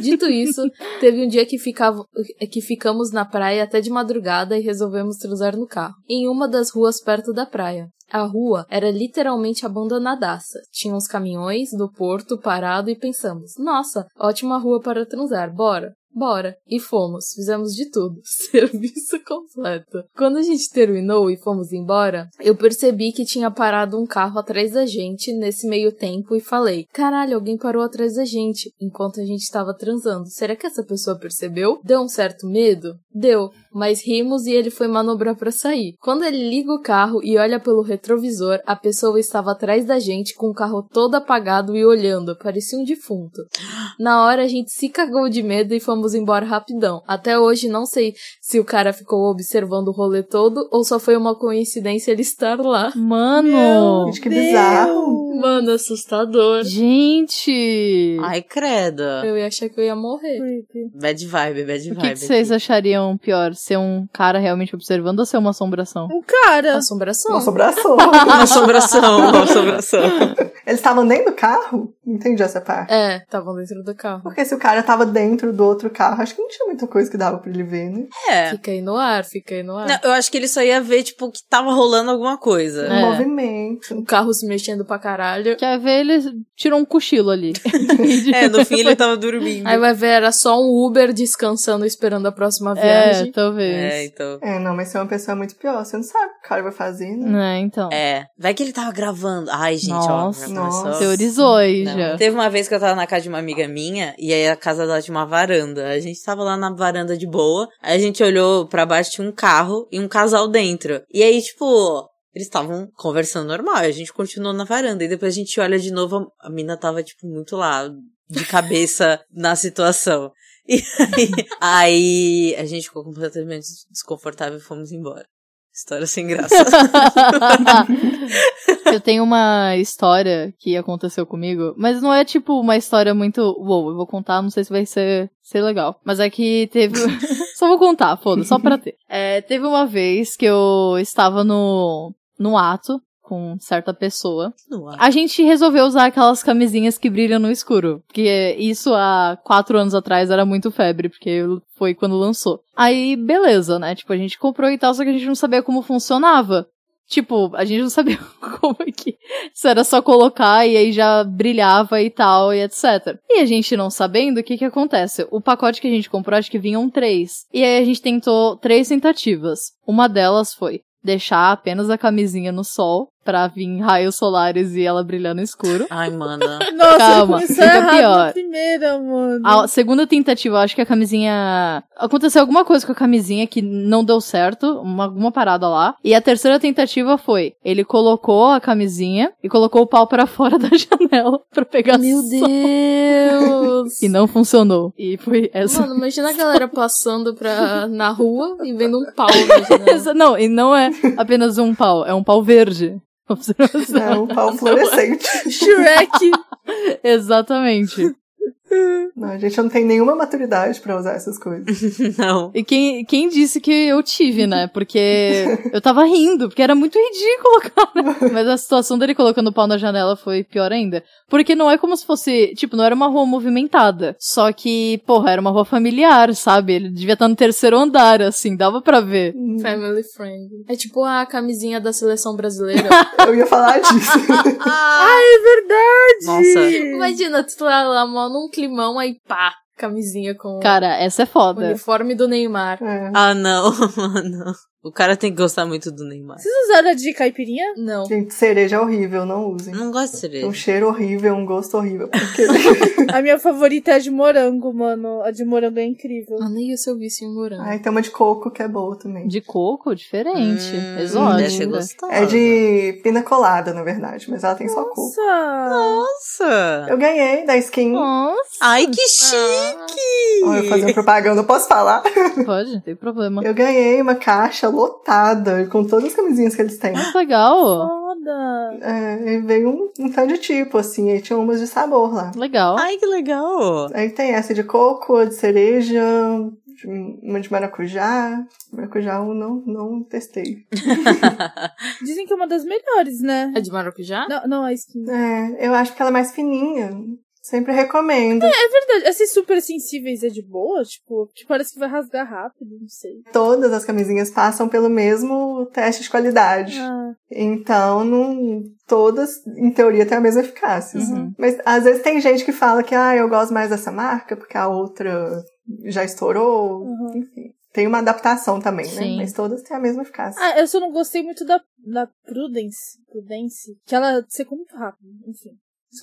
Speaker 5: Dito isso, teve um dia que, ficava, é que ficamos na praia até de madrugada e resolvemos transar no carro, em uma das ruas perto da praia. A rua era literalmente abandonadaça. Tinha uns caminhões do porto parado e pensamos: nossa, ótima rua para transar, bora! Bora! E fomos, fizemos de tudo, serviço completo. Quando a gente terminou e fomos embora, eu percebi que tinha parado um carro atrás da gente nesse meio tempo e falei: caralho, alguém parou atrás da gente enquanto a gente estava transando. Será que essa pessoa percebeu? Deu um certo medo? Deu, mas rimos e ele foi manobrar pra sair. Quando ele liga o carro e olha pelo retrovisor, a pessoa estava atrás da gente com o carro todo apagado e olhando, parecia um defunto. Na hora a gente se cagou de medo e fomos embora rapidão. Até hoje não sei se o cara ficou observando o rolê todo ou só foi uma coincidência ele estar lá.
Speaker 4: Mano.
Speaker 6: Gente, que bizarro.
Speaker 5: Mano, assustador.
Speaker 4: Gente.
Speaker 3: Ai, credo.
Speaker 5: Eu ia achar que eu ia morrer.
Speaker 2: Creepy.
Speaker 3: Bad vibe, bad
Speaker 4: É. O
Speaker 3: vibe.
Speaker 4: que, que vocês
Speaker 3: aqui.
Speaker 4: achariam pior? Ser um cara realmente observando ou ser uma assombração?
Speaker 2: O cara.
Speaker 5: Assombração.
Speaker 6: Nossa, abraçou.
Speaker 3: Uma assombração, uma assombração.
Speaker 6: Eles estavam dentro do carro? Entendi essa parte.
Speaker 5: É, estavam dentro do
Speaker 4: É.
Speaker 5: carro.
Speaker 6: Porque se o cara tava dentro do outro carro, acho que não tinha muita coisa que dava pra ele ver, né?
Speaker 3: É.
Speaker 5: Fica aí no ar, fica aí no ar.
Speaker 3: Não, eu acho que ele só ia ver, tipo, que tava rolando alguma coisa.
Speaker 4: É.
Speaker 6: Um Movimento.
Speaker 5: O carro se mexendo pra caralho.
Speaker 4: Quer ver, ele tirou um cochilo ali.
Speaker 3: É, no fim ele tava dormindo.
Speaker 5: Aí vai ver, era só um Uber descansando, esperando a próxima
Speaker 4: É,
Speaker 5: viagem.
Speaker 3: É,
Speaker 4: talvez.
Speaker 3: então.
Speaker 6: É, não, mas se é uma pessoa muito pior, você não sabe o que o cara vai fazer, né?
Speaker 4: Né, então.
Speaker 3: É. Vai que ele tava gravando. Ai, gente, ó.
Speaker 4: Nossa.
Speaker 3: já começou.
Speaker 6: Nossa.
Speaker 4: Teorizou aí
Speaker 3: Não.
Speaker 4: já.
Speaker 3: Teve uma vez que eu tava na casa de uma amiga minha, e aí a casa dela tinha uma varanda. A gente tava lá na varanda de boa, aí a gente olhou pra baixo, tinha um carro e um casal dentro. E aí, tipo, eles estavam conversando normal, e a gente continuou na varanda. E depois a gente olha de novo, a mina tava, tipo, muito lá, de cabeça na situação. E aí, aí a gente ficou completamente desconfortável e fomos embora. História sem graça.
Speaker 4: eu tenho uma história que aconteceu comigo, mas não é tipo uma história muito. Uou, eu vou contar, não sei se vai ser, ser legal. Mas é que teve. só vou contar, foda, só pra ter. É, teve uma vez que eu estava no, no ato com certa pessoa.
Speaker 3: No ar.
Speaker 4: A gente resolveu usar aquelas camisinhas que brilham no escuro. Porque isso há quatro anos atrás era muito febre, porque foi quando lançou. Aí, beleza, né? Tipo, a gente comprou e tal, só que a gente não sabia como funcionava. Tipo, a gente não sabia como é que. Isso era só colocar e aí já brilhava e tal, e etc. E a gente não sabendo, o que que acontece? O pacote que a gente comprou, acho que vinham três. E aí a gente tentou três tentativas. Uma delas foi deixar apenas a camisinha no sol pra vir raios solares e ela brilhar no escuro.
Speaker 3: Ai, mana.
Speaker 2: Nossa,
Speaker 4: Calma,
Speaker 2: começou
Speaker 4: fica
Speaker 2: errado
Speaker 4: pior.
Speaker 2: na primeira, mano.
Speaker 4: A segunda tentativa, eu acho que a camisinha. Aconteceu alguma coisa com a camisinha que não deu certo, uma, alguma parada lá. E a terceira tentativa foi: ele colocou a camisinha e colocou o pau pra fora da janela pra pegar
Speaker 5: Meu
Speaker 4: sol.
Speaker 5: Deus!
Speaker 4: E não funcionou. E foi essa.
Speaker 5: Mano, imagina a galera passando pra, na rua e vendo um pau na janela.
Speaker 4: essa- não, e não é apenas um pau, é um pau verde. assim. Observação.
Speaker 6: É o pau fluorescente.
Speaker 2: Shrek.
Speaker 4: Exatamente.
Speaker 6: Não, a gente não tem nenhuma maturidade pra usar essas coisas.
Speaker 3: Não.
Speaker 4: E quem, quem disse que eu tive, né? Porque eu tava rindo, porque era muito ridículo, cara. Mas a situação dele colocando o pau na janela foi pior ainda. Porque não é como se fosse, tipo, não era uma rua movimentada. Só que, porra, era uma rua familiar, sabe? Ele devia estar no terceiro andar, assim, dava pra ver.
Speaker 6: Hum,
Speaker 5: Family friend. É tipo a camisinha da seleção brasileira.
Speaker 6: Eu ia falar disso.
Speaker 3: Nossa.
Speaker 5: Imagina, tu tá lá mó num climão, aí pá, camisinha com
Speaker 4: Cara, essa é
Speaker 5: o
Speaker 4: foda.
Speaker 5: uniforme do Neymar.
Speaker 6: É.
Speaker 3: Ah, não, mano. O cara tem que gostar muito do Neymar.
Speaker 2: Vocês usaram a de caipirinha?
Speaker 5: Não.
Speaker 6: Gente, cereja é horrível, não usem.
Speaker 3: Eu não gosto de
Speaker 6: Tem Um
Speaker 3: cereja.
Speaker 6: cheiro horrível, um gosto horrível. Porque
Speaker 2: A minha favorita é a de morango, mano. A de morango é incrível.
Speaker 5: Mano, e o seu vício em morango?
Speaker 6: Ai, tem uma de coco que é boa também.
Speaker 4: De coco, diferente.
Speaker 3: Hum, Deve ser
Speaker 4: Exótico.
Speaker 3: gostosa.
Speaker 6: É de pina colada, na verdade, mas ela tem só coco.
Speaker 2: Nossa!
Speaker 3: Nossa.
Speaker 6: Eu ganhei da skin.
Speaker 4: Nossa,
Speaker 3: Ai, que chique.
Speaker 6: Olha, eu fazendo propaganda, eu posso falar?
Speaker 4: pode, não tem problema.
Speaker 6: Eu ganhei uma caixa lotada com todas as camisinhas que eles têm.
Speaker 4: Muito legal.
Speaker 2: Foda!
Speaker 6: É, e veio um, um tanto de tipo, assim, aí tinha umas de sabor lá.
Speaker 4: Legal.
Speaker 3: Ai, que legal.
Speaker 6: Aí tem essa de coco, a de cereja, de- uma de maracujá. Maracujá eu não, não testei.
Speaker 2: Dizem que é uma das melhores, né?
Speaker 5: É de maracujá?
Speaker 2: Não, não, a skin.
Speaker 6: É, eu acho que ela é mais fininha. Sempre recomendo.
Speaker 2: Verdade, essas super sensíveis é de boa? Tipo, que parece que vai rasgar rápido, não sei.
Speaker 6: Todas as camisinhas passam pelo mesmo teste de qualidade.
Speaker 2: Ah,
Speaker 6: Então, não, todas, em teoria, têm a mesma eficácia. assim.
Speaker 4: Uhum.
Speaker 6: Mas às vezes tem gente que fala que ah, eu gosto mais dessa marca porque a outra já estourou.
Speaker 2: Uhum.
Speaker 6: Enfim. Tem uma adaptação também,
Speaker 4: Sim.
Speaker 6: né? Mas todas têm a mesma eficácia.
Speaker 2: Ah, eu só não gostei muito da, da Prudence. Prudence. Que ela secou muito rápido, enfim.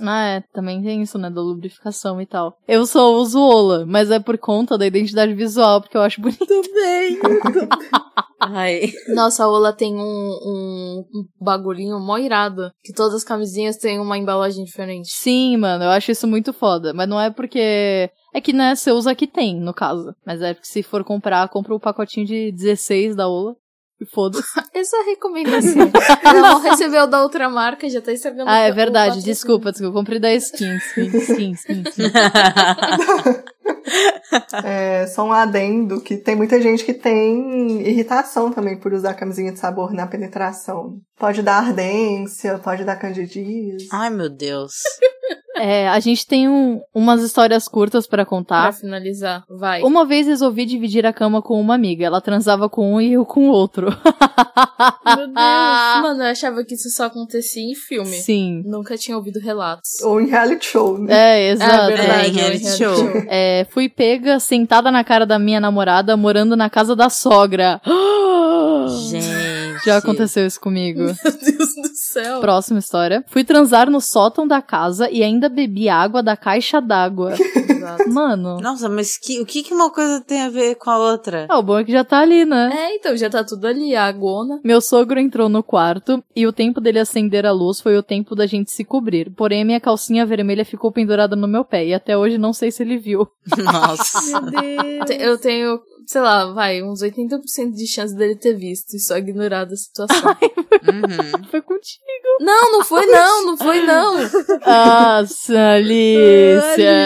Speaker 4: Ah, é, também tem isso, né, da lubrificação e tal. Eu só uso Ola, mas é por conta da identidade visual, porque eu acho bonito.
Speaker 2: Também!
Speaker 3: Ai.
Speaker 5: Nossa, a Ola tem um, um, um bagulhinho mó irado. Que todas as camisinhas têm uma embalagem diferente.
Speaker 4: Sim, mano, eu acho isso muito foda, mas não é porque... É que, né, você usa que tem, no caso. Mas é porque se for comprar, compra o pacotinho de 16 da Ola. E foda-se.
Speaker 5: Essa é a recomendação. Ela não recebeu da outra marca, já tá estragando
Speaker 4: Ah, é
Speaker 5: o
Speaker 4: verdade,
Speaker 5: patrocínio.
Speaker 4: desculpa, desculpa. Eu comprei da skin, skin, skin, skin. skin.
Speaker 6: É, só um adendo que tem muita gente que tem irritação também por usar camisinha de sabor na penetração. Pode dar ardência, pode dar candidíase.
Speaker 3: Ai, meu Deus.
Speaker 4: É, a gente tem um, umas histórias curtas pra contar.
Speaker 5: Pra finalizar, vai.
Speaker 4: tá? Uma vez resolvi dividir a cama com uma amiga. Ela transava com um e eu com o outro.
Speaker 2: Meu Deus!
Speaker 5: Mano, eu achava que isso só acontecia em filme.
Speaker 4: Ah. Sim.
Speaker 5: Nunca tinha ouvido relatos.
Speaker 6: Ou em reality show, né?
Speaker 5: Ah,
Speaker 4: É, exato.
Speaker 3: É, em reality show.
Speaker 4: É, fui pega sentada na cara da minha namorada morando na casa da sogra.
Speaker 3: Gente.
Speaker 4: Já aconteceu isso comigo.
Speaker 5: Meu Deus do céu.
Speaker 4: Próxima história. Fui transar no sótão da casa e ainda bebi água da caixa d'água.
Speaker 5: Exato.
Speaker 4: Mano.
Speaker 3: Nossa, mas que, o que, que uma coisa tem a ver com a outra?
Speaker 4: Ah, o bom é que já tá ali, né?
Speaker 5: É, então já tá tudo ali, a agona.
Speaker 4: Meu sogro entrou no quarto e o tempo dele acender a luz foi o tempo da gente se cobrir. Porém, a minha calcinha vermelha ficou pendurada no meu pé e até hoje não sei se ele viu.
Speaker 3: Nossa.
Speaker 2: Meu Deus!
Speaker 5: Te- Eu tenho, sei lá, vai, uns 80% de chance dele ter visto e só ignorado a situação.
Speaker 3: Uhum.
Speaker 4: Foi contigo.
Speaker 5: não, não foi não, não foi não. Não
Speaker 4: Nossa, Alicia.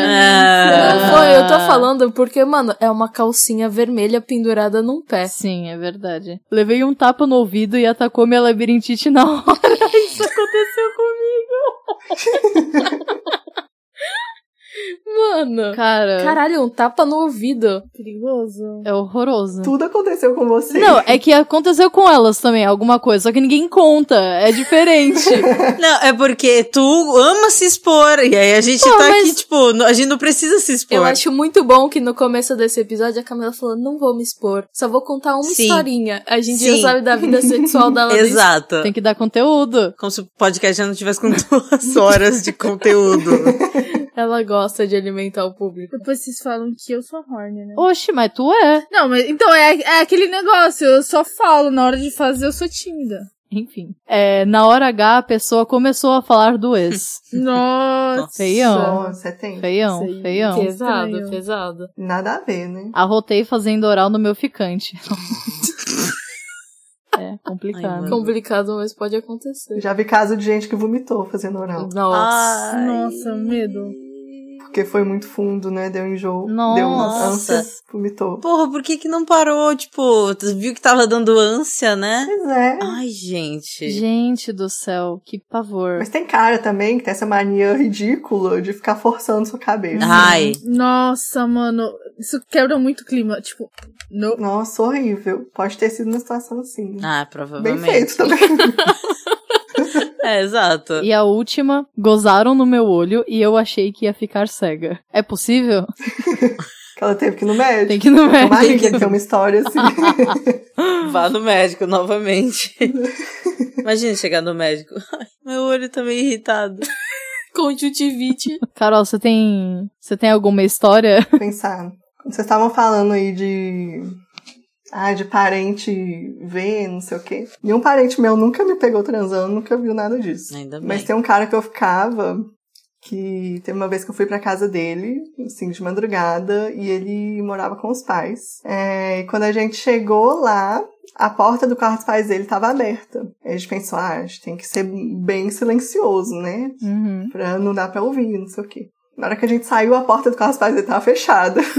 Speaker 3: Ah.
Speaker 5: foi, eu tô falando porque, mano, é uma calcinha vermelha pendurada num pé.
Speaker 4: Sim, é verdade. Levei um tapa no ouvido e atacou minha labirintite na hora. Isso aconteceu comigo.
Speaker 5: Mano.
Speaker 4: Cara,
Speaker 5: Caralho, um tapa no ouvido.
Speaker 2: Perigoso.
Speaker 4: é horroroso.
Speaker 6: Tudo aconteceu com você.
Speaker 4: Não, é que aconteceu com elas também, alguma coisa, só que ninguém conta, é diferente.
Speaker 3: Não, é porque tu ama se expor. E aí a gente
Speaker 4: Pô,
Speaker 3: tá
Speaker 4: mas-
Speaker 3: aqui, tipo, no- a gente não precisa se expor.
Speaker 5: Eu acho muito bom que no começo desse episódio a Camila falou: não vou me expor, só vou contar uma
Speaker 3: Sim.
Speaker 5: historinha. A gente já
Speaker 3: Sim.
Speaker 5: sabe da vida sexual dela. desde-
Speaker 3: Exato.
Speaker 4: Tem que dar conteúdo.
Speaker 3: Como se o podcast já não tivesse com duas horas de conteúdo.
Speaker 5: Ela gosta de alimentar o público.
Speaker 2: Depois vocês falam que eu sou horny, né?
Speaker 4: Oxe, mas tu é.
Speaker 2: Não, mas então é, é aquele negócio, eu só falo, na hora de fazer eu sou tímida.
Speaker 4: Enfim. É, na hora H, a pessoa começou a falar do ex.
Speaker 2: Nossa.
Speaker 4: Feião.
Speaker 6: Nossa, Então, tem.
Speaker 4: Feião,
Speaker 2: Sei.
Speaker 4: feião.
Speaker 5: pesado,
Speaker 2: estranho.
Speaker 5: pesado.
Speaker 6: Nada a ver, né?
Speaker 4: Arrotei fazendo oral no meu ficante. é complicado.
Speaker 3: Ai, mano.
Speaker 5: Complicado, mas pode acontecer.
Speaker 6: Já vi caso de gente que vomitou fazendo oral.
Speaker 5: Nossa.
Speaker 3: Ai.
Speaker 2: Nossa, medo.
Speaker 6: Porque foi muito fundo, né? Deu enjoo.
Speaker 4: Nossa.
Speaker 6: Deu ânsia, vomitou.
Speaker 3: Porra, por que que não parou? Tipo, tu viu que tava dando ânsia, né?
Speaker 6: Pois é.
Speaker 3: Ai, gente.
Speaker 4: Gente do céu, que pavor.
Speaker 6: Mas tem cara também que tem essa mania ridícula de ficar forçando sua cabeça.
Speaker 3: Ai.
Speaker 2: Nossa, mano. Isso quebra muito o clima. Tipo, no...
Speaker 6: Nossa, horrível. Pode ter sido uma situação assim.
Speaker 3: Ah,
Speaker 6: Bem
Speaker 3: provavelmente.
Speaker 6: feito também.
Speaker 3: É, exato.
Speaker 4: E a última, gozaram no meu olho e eu achei que ia ficar cega. É possível?
Speaker 6: que ela teve que ir no médico.
Speaker 4: Tem que ir no
Speaker 6: Tomara
Speaker 4: médico.
Speaker 6: que ele tenha uma história assim.
Speaker 3: Vá no médico novamente. Imagina chegar no médico. Ai, meu olho tá meio irritado.
Speaker 5: Conjuntivite.
Speaker 4: Carol, você tem. Você tem alguma história?
Speaker 6: Pensar. Quando Vocês estavam falando aí de. Ah, de parente ver, não sei o quê. Nenhum parente meu nunca me pegou transando, nunca viu nada disso.
Speaker 3: Ainda bem.
Speaker 6: Mas tem um cara que eu ficava que teve uma vez que eu fui pra casa dele, assim, de madrugada, e ele morava com os pais. É, e quando a gente chegou lá, a porta do quarto dos pais dele tava aberta. Aí A gente pensou, ah, a gente tem que ser bem silencioso, né?
Speaker 4: Uhum.
Speaker 6: Pra não dar pra ouvir, não sei o quê. Na hora que a gente saiu, a porta do carro dos pais dele tava fechada.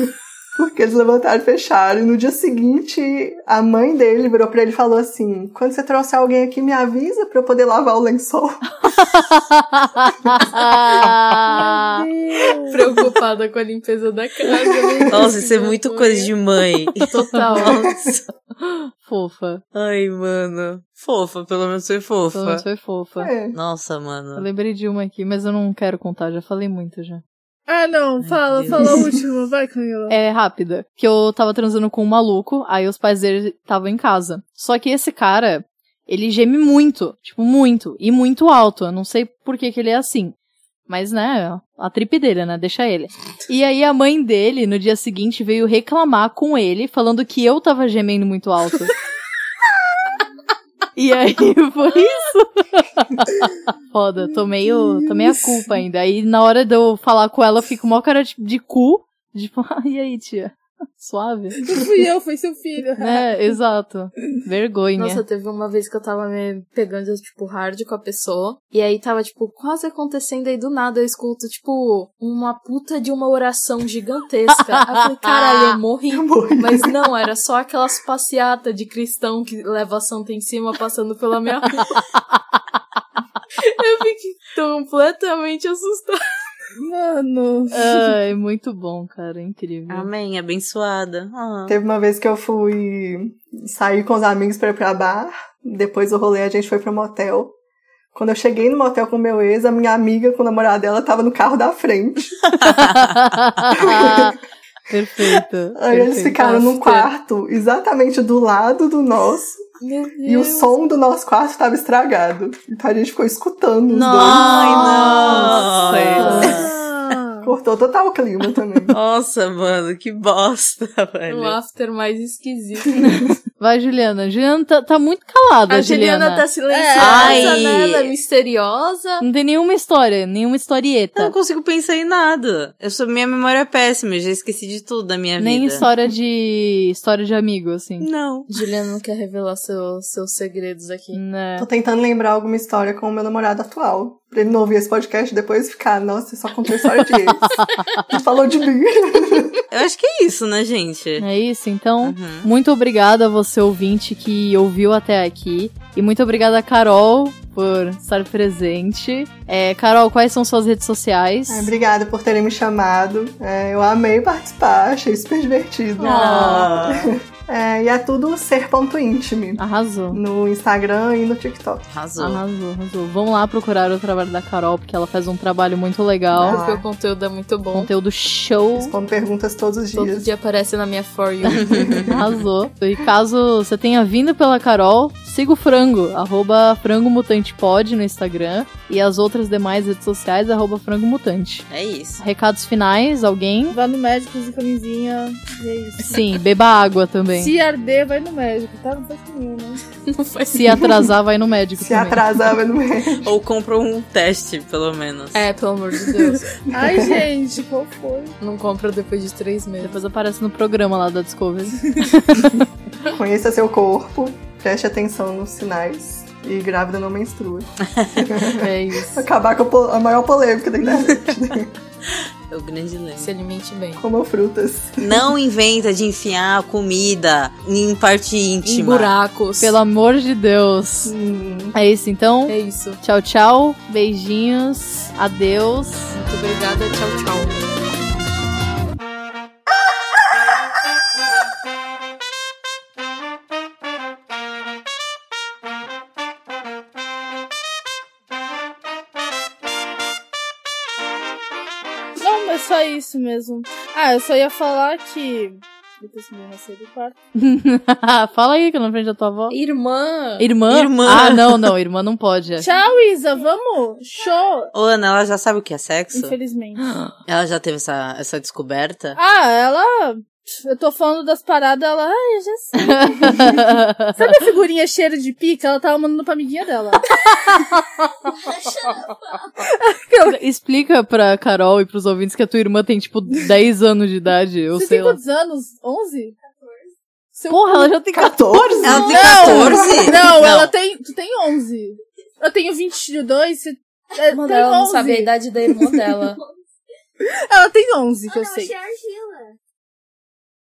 Speaker 6: Porque eles levantaram e fecharam. E no dia seguinte, a mãe dele virou pra ele e falou assim: Quando você trouxer alguém aqui, me avisa pra eu poder lavar o lençol.
Speaker 5: Preocupada com a limpeza da casa. né?
Speaker 3: Nossa, isso é muito coisa de mãe.
Speaker 5: Total.
Speaker 3: Nossa.
Speaker 4: fofa.
Speaker 3: Ai, mano. Fofa, pelo menos foi
Speaker 4: Pelo
Speaker 3: fofa.
Speaker 4: menos foi fofa.
Speaker 6: É.
Speaker 3: Nossa,
Speaker 4: Eu
Speaker 3: mano.
Speaker 4: lembrei de uma aqui, mas eu não quero contar, já falei muito já.
Speaker 2: Ah, não. Fala,
Speaker 3: Deus.
Speaker 2: fala a última. Vai, Camila.
Speaker 4: É rápida. Que eu tava transando com um maluco, aí os pais dele estavam em casa. Só que esse cara, ele geme muito. Tipo, muito. E muito alto. Eu não sei por que, que ele é assim. Mas, né, a tripe dele, né? Deixa ele. E aí a mãe dele, no dia seguinte, veio reclamar com ele, falando que eu tava gemendo muito alto. E aí foi isso. Foda, tomei, o, tomei a culpa ainda. Aí na hora de eu falar com ela, eu fico mó cara de, de cu. Tipo, ah, e aí, tia? Suave?
Speaker 2: Não fui eu, foi seu filho.
Speaker 4: né? Exato. Vergonha.
Speaker 5: Nossa, teve uma vez que eu tava me pegando, tipo, hard com a pessoa. E aí tava, tipo, quase acontecendo. Aí do nada eu escuto, tipo, uma puta de uma oração gigantesca. Aí eu falei, caralho, eu morri.
Speaker 6: morri.
Speaker 5: Mas não, era só aquelas passeatas de cristão que leva a santa em cima passando pela minha rua. Eu fiquei completamente assustada.
Speaker 2: Mano.
Speaker 4: Ai, muito bom, cara. Incrível.
Speaker 3: Amém, abençoada. Ah.
Speaker 6: Teve uma vez que eu fui sair com os amigos pra ir pra bar. Depois do rolê, a gente foi pra um motel. Quando eu cheguei no motel com meu ex, a minha amiga com o namorado dela tava no carro da frente.
Speaker 4: Perfeita.
Speaker 6: Aí eles
Speaker 4: perfeita.
Speaker 6: ficaram num
Speaker 4: Tá,
Speaker 6: quarto exatamente do lado do nosso.
Speaker 5: Meu Deus.
Speaker 6: E o som do nosso quarto tava estragado. Então a gente ficou escutando os
Speaker 3: Ai,
Speaker 4: Nossa.
Speaker 3: não.
Speaker 6: dois. Cortou total o clima também.
Speaker 3: Nossa, mano, que bosta, velho.
Speaker 5: O Um after mais esquisito.
Speaker 4: Vai, Juliana. Juliana tá, tá muito calada,
Speaker 5: A Juliana tá silenciosa,
Speaker 3: Ai.
Speaker 5: né? Ela é misteriosa.
Speaker 4: Não tem nenhuma história, nenhuma
Speaker 3: Eu
Speaker 4: historieta.
Speaker 3: não consigo pensar em nada. Eu sou, minha memória é péssima, eu já esqueci de tudo da minha
Speaker 4: Nem
Speaker 3: vida.
Speaker 4: história de. história de amigo, assim.
Speaker 3: Não.
Speaker 5: Juliana não quer revelar seu- seus segredos aqui.
Speaker 4: Né?
Speaker 6: Tô tentando lembrar alguma história com o meu namorado atual. Pra ele não ouvir esse podcast e depois ficar, nossa, só contou história de ex. Ele falou de mim.
Speaker 3: Eu acho que é isso, né, gente?
Speaker 4: É isso, então.
Speaker 3: Uhum.
Speaker 4: Muito obrigada a você ouvinte que ouviu até aqui. E muito obrigada, Carol, por estar presente. É, Carol, quais são suas redes sociais?
Speaker 6: Ah, obrigada por terem me chamado. É, eu amei participar, achei super divertido.
Speaker 3: Ah.
Speaker 6: É, e é tudo ser.intime.
Speaker 4: Arrasou.
Speaker 6: No Instagram e no TikTok.
Speaker 3: Arrasou.
Speaker 4: Arrasou, arrasou. Vão lá procurar o trabalho da Carol, porque ela faz um trabalho muito legal.
Speaker 5: Porque o conteúdo é muito bom.
Speaker 4: Conteúdo show.
Speaker 6: Respondo perguntas todos os
Speaker 5: Todo
Speaker 6: dias.
Speaker 5: dia aparece na minha For You.
Speaker 4: Arrasou. E caso você tenha vindo pela Carol, siga o frango, arroba frangomutantepod no Instagram e as outras demais redes sociais, arroba frangomutante.
Speaker 3: É isso.
Speaker 4: Recados finais, alguém?
Speaker 2: Vá no médico, use camisinha, e é isso.
Speaker 4: Sim, beba água também. Se,
Speaker 2: Se arder, vai no médico, tá? Não faz nenhum, né?
Speaker 5: Não faz
Speaker 4: atrasar, vai no médico
Speaker 6: Se
Speaker 4: também.
Speaker 6: atrasava no meio.
Speaker 3: Ou compra um teste, pelo menos.
Speaker 5: É, pelo amor de Deus.
Speaker 2: Ai, gente, qual foi?
Speaker 5: Não compra depois de três meses.
Speaker 4: Depois aparece no programa lá da Discovery.
Speaker 6: Conheça seu corpo, preste atenção nos sinais. E grávida não menstrua.
Speaker 5: É isso.
Speaker 6: Acabar com a po- a maior polêmica da internet. né?
Speaker 3: É o grande lema.
Speaker 5: Se alimente bem.
Speaker 6: Como frutas.
Speaker 3: Não inventa de enfiar comida em parte
Speaker 5: Em
Speaker 3: íntima.
Speaker 5: buracos.
Speaker 4: Pelo amor de Deus.
Speaker 6: Hum.
Speaker 4: É isso então.
Speaker 5: É isso. Muito
Speaker 4: Tchau, tchau. Beijinhos. Adeus.
Speaker 5: obrigada. Tchau, tchau.
Speaker 2: Não, mas só isso mesmo. Ah, eu só ia falar que. Depois que minha nasceu do quarto.
Speaker 4: Fala aí que eu não aprendi a tua avó.
Speaker 5: Irmã.
Speaker 4: Irmã?
Speaker 3: Irmã.
Speaker 4: Ah, não, não, irmã não pode. é.
Speaker 2: Tchau, Isa, vamos! Show!
Speaker 3: Ô, Ana, ela já sabe o que é sexo?
Speaker 2: Infelizmente.
Speaker 3: Ela já teve essa, essa descoberta?
Speaker 2: Ah, ela. Eu tô falando das paradas, ela. Ai, eu já sei. Sabe a figurinha cheiro de pica? Ela tava mandando pra amiguinha dela.
Speaker 4: Explica pra Carol e pros ouvintes que a tua irmã tem, tipo, 10 anos de idade, eu
Speaker 2: Você
Speaker 4: sei
Speaker 2: tem
Speaker 4: lá.
Speaker 2: quantos anos? 11? 14.
Speaker 4: Porra, ela já tem 14.
Speaker 6: 14?
Speaker 5: Ah,
Speaker 3: Ela tem
Speaker 2: Não!
Speaker 3: 14?
Speaker 2: Não, ela tem. Tu tem 11. Eu tenho 22. Você... é,
Speaker 5: Mano,
Speaker 2: tem
Speaker 5: ela não
Speaker 2: 11.
Speaker 5: sabia a idade da irmã dela.
Speaker 2: Ela tem 11, que eu sei.
Speaker 8: achei argila.